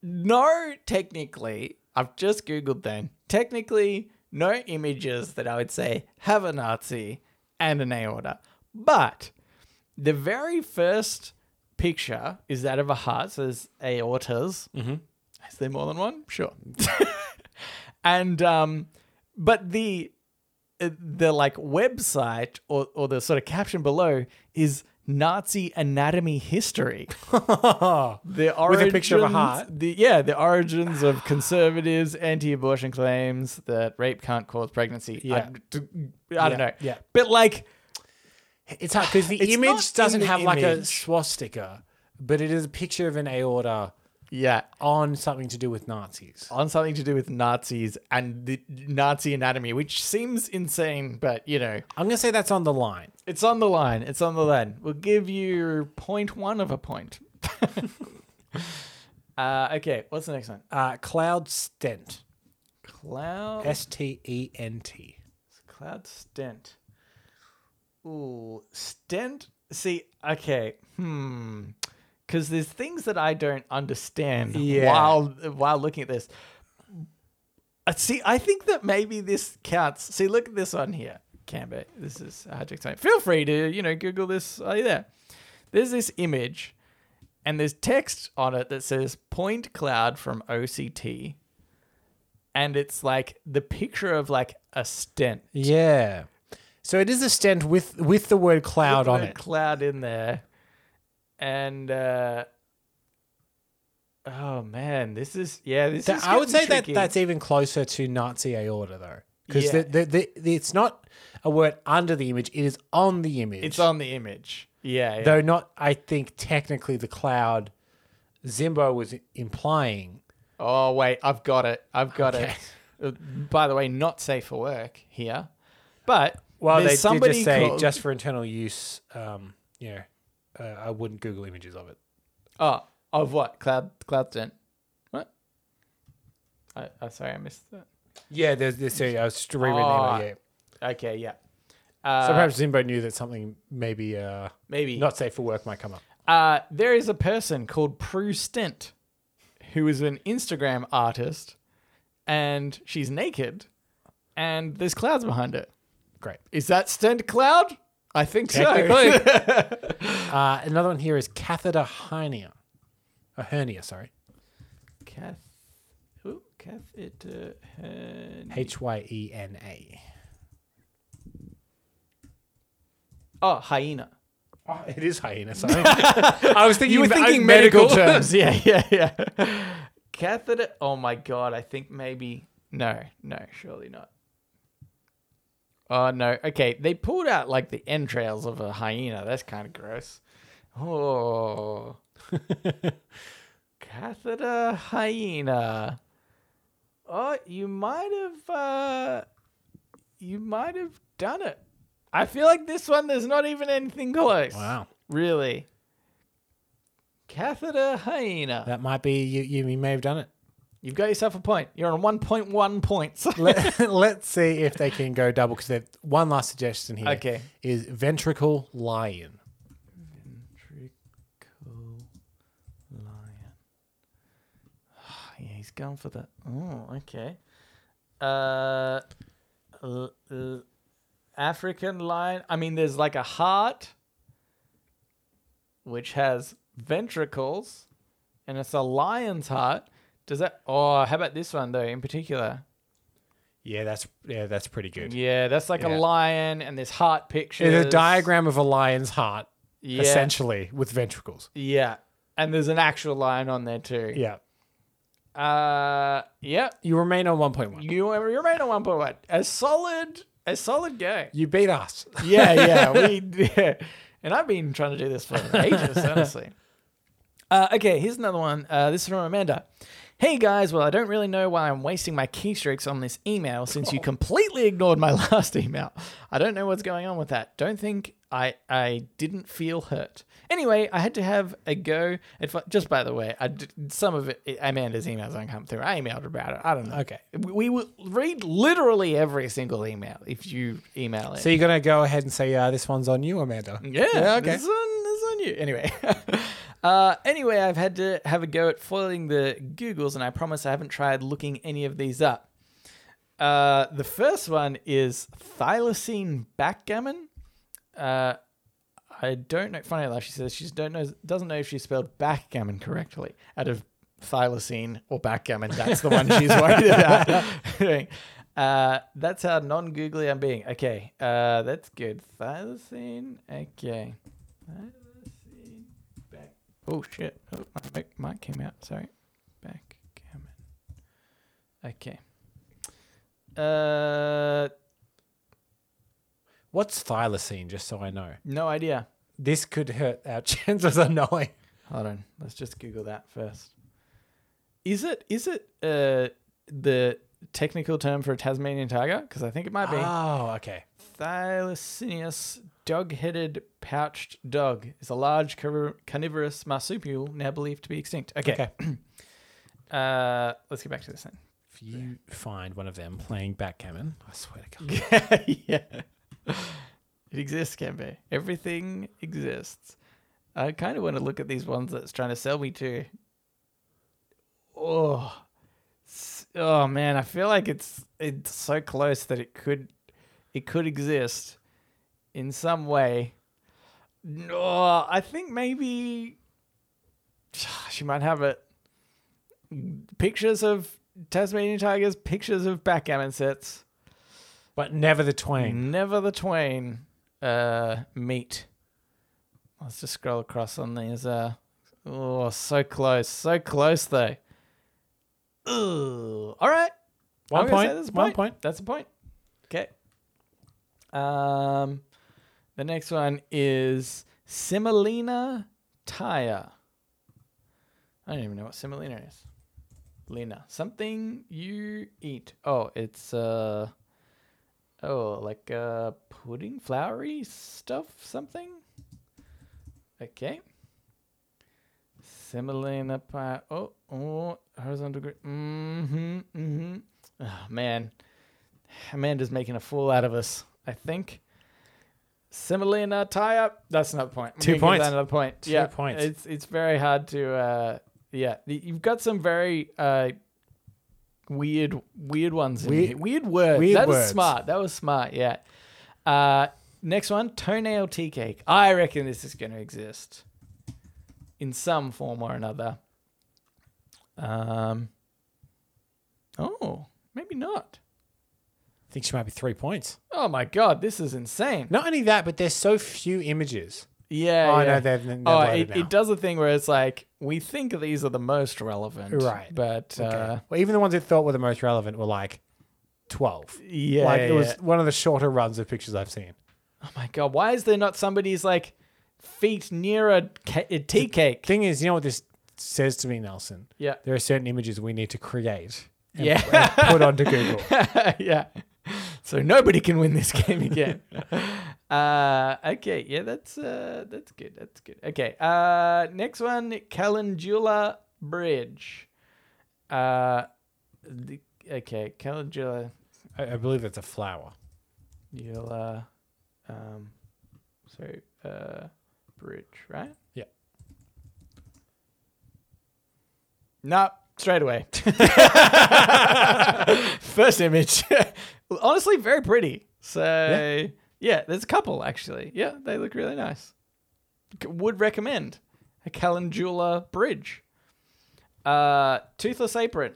[SPEAKER 1] No, technically, I've just Googled them. Technically, no images that I would say have a Nazi and an aorta. But the very first picture is that of a heart, so there's aortas. Mm-hmm. Is there more than one? Sure. and um, but the uh, the like website or or the sort of caption below is Nazi anatomy history. the origins,
[SPEAKER 2] a picture of a heart.
[SPEAKER 1] The, yeah, the origins of conservatives' anti-abortion claims that rape can't cause pregnancy. I,
[SPEAKER 2] Yeah.
[SPEAKER 1] d- I
[SPEAKER 2] Yeah,
[SPEAKER 1] don't know.
[SPEAKER 2] yeah.
[SPEAKER 1] but like.
[SPEAKER 2] It's hard because the
[SPEAKER 1] It's not
[SPEAKER 2] image
[SPEAKER 1] in
[SPEAKER 2] doesn't
[SPEAKER 1] the
[SPEAKER 2] have like a
[SPEAKER 1] image.
[SPEAKER 2] swastika, but it is a picture of an aorta
[SPEAKER 1] Yeah,
[SPEAKER 2] on something to do with Nazis.
[SPEAKER 1] on something to do with Nazis and the Nazi anatomy, which seems insane, but you know,
[SPEAKER 2] I'm gonna say that's on the line.
[SPEAKER 1] it's on the line. It's on the line. We'll give you point one of a point. uh, okay, what's the next one?
[SPEAKER 2] Uh, cloud stent.
[SPEAKER 1] Cloud
[SPEAKER 2] S T E N T.
[SPEAKER 1] cloud stent. Ooh, stent. See, okay, hmm, because there's things that I don't understand
[SPEAKER 2] Yeah.
[SPEAKER 1] while while looking at this. Uh, See, I think that maybe this counts. See, look at this one here, Camber. This is Hardjack's name. Feel free to, you know, Google this. Are you there? There's this image, and there's text on it that says "point cloud from OCT," and it's like the picture of like a stent
[SPEAKER 2] Yeah. So it is a stent with with the word cloud on
[SPEAKER 1] word
[SPEAKER 2] it.
[SPEAKER 1] Cloud in there, and uh, oh man, this is yeah. This
[SPEAKER 2] That-
[SPEAKER 1] is
[SPEAKER 2] I would
[SPEAKER 1] getting
[SPEAKER 2] say
[SPEAKER 1] tricky.
[SPEAKER 2] that that's even closer to Nazi aorta though, because
[SPEAKER 1] Yeah.
[SPEAKER 2] the, the, the, it's not a word under the image; it is on the image.
[SPEAKER 1] it's on the image. Yeah, yeah.
[SPEAKER 2] though not. I think technically the cloud Zimbo was implying.
[SPEAKER 1] Oh wait, I've got it. I've got
[SPEAKER 2] Okay.
[SPEAKER 1] it. Uh, By the way, not safe for work here, but
[SPEAKER 2] Well,
[SPEAKER 1] there's
[SPEAKER 2] they
[SPEAKER 1] somebody
[SPEAKER 2] did just say
[SPEAKER 1] called-
[SPEAKER 2] just for internal use. Um, you know, uh, I wouldn't Google images of it.
[SPEAKER 1] oh of what cloud cloud dent. What? I, I sorry, I missed that.
[SPEAKER 2] Yeah, there's this. I was just rereading
[SPEAKER 1] Oh,
[SPEAKER 2] it. Yeah.
[SPEAKER 1] Okay, yeah. Uh,
[SPEAKER 2] So perhaps Zimbo knew that something maybe uh,
[SPEAKER 1] maybe
[SPEAKER 2] not safe for work might come up.
[SPEAKER 1] Uh, there is a person called Prue Stent who is an Instagram artist and she's naked and there's clouds behind her.
[SPEAKER 2] Great.
[SPEAKER 1] Is that Stent Cloud? I think so.
[SPEAKER 2] Technically. uh, another one here is catheter hernia. A hernia, sorry.
[SPEAKER 1] Cath. Ooh, uh, catheter. hernia.
[SPEAKER 2] H Y E N A.
[SPEAKER 1] Oh, hyena.
[SPEAKER 2] Oh, It is hyena. Sorry. I was thinking
[SPEAKER 1] were
[SPEAKER 2] me-
[SPEAKER 1] thinking
[SPEAKER 2] medical
[SPEAKER 1] medical.
[SPEAKER 2] terms.
[SPEAKER 1] yeah, yeah, yeah. Catheter. Oh my god! I think maybe No, no, surely not. Oh no. Okay, they pulled out like the entrails of a hyena. That's kind of gross. Oh. Catheter hyena. Oh, you might have uh you might have done it. I feel like this one there's not even anything close.
[SPEAKER 2] Wow.
[SPEAKER 1] Really. Catheter hyena.
[SPEAKER 2] That might be you. You, you may have done it.
[SPEAKER 1] You've got yourself a point. You're on 1.1 points.
[SPEAKER 2] Let, let's see if they can go double because they've one last suggestion here.
[SPEAKER 1] Okay.
[SPEAKER 2] is ventricle lion.
[SPEAKER 1] Ventricle lion. yeah, he's going for that. Oh, okay. Uh, l- l- African lion. I mean, there's like a heart, which has ventricles, and it's a lion's heart. Does that? Oh, how about this one though, in particular?
[SPEAKER 2] Yeah, that's yeah, that's pretty good.
[SPEAKER 1] Yeah, that's like a
[SPEAKER 2] Yeah.
[SPEAKER 1] lion, and there's heart pictures.
[SPEAKER 2] It's a diagram of a lion's heart,
[SPEAKER 1] Yeah.
[SPEAKER 2] essentially, with ventricles.
[SPEAKER 1] Yeah. And there's an actual lion on there too.
[SPEAKER 2] Yeah,
[SPEAKER 1] Uh, yep.
[SPEAKER 2] you remain on one point one.
[SPEAKER 1] You you made a one point one. A solid, a solid game.
[SPEAKER 2] You beat us.
[SPEAKER 1] Yeah, yeah. we yeah. and I've been trying to do this for ages, honestly. Uh, okay, here's another one. Uh, this is from Amanda. Hey guys, well, I don't really know why I'm wasting my keystrokes on this email since you completely ignored my last email. I don't know what's going on with that. Don't think I I didn't feel hurt. Anyway, I had to have a go. At, fi- just by the way, I d- some of it, Amanda's emails don't come through. I emailed about it. I don't know.
[SPEAKER 2] Okay.
[SPEAKER 1] We, we will read literally every single email if you email it.
[SPEAKER 2] So you're gonna go ahead and say uh, this one's on you, Amanda.
[SPEAKER 1] Yeah.
[SPEAKER 2] okay.
[SPEAKER 1] This one this on you. Anyway. uh, anyway, I've had to have a go at foiling the Googles, and I promise I haven't tried looking any of these up. Uh, the first one is thylacine backgammon. Uh, I don't know. Funny enough, she says she don't know, doesn't know if she spelled backgammon correctly out of thylacine or backgammon. That's the one she's worried about. uh, that's how non googly I'm being. Okay, uh, that's good. Thylacine. Okay. Thylacine. Back. Oh, shit. Oh, my mic, mic came out. Sorry. Backgammon. Okay. Uh,
[SPEAKER 2] What's thylacine? Just so I know,
[SPEAKER 1] no idea.
[SPEAKER 2] this could hurt our chances of knowing.
[SPEAKER 1] Hold on. Let's just Google that first. Is it is it uh the technical term for a Tasmanian tiger? Because I think it might be
[SPEAKER 2] Oh, okay.
[SPEAKER 1] Thylacinus dog-headed pouched dog. Is a large carni- carnivorous marsupial now believed to be extinct. Okay.
[SPEAKER 2] Okay.
[SPEAKER 1] Uh, let's get back to this then.
[SPEAKER 2] If you find one of them playing backgammon, I swear to God.
[SPEAKER 1] yeah. It exists, can be. Everything exists. I kind of want to look at these ones that's trying to sell me to. Oh, S- oh man, I feel like it's it's so close that it could it could exist in some way. No, I think maybe she might have it. Pictures of Tasmanian tigers, pictures of backgammon sets.
[SPEAKER 2] But never the twain.
[SPEAKER 1] Never the twain uh, meet. Let's just scroll across on these. Uh, oh, so close, so close though. Ooh. All right.
[SPEAKER 2] One
[SPEAKER 1] I'm gonna say
[SPEAKER 2] point,
[SPEAKER 1] that's a
[SPEAKER 2] one point.
[SPEAKER 1] That's a point. Okay. Um, the next one is Semolina Tyre. I don't even know what semolina is. Lena, something you eat. Oh, it's uh, oh, like uh, pudding, floury stuff, something. Okay. Semolina pie. Oh, oh, horizontal grid. Mm-hmm, mm-hmm. Oh, man. Amanda's making a fool out of us, I think. Semolina tie up. That's another point. I'm
[SPEAKER 2] Two
[SPEAKER 1] gonna give
[SPEAKER 2] points.
[SPEAKER 1] that Another point. yeah,
[SPEAKER 2] points.
[SPEAKER 1] It's it's very hard to. Uh, yeah, Y- you've got some very uh, weird weird ones. In
[SPEAKER 2] Weird-
[SPEAKER 1] here. weird words.
[SPEAKER 2] weird
[SPEAKER 1] Uh, that was
[SPEAKER 2] words.
[SPEAKER 1] smart. That was smart. Yeah. Uh, next one, toenail tea cake. I reckon this is going to exist in some form or another. Um. Oh, maybe not.
[SPEAKER 2] I think she might be three points.
[SPEAKER 1] Oh my god, this is insane.
[SPEAKER 2] Not only that, but there's so few images.
[SPEAKER 1] Yeah.
[SPEAKER 2] Oh, no,
[SPEAKER 1] yeah.
[SPEAKER 2] they've n-
[SPEAKER 1] oh,
[SPEAKER 2] never had
[SPEAKER 1] it,
[SPEAKER 2] it now.
[SPEAKER 1] it does a thing where it's like we think these are the most relevant,
[SPEAKER 2] Right.
[SPEAKER 1] But uh,
[SPEAKER 2] well, even the ones that thought were the most relevant were like twelve.
[SPEAKER 1] yeah,
[SPEAKER 2] like it was
[SPEAKER 1] yeah.
[SPEAKER 2] one of the shorter runs of pictures I've seen.
[SPEAKER 1] Oh my god, why is there not somebody's like feet near a, ca- a tea cake?
[SPEAKER 2] Thing is, you know what this says to me, Nelson.
[SPEAKER 1] Yeah.
[SPEAKER 2] there are certain images we need to create. And,
[SPEAKER 1] Yeah.
[SPEAKER 2] and put onto Google.
[SPEAKER 1] yeah. So nobody can win this game again. uh, okay, yeah, that's uh, that's good. That's good. Okay. Uh, next one, Calendula Bridge. Uh, the, okay, Calendula.
[SPEAKER 2] I, I believe that's a flower.
[SPEAKER 1] You'll, uh, um, so, uh, bridge, right?
[SPEAKER 2] Yeah.
[SPEAKER 1] No, straight away. First image. Honestly, very pretty. So, yeah. there's a couple actually. Yeah, they look really nice. C- Would recommend a Calendula bridge. Uh, toothless apron.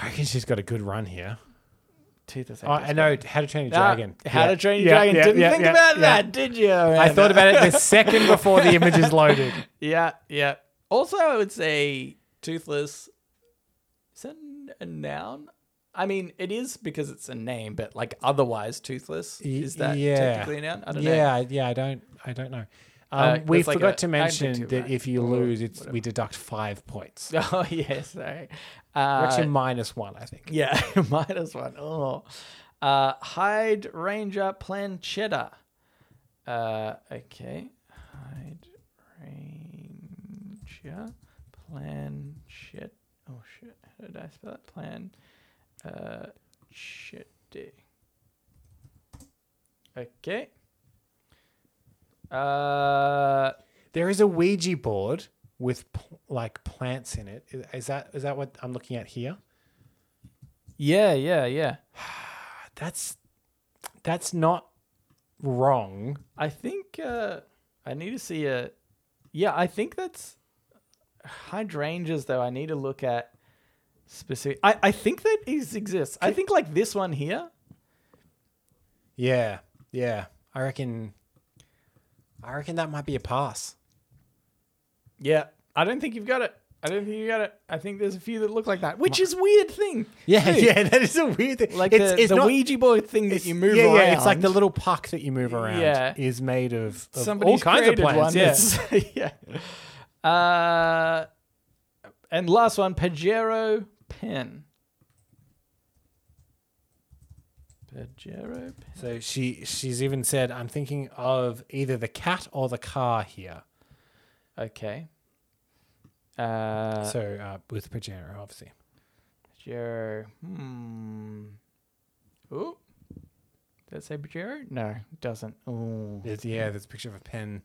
[SPEAKER 2] I reckon she's got a good run here.
[SPEAKER 1] Toothless
[SPEAKER 2] Oh,
[SPEAKER 1] apron.
[SPEAKER 2] I know How to Train Your
[SPEAKER 1] Ah,
[SPEAKER 2] Dragon.
[SPEAKER 1] How
[SPEAKER 2] Yeah.
[SPEAKER 1] to Train Your
[SPEAKER 2] Yeah,
[SPEAKER 1] Dragon.
[SPEAKER 2] yeah,
[SPEAKER 1] Didn't
[SPEAKER 2] yeah,
[SPEAKER 1] think
[SPEAKER 2] yeah,
[SPEAKER 1] about
[SPEAKER 2] yeah.
[SPEAKER 1] that, did you?
[SPEAKER 2] I thought about it the second before the image is loaded.
[SPEAKER 1] Yeah, yeah. Also, I would say toothless. Is that n- a noun? I mean, it is because it's a name, but like otherwise, toothless
[SPEAKER 2] Y-
[SPEAKER 1] is that
[SPEAKER 2] yeah.
[SPEAKER 1] technically a noun? I don't know.
[SPEAKER 2] Yeah, I- yeah, I don't, I don't know. Um,
[SPEAKER 1] Uh,
[SPEAKER 2] we
[SPEAKER 1] that's like
[SPEAKER 2] forgot
[SPEAKER 1] a
[SPEAKER 2] to mention
[SPEAKER 1] adjective,
[SPEAKER 2] that
[SPEAKER 1] right?
[SPEAKER 2] if you
[SPEAKER 1] Or
[SPEAKER 2] lose, it's we deduct five points.
[SPEAKER 1] Oh yeah, sorry.
[SPEAKER 2] We're
[SPEAKER 1] Uh,
[SPEAKER 2] actually minus one, I think.
[SPEAKER 1] yeah, minus one. Oh, uh, hide ranger planchetta. Uh, okay, hide ranger planchet. Oh shit! How did I spell it? Plan. Uh, shit. Okay. Uh,
[SPEAKER 2] There is a Ouija board with pl- like plants in it. Is- Is that is that what I'm looking at here?
[SPEAKER 1] yeah, yeah, yeah.
[SPEAKER 2] That's that's not wrong.
[SPEAKER 1] I think uh, I need to see a. Yeah, I think that's hydrangeas. Though I need to look at specific. I, I think that is exists. I think like this one here.
[SPEAKER 2] Yeah, yeah. I reckon. I reckon that might be a pass.
[SPEAKER 1] Yeah, I don't think you've got it. I don't think you got it. I think there's a few that look like that, which is weird thing.
[SPEAKER 2] Yeah,
[SPEAKER 1] too.
[SPEAKER 2] yeah. That is a weird thing.
[SPEAKER 1] Like the, the Ouija board thing that you move
[SPEAKER 2] yeah,
[SPEAKER 1] around.
[SPEAKER 2] Yeah, it's like the little puck that you move around.
[SPEAKER 1] Yeah.
[SPEAKER 2] is made of, of all
[SPEAKER 1] Somebody's
[SPEAKER 2] kinds of
[SPEAKER 1] created
[SPEAKER 2] plants. Yes.
[SPEAKER 1] One. Yeah. yeah. Uh, and last one, Pajero pen. Pajero pen.
[SPEAKER 2] So she she's even said, "I'm thinking of either the cat or the car here."
[SPEAKER 1] Okay. Uh,
[SPEAKER 2] so uh, with Pajero, obviously.
[SPEAKER 1] Pajero. Hmm. Ooh. Does it say Pajero? No, it doesn't. Ooh.
[SPEAKER 2] There's, yeah, there's a picture of a pen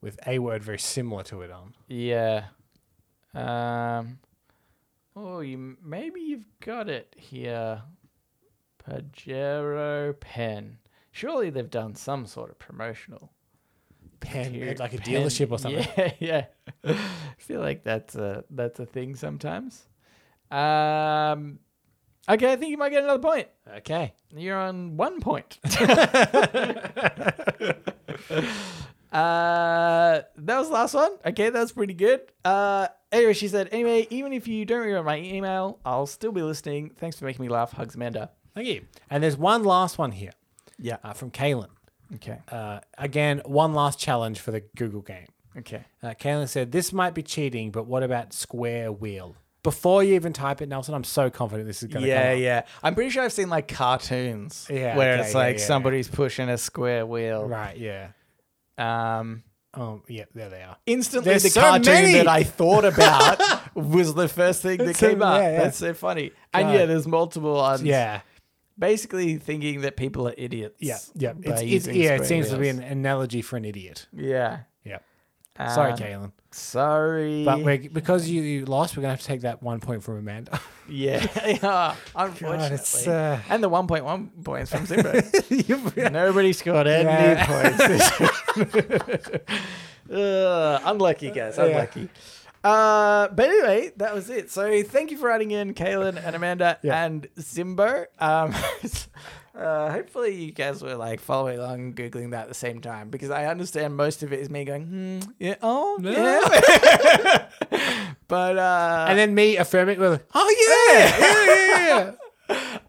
[SPEAKER 2] with a word very similar to it on.
[SPEAKER 1] Yeah. Um. Oh, you m- maybe you've got it here. Pajero pen. Surely they've done some sort of promotional.
[SPEAKER 2] Pen
[SPEAKER 1] Pajero
[SPEAKER 2] like a
[SPEAKER 1] pen.
[SPEAKER 2] dealership or something.
[SPEAKER 1] Yeah, yeah. I feel like that's a that's a thing sometimes. Um. Okay, I think you might get another point.
[SPEAKER 2] Okay.
[SPEAKER 1] You're on one point. uh, that was the last one. Okay, that's pretty good. Uh, anyway, she said, anyway, even if you don't remember my email, I'll still be listening. Thanks for making me laugh. Hugs, Amanda.
[SPEAKER 2] Thank you. And there's one last one here.
[SPEAKER 1] Yeah.
[SPEAKER 2] Uh, from Kalen.
[SPEAKER 1] Okay.
[SPEAKER 2] Uh, again, one last challenge for the Google game.
[SPEAKER 1] Okay.
[SPEAKER 2] Uh, Kaylin said, This might be cheating, but what about square wheel? Before you even type it, Nelson, I'm so confident this is going to
[SPEAKER 1] Yeah,
[SPEAKER 2] come up.
[SPEAKER 1] yeah. I'm pretty sure I've seen like cartoons
[SPEAKER 2] Yeah,
[SPEAKER 1] where
[SPEAKER 2] okay,
[SPEAKER 1] it's
[SPEAKER 2] yeah,
[SPEAKER 1] like
[SPEAKER 2] yeah, yeah.
[SPEAKER 1] somebody's pushing a square wheel.
[SPEAKER 2] Right, yeah.
[SPEAKER 1] Um,
[SPEAKER 2] Um, yeah, there they are.
[SPEAKER 1] instantly
[SPEAKER 2] There's
[SPEAKER 1] the
[SPEAKER 2] so
[SPEAKER 1] cartoon
[SPEAKER 2] many.
[SPEAKER 1] that I thought about was the first thing that
[SPEAKER 2] That's so-
[SPEAKER 1] came up.
[SPEAKER 2] yeah, yeah.
[SPEAKER 1] That's so funny. And
[SPEAKER 2] God.
[SPEAKER 1] yeah, there's multiple ones.
[SPEAKER 2] Yeah,
[SPEAKER 1] Basically thinking that people are idiots.
[SPEAKER 2] yeah, yeah.
[SPEAKER 1] by
[SPEAKER 2] It's, it's,
[SPEAKER 1] using
[SPEAKER 2] yeah, it
[SPEAKER 1] square
[SPEAKER 2] seems to be
[SPEAKER 1] wheels.
[SPEAKER 2] an analogy for an idiot.
[SPEAKER 1] Yeah.
[SPEAKER 2] Yeah. Sorry,
[SPEAKER 1] Uh,
[SPEAKER 2] Kaylin.
[SPEAKER 1] Sorry.
[SPEAKER 2] But we're, because you, you lost, we're going to have to take that one point from Amanda.
[SPEAKER 1] yeah. yeah. Unfortunately.
[SPEAKER 2] God, it's, uh,
[SPEAKER 1] And the 1.1 points from Zimmer.
[SPEAKER 2] You've-
[SPEAKER 1] Nobody scored any
[SPEAKER 2] Yeah.
[SPEAKER 1] points. Ugh, unlucky, guys. Unlucky. Uh, but anyway, that was it. So thank you for adding in Kaylin and Amanda
[SPEAKER 2] Yeah.
[SPEAKER 1] and Zimbo. Um, Uh, hopefully, you guys were like following along and Googling that at the same time because I understand most of it is me going, hmm, yeah, oh, yeah. but, uh,
[SPEAKER 2] And then me affirming, well,
[SPEAKER 1] oh, yeah.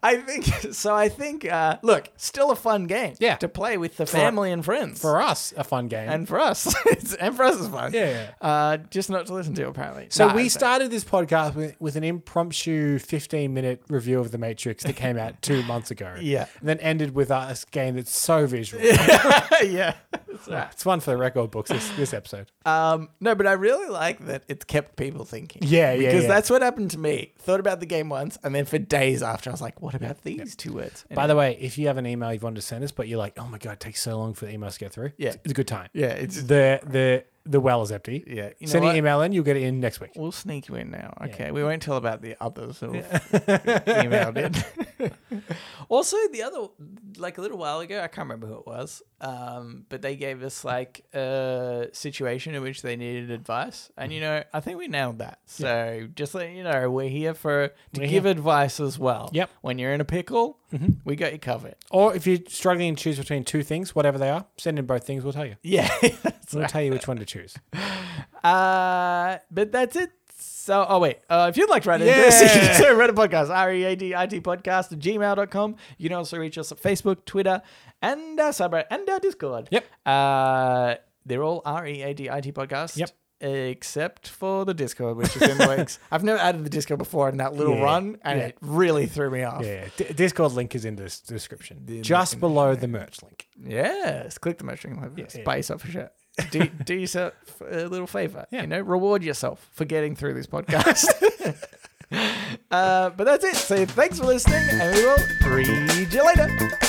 [SPEAKER 1] I think so. I think, uh, look, still a fun game
[SPEAKER 2] Yeah.
[SPEAKER 1] to play with the family and friends.
[SPEAKER 2] for us, a fun game.
[SPEAKER 1] and for us, it's, and for us, it's fun.
[SPEAKER 2] Yeah,
[SPEAKER 1] Uh, just not to listen to, apparently.
[SPEAKER 2] so
[SPEAKER 1] Nah,
[SPEAKER 2] we
[SPEAKER 1] it's-
[SPEAKER 2] started this podcast with, with an impromptu 15 minute review of The Matrix that came out two months ago.
[SPEAKER 1] Yeah.
[SPEAKER 2] And then ended with us game that's so visual.
[SPEAKER 1] yeah. That's right.
[SPEAKER 2] It's one for the record books, this, this episode.
[SPEAKER 1] Um, no, but I really like that it's kept people thinking.
[SPEAKER 2] Yeah, yeah,
[SPEAKER 1] Because
[SPEAKER 2] yeah.
[SPEAKER 1] that's what happened to me. Thought about the game once, and then for days after, I was like, what about these two words?
[SPEAKER 2] By the way, if you have an email you want to send us, but you're like, oh my God, it takes so long for the emails to get through,
[SPEAKER 1] Yeah.
[SPEAKER 2] it's, it's a good time.
[SPEAKER 1] yeah, it's
[SPEAKER 2] The, the, the well is empty.
[SPEAKER 1] Yeah, you know
[SPEAKER 2] send
[SPEAKER 1] what?
[SPEAKER 2] an email in, you'll get it in next week.
[SPEAKER 1] we'll sneak you in now. Okay, we won't tell about the others who emailed it. also, the other, like a little while ago, I can't remember who it was, um, but they gave us like a situation in which they needed advice, and you know, I think we nailed that. So just let you know, we're here Mm-hmm. for to give advice as well.
[SPEAKER 2] Yep.
[SPEAKER 1] When you're in a pickle, we got you covered.
[SPEAKER 2] Or if you're struggling to choose between two things, whatever they are, send in both things. We'll tell you.
[SPEAKER 1] Yeah.
[SPEAKER 2] We'll tell you which one to choose.
[SPEAKER 1] Uh, but that's it. So, oh, wait. Uh, if you'd like to write in to us, you can
[SPEAKER 2] Yeah.
[SPEAKER 1] do Reddit Podcast, R E A D I T podcast at gmail.com. You can also reach us at Facebook, Twitter, and our subreddit and our Discord.
[SPEAKER 2] Yep.
[SPEAKER 1] Uh, they're all R E A D I T podcast.
[SPEAKER 2] Yep.
[SPEAKER 1] Except for the Discord, which is in the works. I've never added the Discord before in that little
[SPEAKER 2] Yeah.
[SPEAKER 1] run, and
[SPEAKER 2] Yeah.
[SPEAKER 1] it really threw me off.
[SPEAKER 2] Yeah, D- Discord link is in the s- description, just below the merch link.
[SPEAKER 1] Yes, click the mushroom link.
[SPEAKER 2] yeah.
[SPEAKER 1] Buy yourself a shirt. Do, do yourself a little favor. You know, reward yourself for getting through this podcast. uh, but that's it. So thanks for listening, and we will read you later.